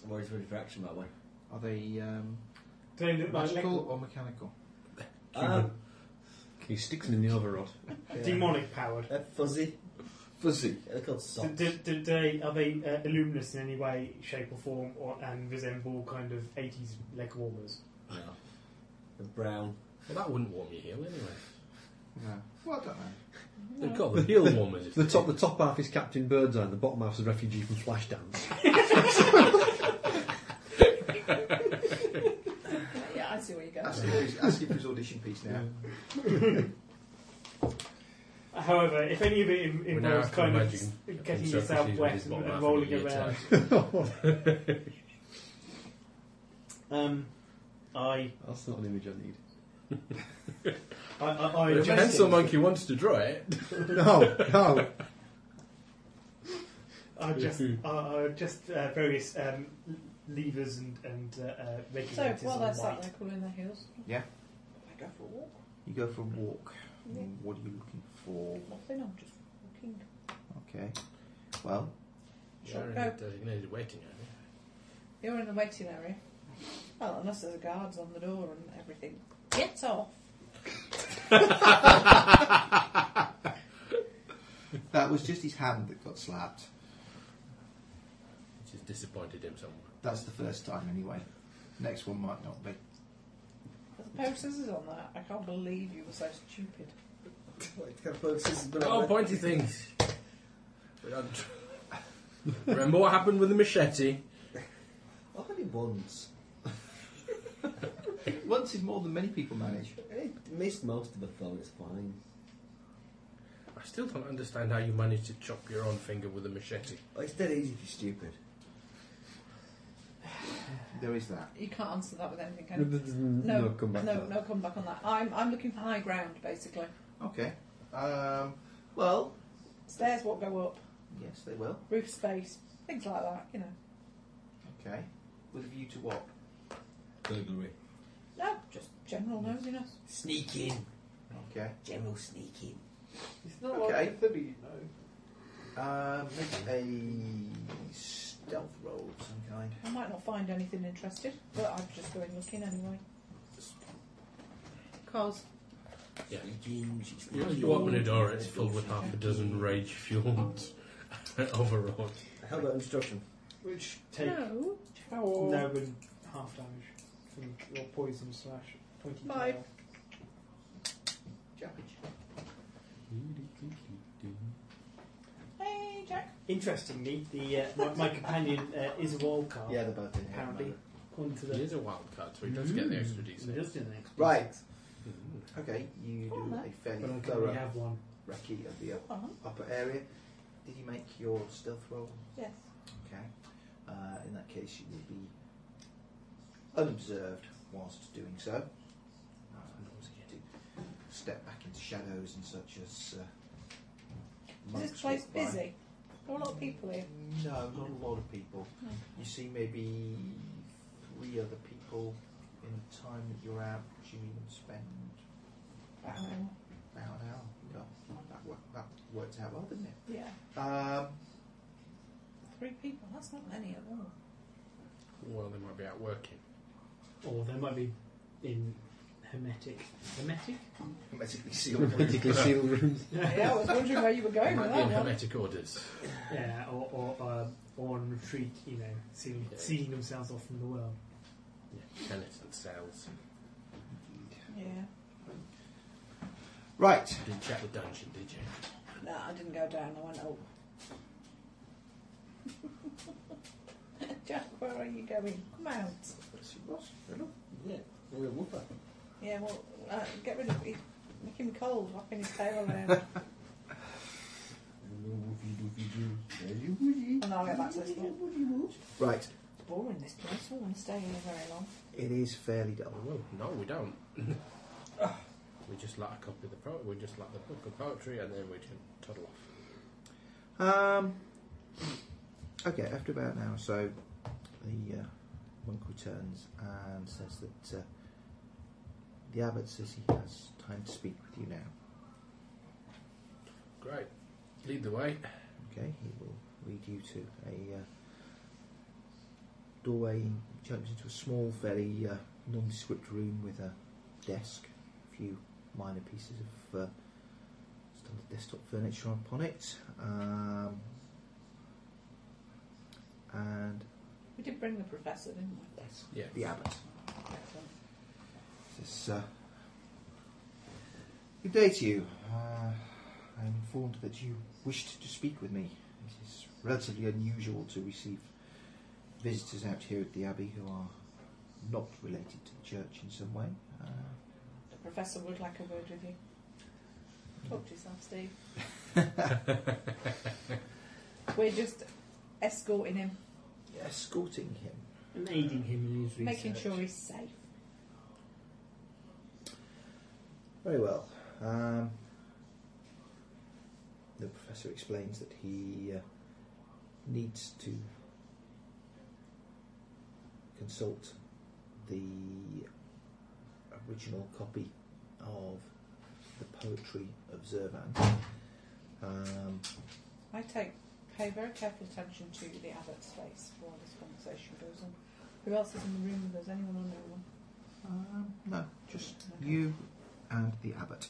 I'm always ready for action that way. Are they um, Do they look like magical leopard- or mechanical? Um, He sticks them in the overrod. demonic powered? uh, fuzzy. Fuzzy. They're called Do, socks. do, do they are they uh, luminous in any way, shape, or form, or and resemble kind of eighties leg warmers? No. They're brown. Well, that wouldn't warm your heel anyway. No. Well, I don't know. They're called the heel warmers. if The you top, the top half is Captain Birdseye, and the bottom half is a refugee from Flashdance. Yeah, I see where you go. Ask him for his- ask him for his audition piece now. However, if any of it in- We now involves have to kind of imagine s- Captain getting Surface yourself using wet his and, bottom half and of rolling the ear around, um, I That's not an image I need. I Oh, I, I If a adjust pencil it. monkey wants to draw it, No, no. I just Hmm. I, I just uh, various um, l- levers and and uh, uh, So regulators while on they're sat light. there cooling their heels, Yeah. I go for a walk. You go for a walk. Yeah. What are you looking for? Nothing. I'm just walking. Okay. Well, you're in a designated waiting area. You're in the waiting area. Well, unless there's guards on the door and everything. Get off. that was just his hand that got slapped. Which has disappointed him somewhat. That's the first time anyway. Next one might not be. There's a pair of scissors on that. I can't believe you were so stupid. Like, kind of boxes, but Oh, I'm- pointy things. But I'm tr- Remember what happened with the machete? Only once. Once is more than many people manage. I missed most of it though, it's fine. I still don't understand how you managed to chop your own finger with a machete. Oh, it's dead easy if you're stupid. There is that. You can't answer that with anything, can you? no, No, come back. no, to that. no comeback on that. I'm, I'm looking for high ground, basically. Okay. Um, well, Stairs won't go up, yes, they will. roof space, things like that, you know. Okay. With a view to what? Burglary. No, just general nosiness. Sneaking. Okay. General sneaking. It's not okay. like you know. Um, make a stealth roll of some kind. I might not find anything interesting, but I'm just going looking anyway. Cause Yeah. Sneaking. She's You sneaking. you open a door, it's filled with half a dozen rage fueled overwrought. How about instruction? which take no, no and half damage from your poison slash pointy Five. tail. Jabbage. hey Jack, Interestingly, the uh, my, my companion uh, is a wild card. Yeah, they're both in here. apparently, according to the He is a wild card, so he does get the extra He DC. does do the next Right. uh, Okay, you Come on, do Matt. a fairly one, but I can thorough only have one. recce of the up- uh-huh. upper area. Did you make your stealth roll? yes, Okay. Uh, in that case, you will be unobserved whilst doing so. Uh, to step back into shadows and such as. Uh, is monks this place walk by. busy? There are a lot of people here. No, not a lot of people. No. You see maybe three other people in the time that you're out, which you even spend about, Um, about an hour. Yeah, that, work, that worked out well, didn't it? yeah, Um, three people. That's not many at all. Well, they might be out working. Or there might be in hermetic. Hermetic? hermetically sealed. Politically sealed rooms. yeah, I was wondering where you were They going with might be in that one. hermetic orders. Yeah, or or, uh, or on retreat, you know, seeing, Yeah. seeing themselves off from the world. Skeleton cells. Yeah. right. Didn't check the dungeon, did you? oh. No, I didn't go down. I went up. Jack, where are you going? Mount. Yeah, we're a whooper. Yeah, well, uh, get rid of it. Make him cold, wrapping his tail around. and I'll get back to this one. Right, It's boring, this place. I don't want to stay here very long. it is fairly dull. Oh, Well, no, we don't. we just like a copy of the po- we just like the book of poetry, and then we can toddle off. Um, okay, after about an hour or so, the uh, monk returns and says that uh, the abbot says he has time to speak with you now. Great, lead the way. Okay, he will lead you to a uh, doorway which opens into a small, very uh, nondescript room with a desk, a few minor pieces of uh, standard desktop furniture upon it. Um, and We did bring the professor, didn't we? yes, Yeah, the abbot. Says, uh, Good day to you. Uh, I am informed that you wished to speak with me. It is relatively unusual to receive visitors out here at the Abbey who are not related to the church in some way. Uh, The professor would like a word with you. Talk to yourself, Steve. We're just escorting him, escorting him. And aiding him in his research. making sure he's safe. Very well. Um, the professor explains that he uh, needs to consult the original copy of the poetry of Zervan. Um, I take pay very careful attention to the abbot's face while this conversation goes on. Who else is in the room with us? Anyone or no one? um, no, just you and the abbot.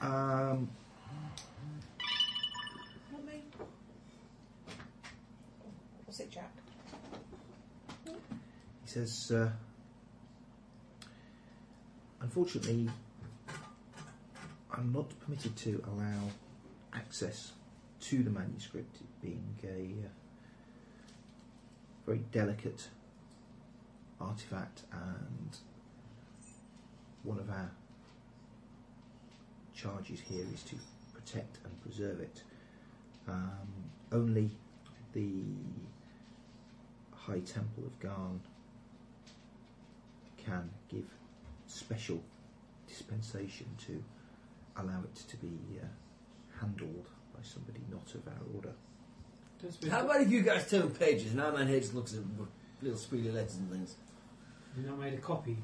Um, Not me. Was it Jack? He says, uh, unfortunately, I'm not permitted to allow access to the manuscript, it being a uh, very delicate artifact and one of our charges here is to protect and preserve it. Um, only the High Temple of Garn can give special dispensation to allow it to be uh, handled by somebody not of our order. Does How we- about if you guys turn pages and our man here just looks at little squealy letters and things? You not made a copy.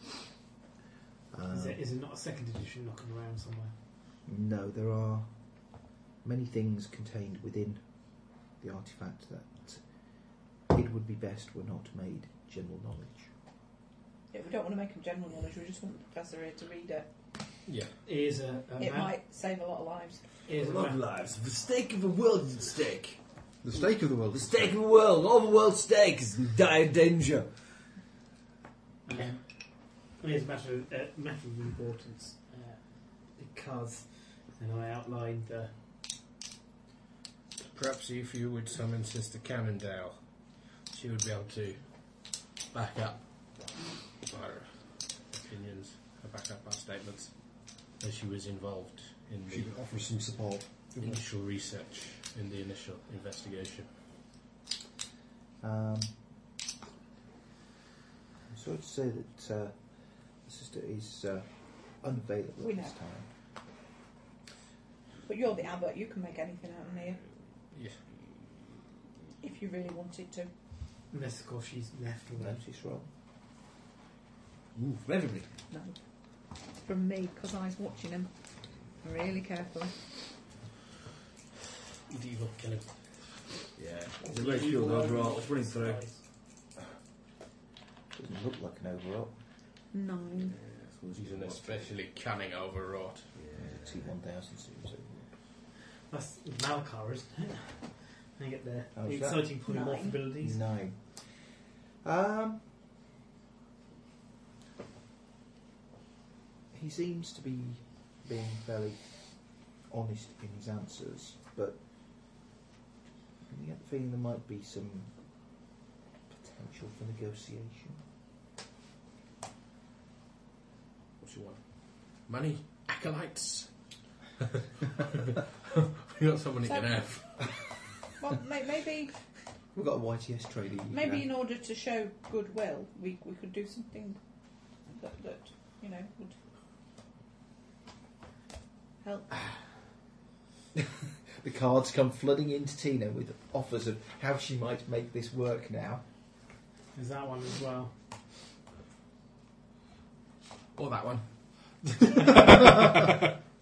Is, Uh. Um, there, is there not a second edition knocking around somewhere? No, there are many things contained within the artifact that it would be best were not made general knowledge. Yeah, we don't want to make him general knowledge, we just want the professor here to read it. Yeah, It is a, a It ma- might save a lot of lives. it is a Love ma- lives. The stake of the world is at stake. The stake of the world. The stake of the world. All the world's stake is in dire danger. Um, it is a matter of, uh, matter of importance uh, because, and I outlined the perhaps if you would summon Sister Cannondale, she would be able to back up our opinions, uh, back up our statements, as she was involved in She the offers some support. initial research, in the initial investigation. Um, I'm sorry to say that uh, the sister is uh, unavailable We at know. this time. But you're the abbot, you can make anything out of here Yeah. if you really wanted to. unless of course she's left alone. Notice roll. Ooh, from everybody. No. From me, because I was watching him really carefully. Medieval killing. Yeah. It's a great field overall. It's running through. Doesn't look like an overall. Nine. She's an especially cunning overwrought. It's a T1000 series overall. That's Malkar, isn't it? They get their How's that? exciting polymorph Nine. abilities. Nine. Um, he seems to be being fairly honest in his answers, but I get the feeling there might be some potential for negotiation. What you want? Money, acolytes. we got someone you So- can have. Well, may- maybe We've got a YTS trading. maybe in order to show goodwill, we, we could do something that, that you know would help. The cards come flooding into Tina with offers of how she might make this work now. There's that one as well. Or that one.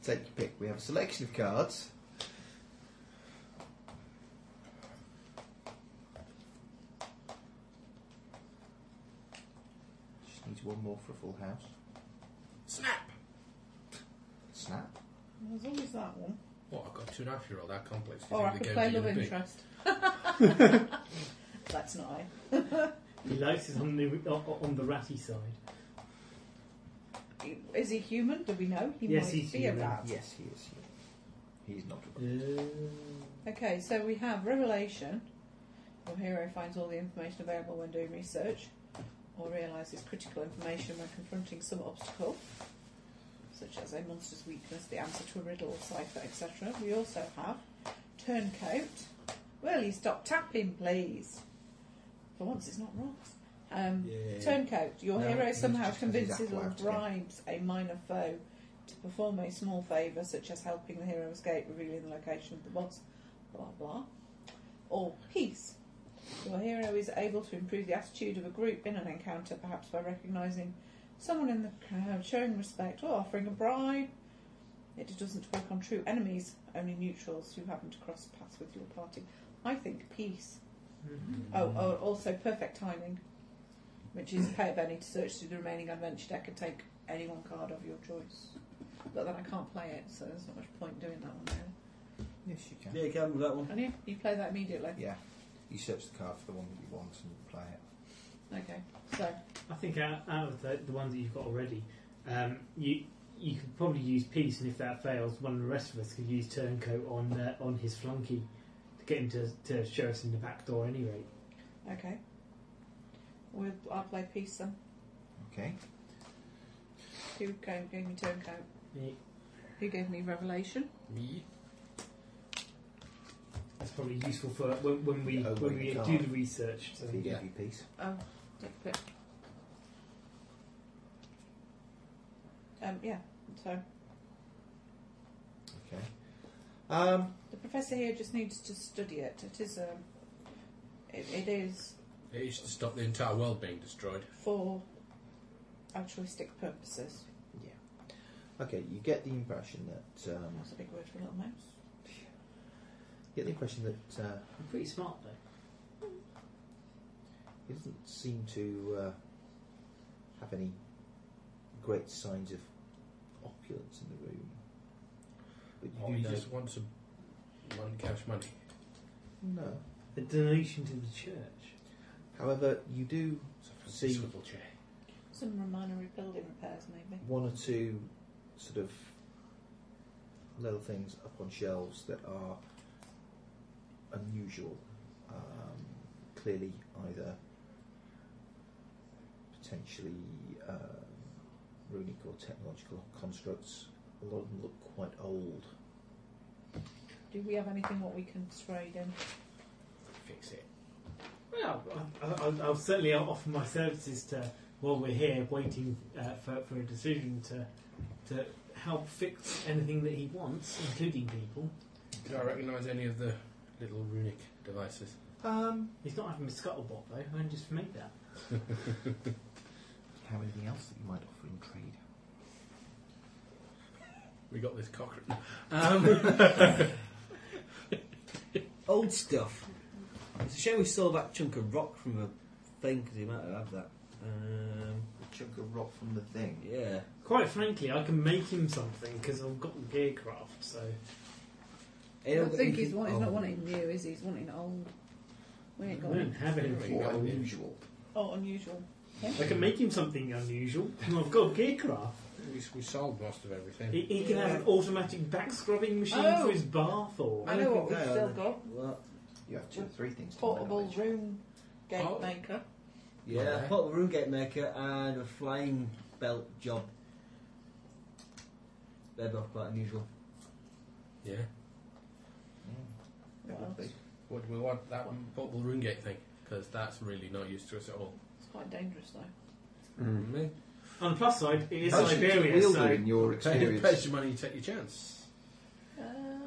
Take your pick. We have a selection of cards. Just needs one more for a full house. Snap! Snap. There's always that one. What, I've got two and a half year old, how complex do you Or Oh, I think the could game's play gonna love be? interest. That's not I. He likes it on the on on the ratty side. Is he human? Do we know? He Yes, might he's be human. a rat. Yes, he is. He is not a rat. Okay, so we have Revelation. Your hero finds all the information available when doing research, or realises critical information when confronting some obstacle, such as a monster's weakness, the answer to a riddle, cipher, etc. We also have Turncoat. Will you stop tapping, please? For once, it's not rocks. Um, Yeah. Turncoat. Your No, hero it's somehow just 'cause he's convinces or Aqualad again. bribes a minor foe to perform a small favour, such as helping the hero escape, revealing the location of the boss, blah blah, or peace. Your hero is able to improve the attitude of a group in an encounter, perhaps by recognising someone in the crowd, showing respect, or offering a bribe. It doesn't work on true enemies, only neutrals who happen to cross paths with your party. I think peace. Hmm. Oh, oh, also perfect timing, which is pay a penny to search through the remaining adventure deck and take any one card of your choice. But then I can't play it, so there's not much point doing that one now. Yes, you can. Yeah, you can with that one. Can you? You play that immediately? Yeah. You search the card for the one that you want and play it. Okay. So, I think out, out of the, the ones that you've got already, um, you you could probably use peace, and if that fails, one of the rest of us could use turncoat on uh, on his flunky to get him to, to show us in the back door. At any rate, okay. We'll, I'll play peace then. Okay. Who came, gave me turncoat? Me. Who gave me revelation? Me? that's probably useful for when, when we Oh, when we we can't. do the research. So So you yeah. give you peace. Oh, take a pick. Um, yeah. So Okay. Um, the professor here just needs to study it. It is um, it, it is It is to stop the entire world being destroyed. for altruistic purposes. okay, you get the impression that um, That's a big word for a little mouse. get the impression that uh, I'm pretty smart though. he doesn't seem to uh, have any great signs of opulence in the room. But you Or do he know, just wants some one cash money. no. A donation to the church. However, you do See- swivel chair. Some minor building repairs, maybe. one or two sort of little things up on shelves that are unusual. Um, clearly, either potentially um, runic or technological constructs. A lot of them look quite old. Do we have anything what we can trade in? Fix it. Well, I, I, I'll- I'll certainly offer my services to while we're here waiting uh, for, for a decision to to help fix anything that he wants, including people. Do I recognise any of the little runic devices? Um, He's not having a scuttlebot though. I can just make that. do you have anything else that you might offer in trade? We got this Cochrane. Um, Um, Old stuff. It's a shame we stole that chunk of rock from the thing because he might have had that. Um, A chunk of rock from the thing. yeah. Quite frankly, I can make him something because I've got the gearcraft. So I don't think he's, one. want, he's not wanting new, is he? He's wanting old. We I ain't got don't any. have anything. Or unusual. Oh, unusual. I can make him something unusual. I've got gearcraft. we, we sold most of everything. He, he can have an automatic back scrubbing machine Oh. for his bath, or I know what we've still got. You have two or three things to Portable manage. rune gate Oh. maker. Yeah, Okay. put a rune gate maker and a flying belt job. They're both quite unusual. Yeah. What else? It's What do we want? That one portable Runegate thing? Because that's really not used to us at all. quite dangerous though. Me? On the plus side, it is How should Siberia, you wield so it in your Pay pays your money, you take your chance.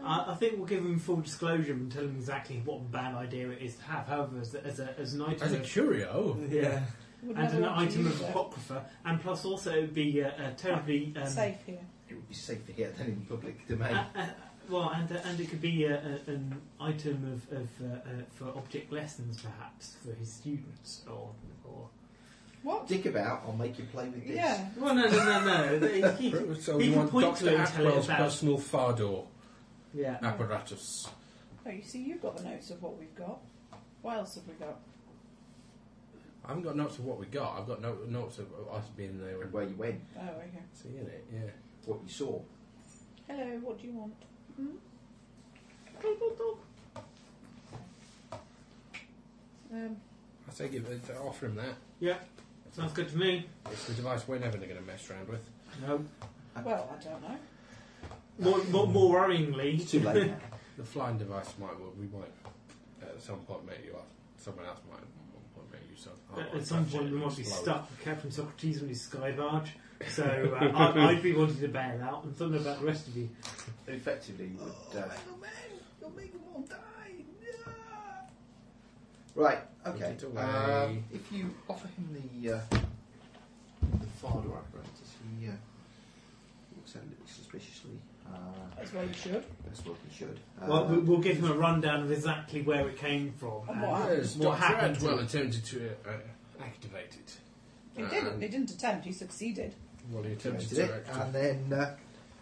I, I think we'll give him full disclosure and tell him exactly what bad idea it is to have. However, as, a, as, a, as an item As a of- curio? yeah, Would and never an want to item use of that. apocrypha, and plus also it would be uh, uh, terribly um, Safe here. It would be safer here than in public Uh, domain. uh, well, and uh, and it could be uh, uh, an item of, of uh, uh, for object lessons, perhaps for his students or or. What? Dick about, I'll make you play with this. Yeah. Well, no, no, no, no. He, he, So he we can want point to Dr. it and tell it Atwell's about. personal Fardor Yeah. apparatus. Oh, you see, you've got the notes of what we've got. What else have we got? I haven't got notes of what we got. I've got no, notes of us being there and Where you went, Oh, okay. seeing it. Yeah. what you saw. Hello, what do you want? Hmm? Um, I say give it, offer him that. Yeah, sounds good to me. It's the device we're never going to mess around with. No. well, I don't know. More, more, more worryingly, It's too late now. The flying device might. Well, we might at some point make you up. Someone else might at one point make you some. Oh, I At, might uh, at some touch it point, we and might be explode. stuck with Captain Socrates on his sky barge. So uh, I, I'd be wanting to bail out, and something about the rest of you. Effectively, you Oh, would. Uh, You'll make them all die. right, okay. Put it away. Um, if you offer him the uh, the Fardor apparatus, he uh, looks at it a little suspiciously. Uh, That's where you should. that's what he should. well, we, Um, we'll give him a rundown of exactly where it came from And and what Yes, what Dr. happened. Atwell attempted to uh, uh, activate it. He Uh, didn't. and- He didn't attempt. He succeeded. Well, he attempted did to it, activate and then uh,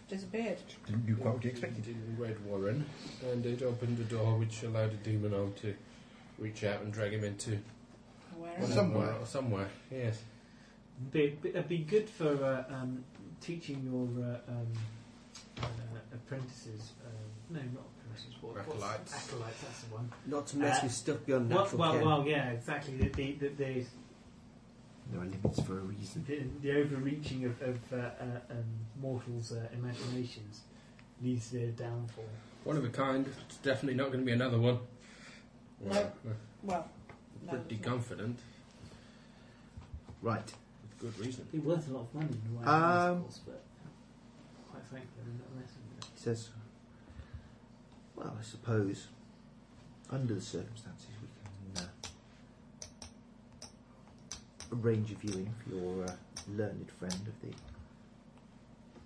Disappeared. Didn't do quite Well, what you expected. It didn't red Warren, and it opened the door, which allowed a demon arm to reach out and drag him into Where Well, is it? somewhere. Or somewhere, yes. Be, be, it'd be good for uh, um, teaching your uh, um, uh, apprentices. Um, no, not apprentices. What, what's- Acolytes. Acolytes. That's the one. Not to mess Uh, with stuff beyond Well, natural well, ken. well, yeah, exactly. The the, the, the, There are limits for a reason. the, the overreaching of, of uh, uh, um, mortals' uh, imaginations leads to their downfall. One of a kind. It's definitely not going to be another one. No. I'm Well, no, pretty there's not. confident. Right. With good reason. Be worth a lot of money in a way, I Um, suppose, but quite frankly, I'm not messing with He says, Well, I suppose under the circumstances we can uh, arrange a viewing for your uh, learned friend of the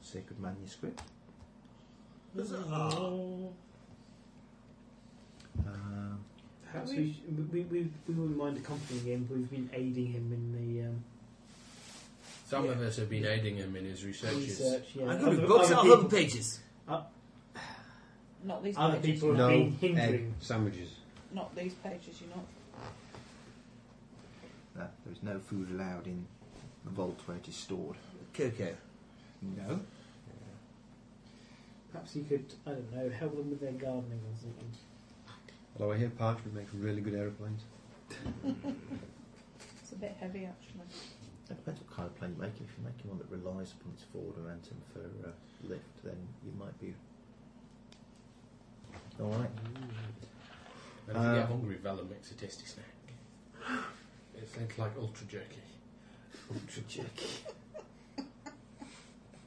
sacred manuscript. Uh, Um, it. Perhaps we, sh- we, we, we wouldn't mind accompanying him. We've been aiding him in the um, Some Yeah. of us have been aiding him in his researches. research. Yeah. I'm going to Other- be books other out people- of pages. Not these Other pages. people have No been egg hindering. sandwiches. Not these pages. You're not. uh, no, there is no food allowed in the vault where it is stored. Okay, okay. No. Perhaps you could, I don't know, help them with their gardening or something. Although I hear parchment makes really good aeroplanes. It's a bit heavy actually. It depends what kind of plane you're making. If you're making one that relies upon its forward momentum for uh, lift, then you might be all right. And if you Uh, get hungry, Vellum makes a tasty snack. It's things like ultra jerky. Ultra jerky.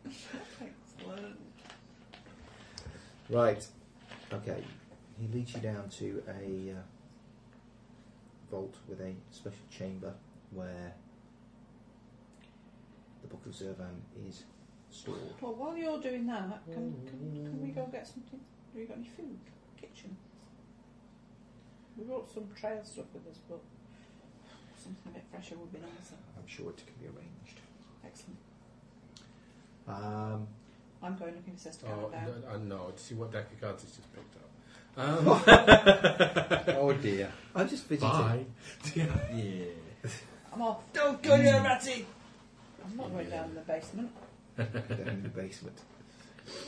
Excellent. Right. Okay. He leads you down to a uh, vault with a special chamber where the Book of Zervan is stored. Well, while you're doing that, can, Mm-hmm. can, can we go get something? Have you got any food? Kitchen. We brought some trail stuff with us, but something a bit fresher would be nicer. I'm sure it can be arranged. Excellent. Um, I'm going looking for Sister Oh, Annabelle. I know. To see what deck of cards he's just picked up. Um, oh dear. I'm just fidgeting. bye. Yeah. I'm off. Don't go near Ratty! I'm not going down in the basement. down in the basement.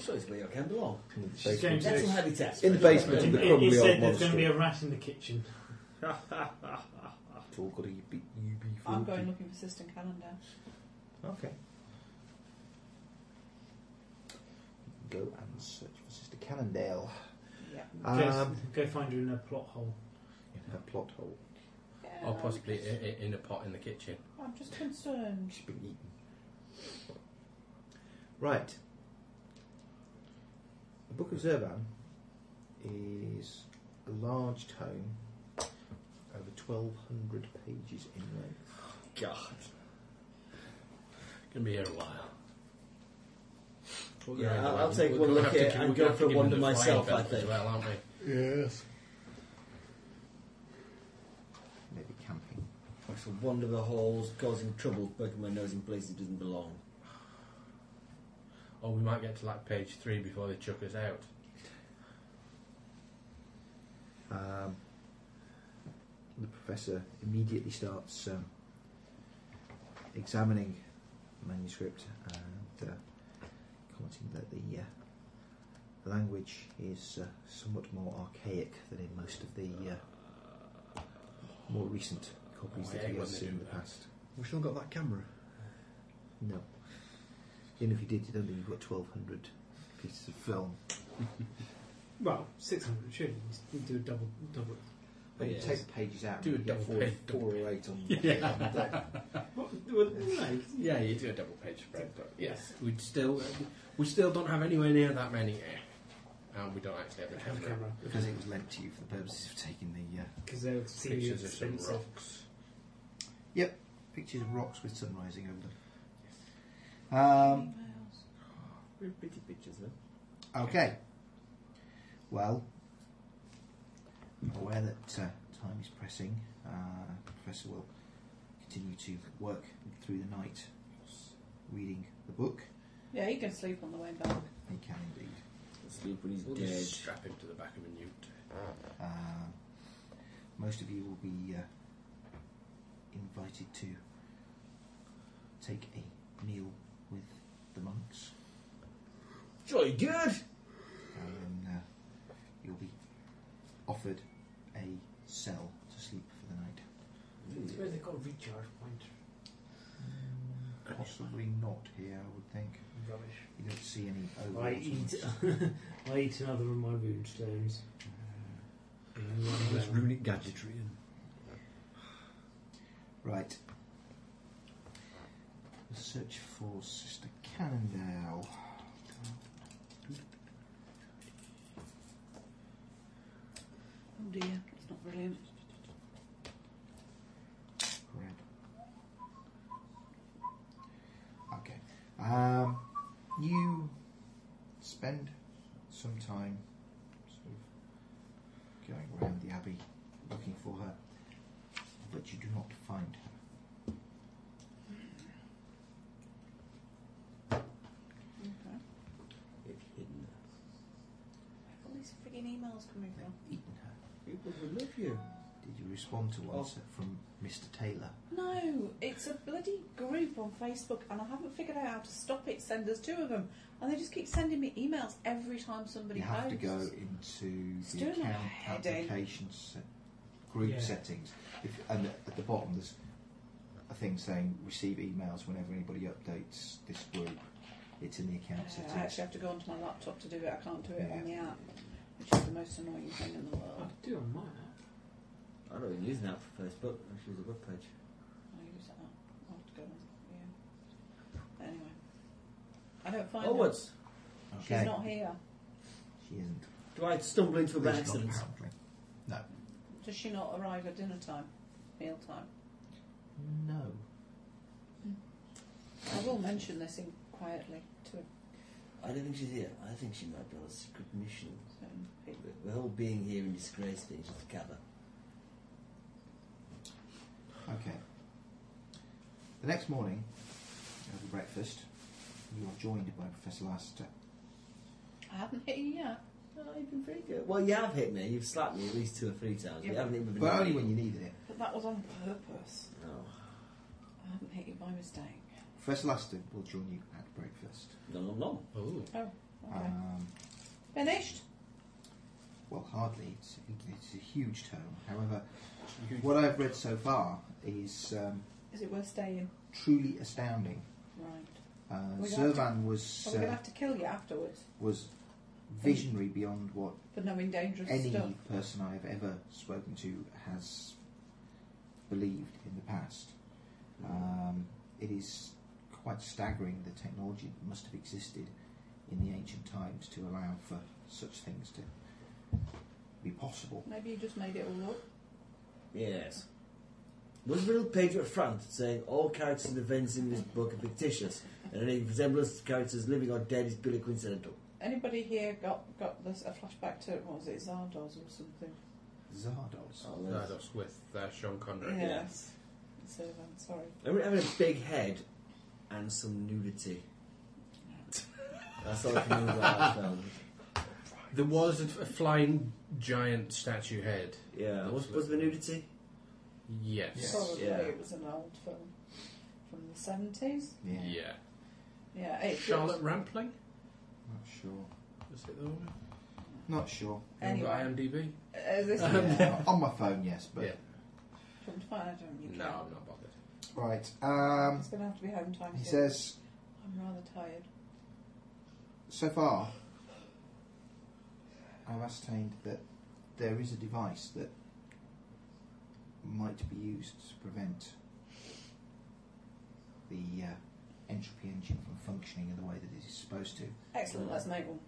So it's where I can belong. She's going to- That's some habitat. It- it- It said there's going to be a rat in the kitchen. I'm going looking for Sister Calendar. Okay. Go and search for Sister Cannondale. Yeah. Um, go, go find her in a plot hole. in a plot hole. Oh, Or possibly i- i- in a pot in the kitchen. I'm just concerned. She's been eaten. Right. The Book of Zervan is a large tome, over 1,200 pages in length. God. Gonna be here a while. We're gonna Yeah, end up I'll, I'll having- take we're one gonna look have at to it gi- and we're gonna go have to for give them one to the flying myself, I belt as think. well, aren't we? Yes. Maybe camping. I shall wander the halls, causing trouble, poking my nose in places it doesn't belong. Or Oh, we might get to like page three before they chuck us out. Um, the professor immediately starts um, examining the manuscript and uh, commenting that the uh, language is uh, somewhat more archaic than in most of the uh, more recent copies Oh, I that hate he when has they seen do in the that. past. We've still got that camera. No. Even if you did, you'd only have got 1,200 pieces of film. Oh, Well, 600, surely. We do a double. double. But you Yes. take pages out. Do and a you get double four, page, four double or eight on. Yeah. Well, well, no, Yeah, you do a double page spread, but yes, we still we still don't have anywhere near that many, eh? and we don't actually have a have a camera. camera. Because it was lent to you for the purposes of taking the uh, Because they're extremely Pictures of some expensive. rocks. pictures of rocks with sun rising over them. Um, Emails. Very pretty pictures, though. Okay. Well, I'm aware that uh, time is pressing. Uh, Professor will continue to work through the night reading the book. Yeah, he can sleep on the way back. He can indeed. Sleep when he's We'll dead. just strap him to the back of a newt. Uh, most of you will be uh, invited to take a meal with the monks. Jolly good! and then uh, you'll be offered a cell to sleep for the night. It's where they've got a recharge point. Mm. Possibly not here, I would think. Rubbish. You don't see any I overalls on eat, this. I eat another of my rune Mm. stones. And one of There's them- runic gadgetry and Right. The search for Sister Cannondale. Oh dear, it's not brilliant. Red. Okay. Um, you spend some time sort of going around the abbey looking for her, but you do not find her. Okay. It's hidden. Where have all these frigging emails coming from? Eaten her. People would love you. Did you respond to one Oh. sent from Mr. Taylor? No, it's a bloody group on Facebook, and I haven't figured out how to stop it. Send us two of them, and they just keep sending me emails every time somebody you have to go posts. into It's the doing my account head in. application set, group Yeah. settings, if, and at the bottom there's a thing saying receive emails whenever anybody updates this group. It's in the account I settings. actually have to go onto my laptop to do it. I can't do it on the Yeah. app, which is the most annoying thing in the I world. do on my app. I don't even use an app for Facebook. I use a web page. I use that. I have to go on. Yeah. Anyway, I don't find. her. Onwards. She's Oh, Okay, not here. she isn't. Do I stumble into a At bad least not accident? apparently. Does she not arrive at dinner time, meal time? No. I will mention this in quietly to I don't think she's here. I think she might be on a secret mission. certain people. The- The whole being here in disgrace thing is just a cover. Okay. The next morning, over breakfast, you are joined by Professor Laster. I haven't hit you yet. No, you've been pretty good. Well, you have hit me. You've slapped me at least two or three times. but You Yeah. haven't even been. But only when you needed it. But that was on purpose. No, I haven't hit you by mistake. Professor Laster will join you at breakfast. no, no, no. Ooh. Okay. Um, Finished? well, hardly. It's, it's a huge tome. However, what I've read so far is um, Is it worth staying? truly astounding. Right. Uh, We're gonna have to- Servan was Are we going to uh, have to kill you afterwards was visionary beyond what for knowing dangerous any stuff? person I've ever spoken to has believed in the past. Um, it is quite staggering the technology that must have existed in the ancient times to allow for such things to be possible. Maybe you just made it all up. Yes. Was the little page at the front saying all characters and events in this book are fictitious, and any resemblance to characters living or dead is purely coincidental? Anybody here got got this, a flashback to what was it Zardoz or something? Zardos. Oh, Zardos with uh, Sean Connery. Yes. So I'm sorry. Remember having a big head and some nudity. That's all I can remember about that film. There was a, a flying giant statue head. Yeah. That Was, was there nudity? Yes. Probably Yeah. it was an old film from the seventies. Yeah. Yeah. Yeah. It, Charlotte Rampling? Not sure. Was it the woman? Not sure. Anyway. IMDb? Uh, this On my phone, yes, but. Yeah. Come to find out, I don't really No, care. I'm not bothered. Right. Um, It's going to have to be home time. he soon. says, I'm rather tired. so far, I've ascertained that there is a device that might be used to prevent the uh, entropy engine from functioning in the way that it is supposed to. Excellent. Let's make one.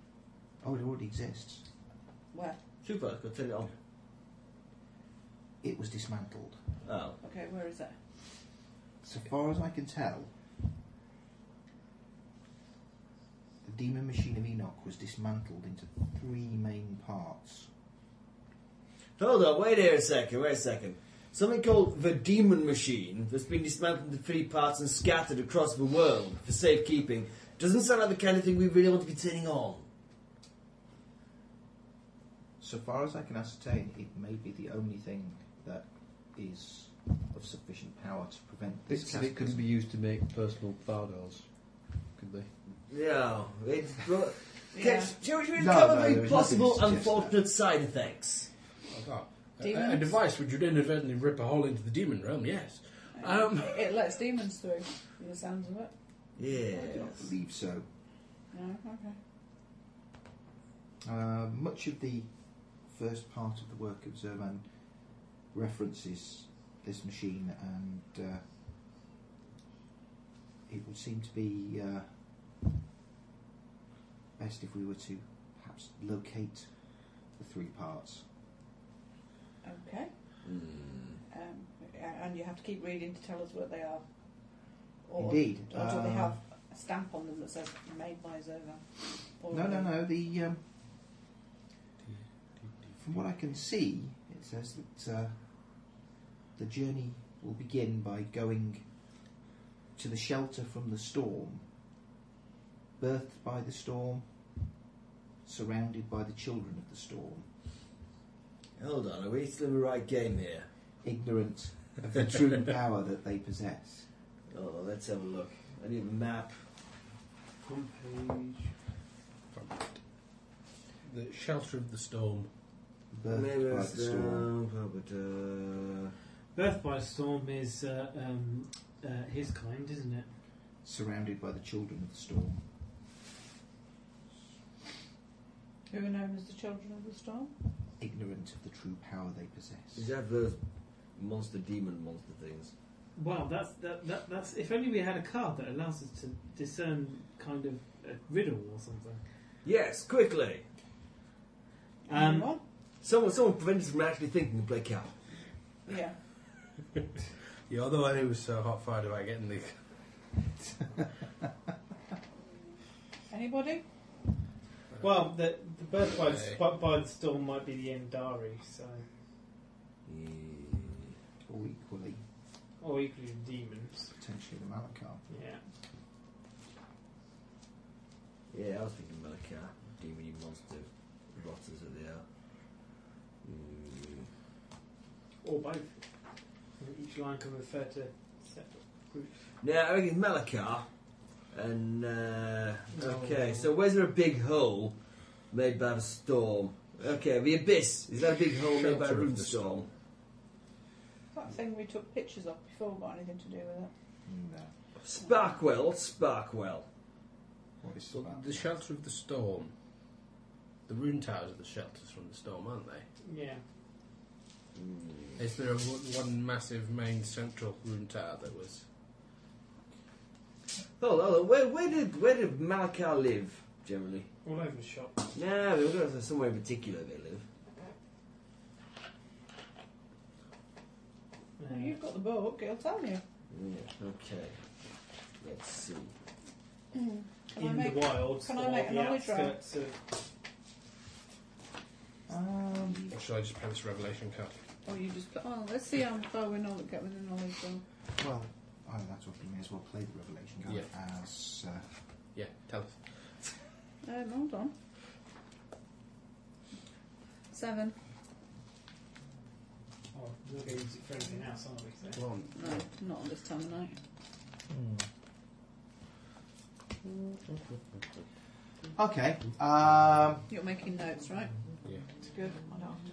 Oh, it already exists. Where? Super, go turn it on. It was dismantled. Oh. Okay. Where is that? So far as I can tell, the demon machine of Enoch was dismantled into three main parts. Hold on, wait here a second, wait a second. Something called the Demon Machine that's been dismantled into three parts and scattered across the world for safekeeping doesn't sound like the kind of thing we really want to be turning on. So far as I can ascertain, it may be the only thing that is of sufficient power to prevent this. Bits of it couldn't cataclysm. be used to make personal bardoils, could they? Yeah, it's. Well, Yeah. Can, do you No, cover no, there was the nothing to possible suggest unfortunate side effects? Oh, God. A, Demons? a device which would inadvertently rip a hole into the demon realm, yes. Um, It- it lets demons through. from The sounds of it. Yeah. I do not believe so. No. Okay. Uh, much of the first part of the work of Zervan references this machine, and uh, it would seem to be uh, best if we were to perhaps locate the three parts. Okay. Um, a- and you have to keep reading to tell us what they are. Or, Indeed. Or do they Um, have a stamp on them that says made by Zervan? Or No, no, no. The um, from what I can see, it says that uh, the journey will begin by going to the shelter from the storm, birthed by the storm, surrounded by the children of the storm, Hold on, are we still in the right game here? ignorant of the true power that they possess. Oh, let's have a look. I need a map. Front page. the shelter of the storm. Birthed Maybe by it's Uh, the storm. down, probably, uh, Birth by Storm is uh, um, uh, his kind, isn't it? Surrounded by the children of the storm. Who are known as the Children of the Storm? Ignorant of the true power they possess. Is that those monster demon monster things? Wow, that's that, that that's. If only we had a card that allows us to discern kind of a riddle or something. Yes, quickly! Um, Anyone? Someone, someone prevented us from actually thinking to play cow. Yeah. You're the one who was so hot fired about getting the. uh, Anybody? well, the, the Birth by, Okay. by, by the Storm might be the Endari, so Or equally, or equally the demons. potentially the Malachar. Yeah. Yeah, I was thinking about a cat. Demony monster rotters that they are. Mm. Or both. Each line can refer to separate groups. Mm. Now, I reckon Malachar And uh, okay, so where's there a big hole made by the storm? Okay, the abyss. Is that a big hole made by a Shelter of rune the storm? That thing we took pictures of before got anything to do with it. Mm, No. Sparkwell, Sparkwell. What is Well, the shelter of the storm. The rune towers are the shelters from the storm, aren't they? Yeah. Is there a, one one massive main central rune tower that was? Hold on, hold on. Where, where did where did Malachi live generally? All over the shop. No, they were going to somewhere in particular they live. Uh, Well, you've got the book, it'll tell you. Yeah, okay. Let's see. Can I in make, the wild Can I or make a the knowledge roll? outskirts of Um, Or shall I just play this revelation card? or you just. Oh, let's see how far we know get with the knowledge roll. Well, oh, that's what we may as well play the Revelation card as. Uh, Yeah, tell us. Um, hold on. Seven. Oh, we're going to use it for everything else, aren't we? So. Well, No, not on this time of night. okay. Um, You're making notes, right? Yeah. It's good. I don't have to.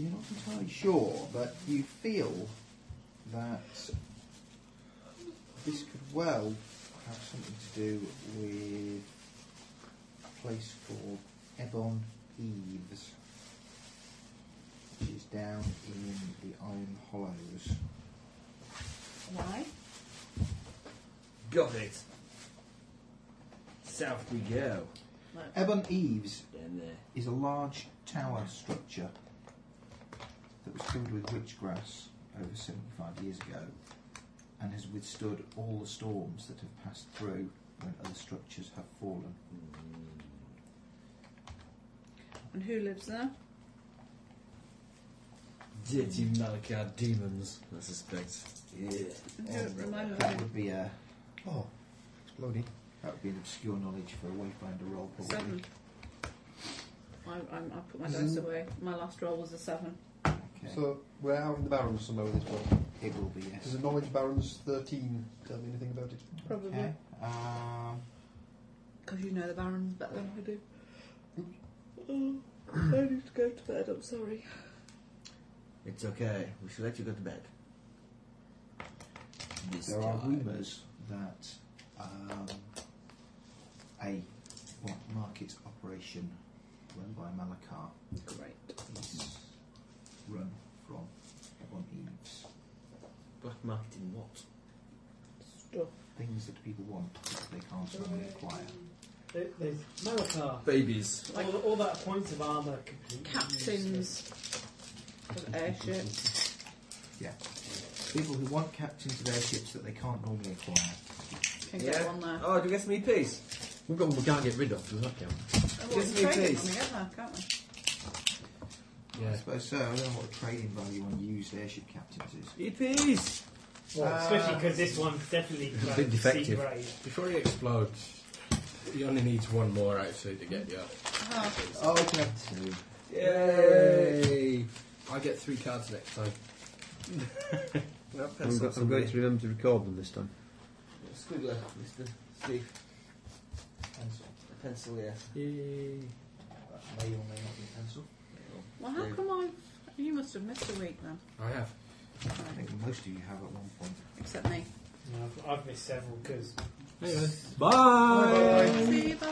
You're not entirely sure, but you feel that this could well have something to do with a place called Ebon Eaves, which is down in the Iron Hollows. Why? Got it. South we go. Ebon Eaves Down there. is a large tower structure that was filled with rich grass over 75 years ago and has withstood all the storms that have passed through when other structures have fallen. And who lives there? Dirty Malachi demons, I suspect. Yeah. Oh, And who, remind me of That who- would be uh, a Oh, exploding. that would be an obscure knowledge for a wayfinder role. probably. Seven. I, I'm, I put my dice away. My last roll was a seven. Okay. So we're out in the barrens somewhere with this one. it will be yes. Does the knowledge barrens thirteen tell me anything about it? Probably. Okay. Um, Because you know the Barons better than I do. Oh, I need to go to bed, I'm sorry. It's okay. We should let you go to bed. This there are time. rumours that um, a black market operation run by Malakar Great. is run from Ebon Eves. Black market in what? Stuff. Things that people want that they can't normally acquire. There- There's Malachar. Babies. All, all that points of armour completely. Captains of airships. Yeah. People who want captains of airships that they can't normally acquire. Can get one there. Oh, do we get some EPs? We've got one we can't get rid of, does that count? Oh, we can Just me trade please. them when we get there, can't we? I suppose so. I don't know what the trading value on used airship captains is. EPs! Well, Uh, especially because this one's definitely bit close, C defective. grade. Before he explodes, he only needs one more actually to get you. Oh, okay. Yay! I get three cards next time. Well, I'm, pencil go- I'm going somebody. to remember to record them this time. Squiggler, Mr. Steve. Pencil. A pencil, yes. Yay. That may or may not be a pencil. Well, how come I... You must have missed a week then. I have. I think most of you have at one point. Except me. No, I've, I've missed several because Anyway. See you, bye.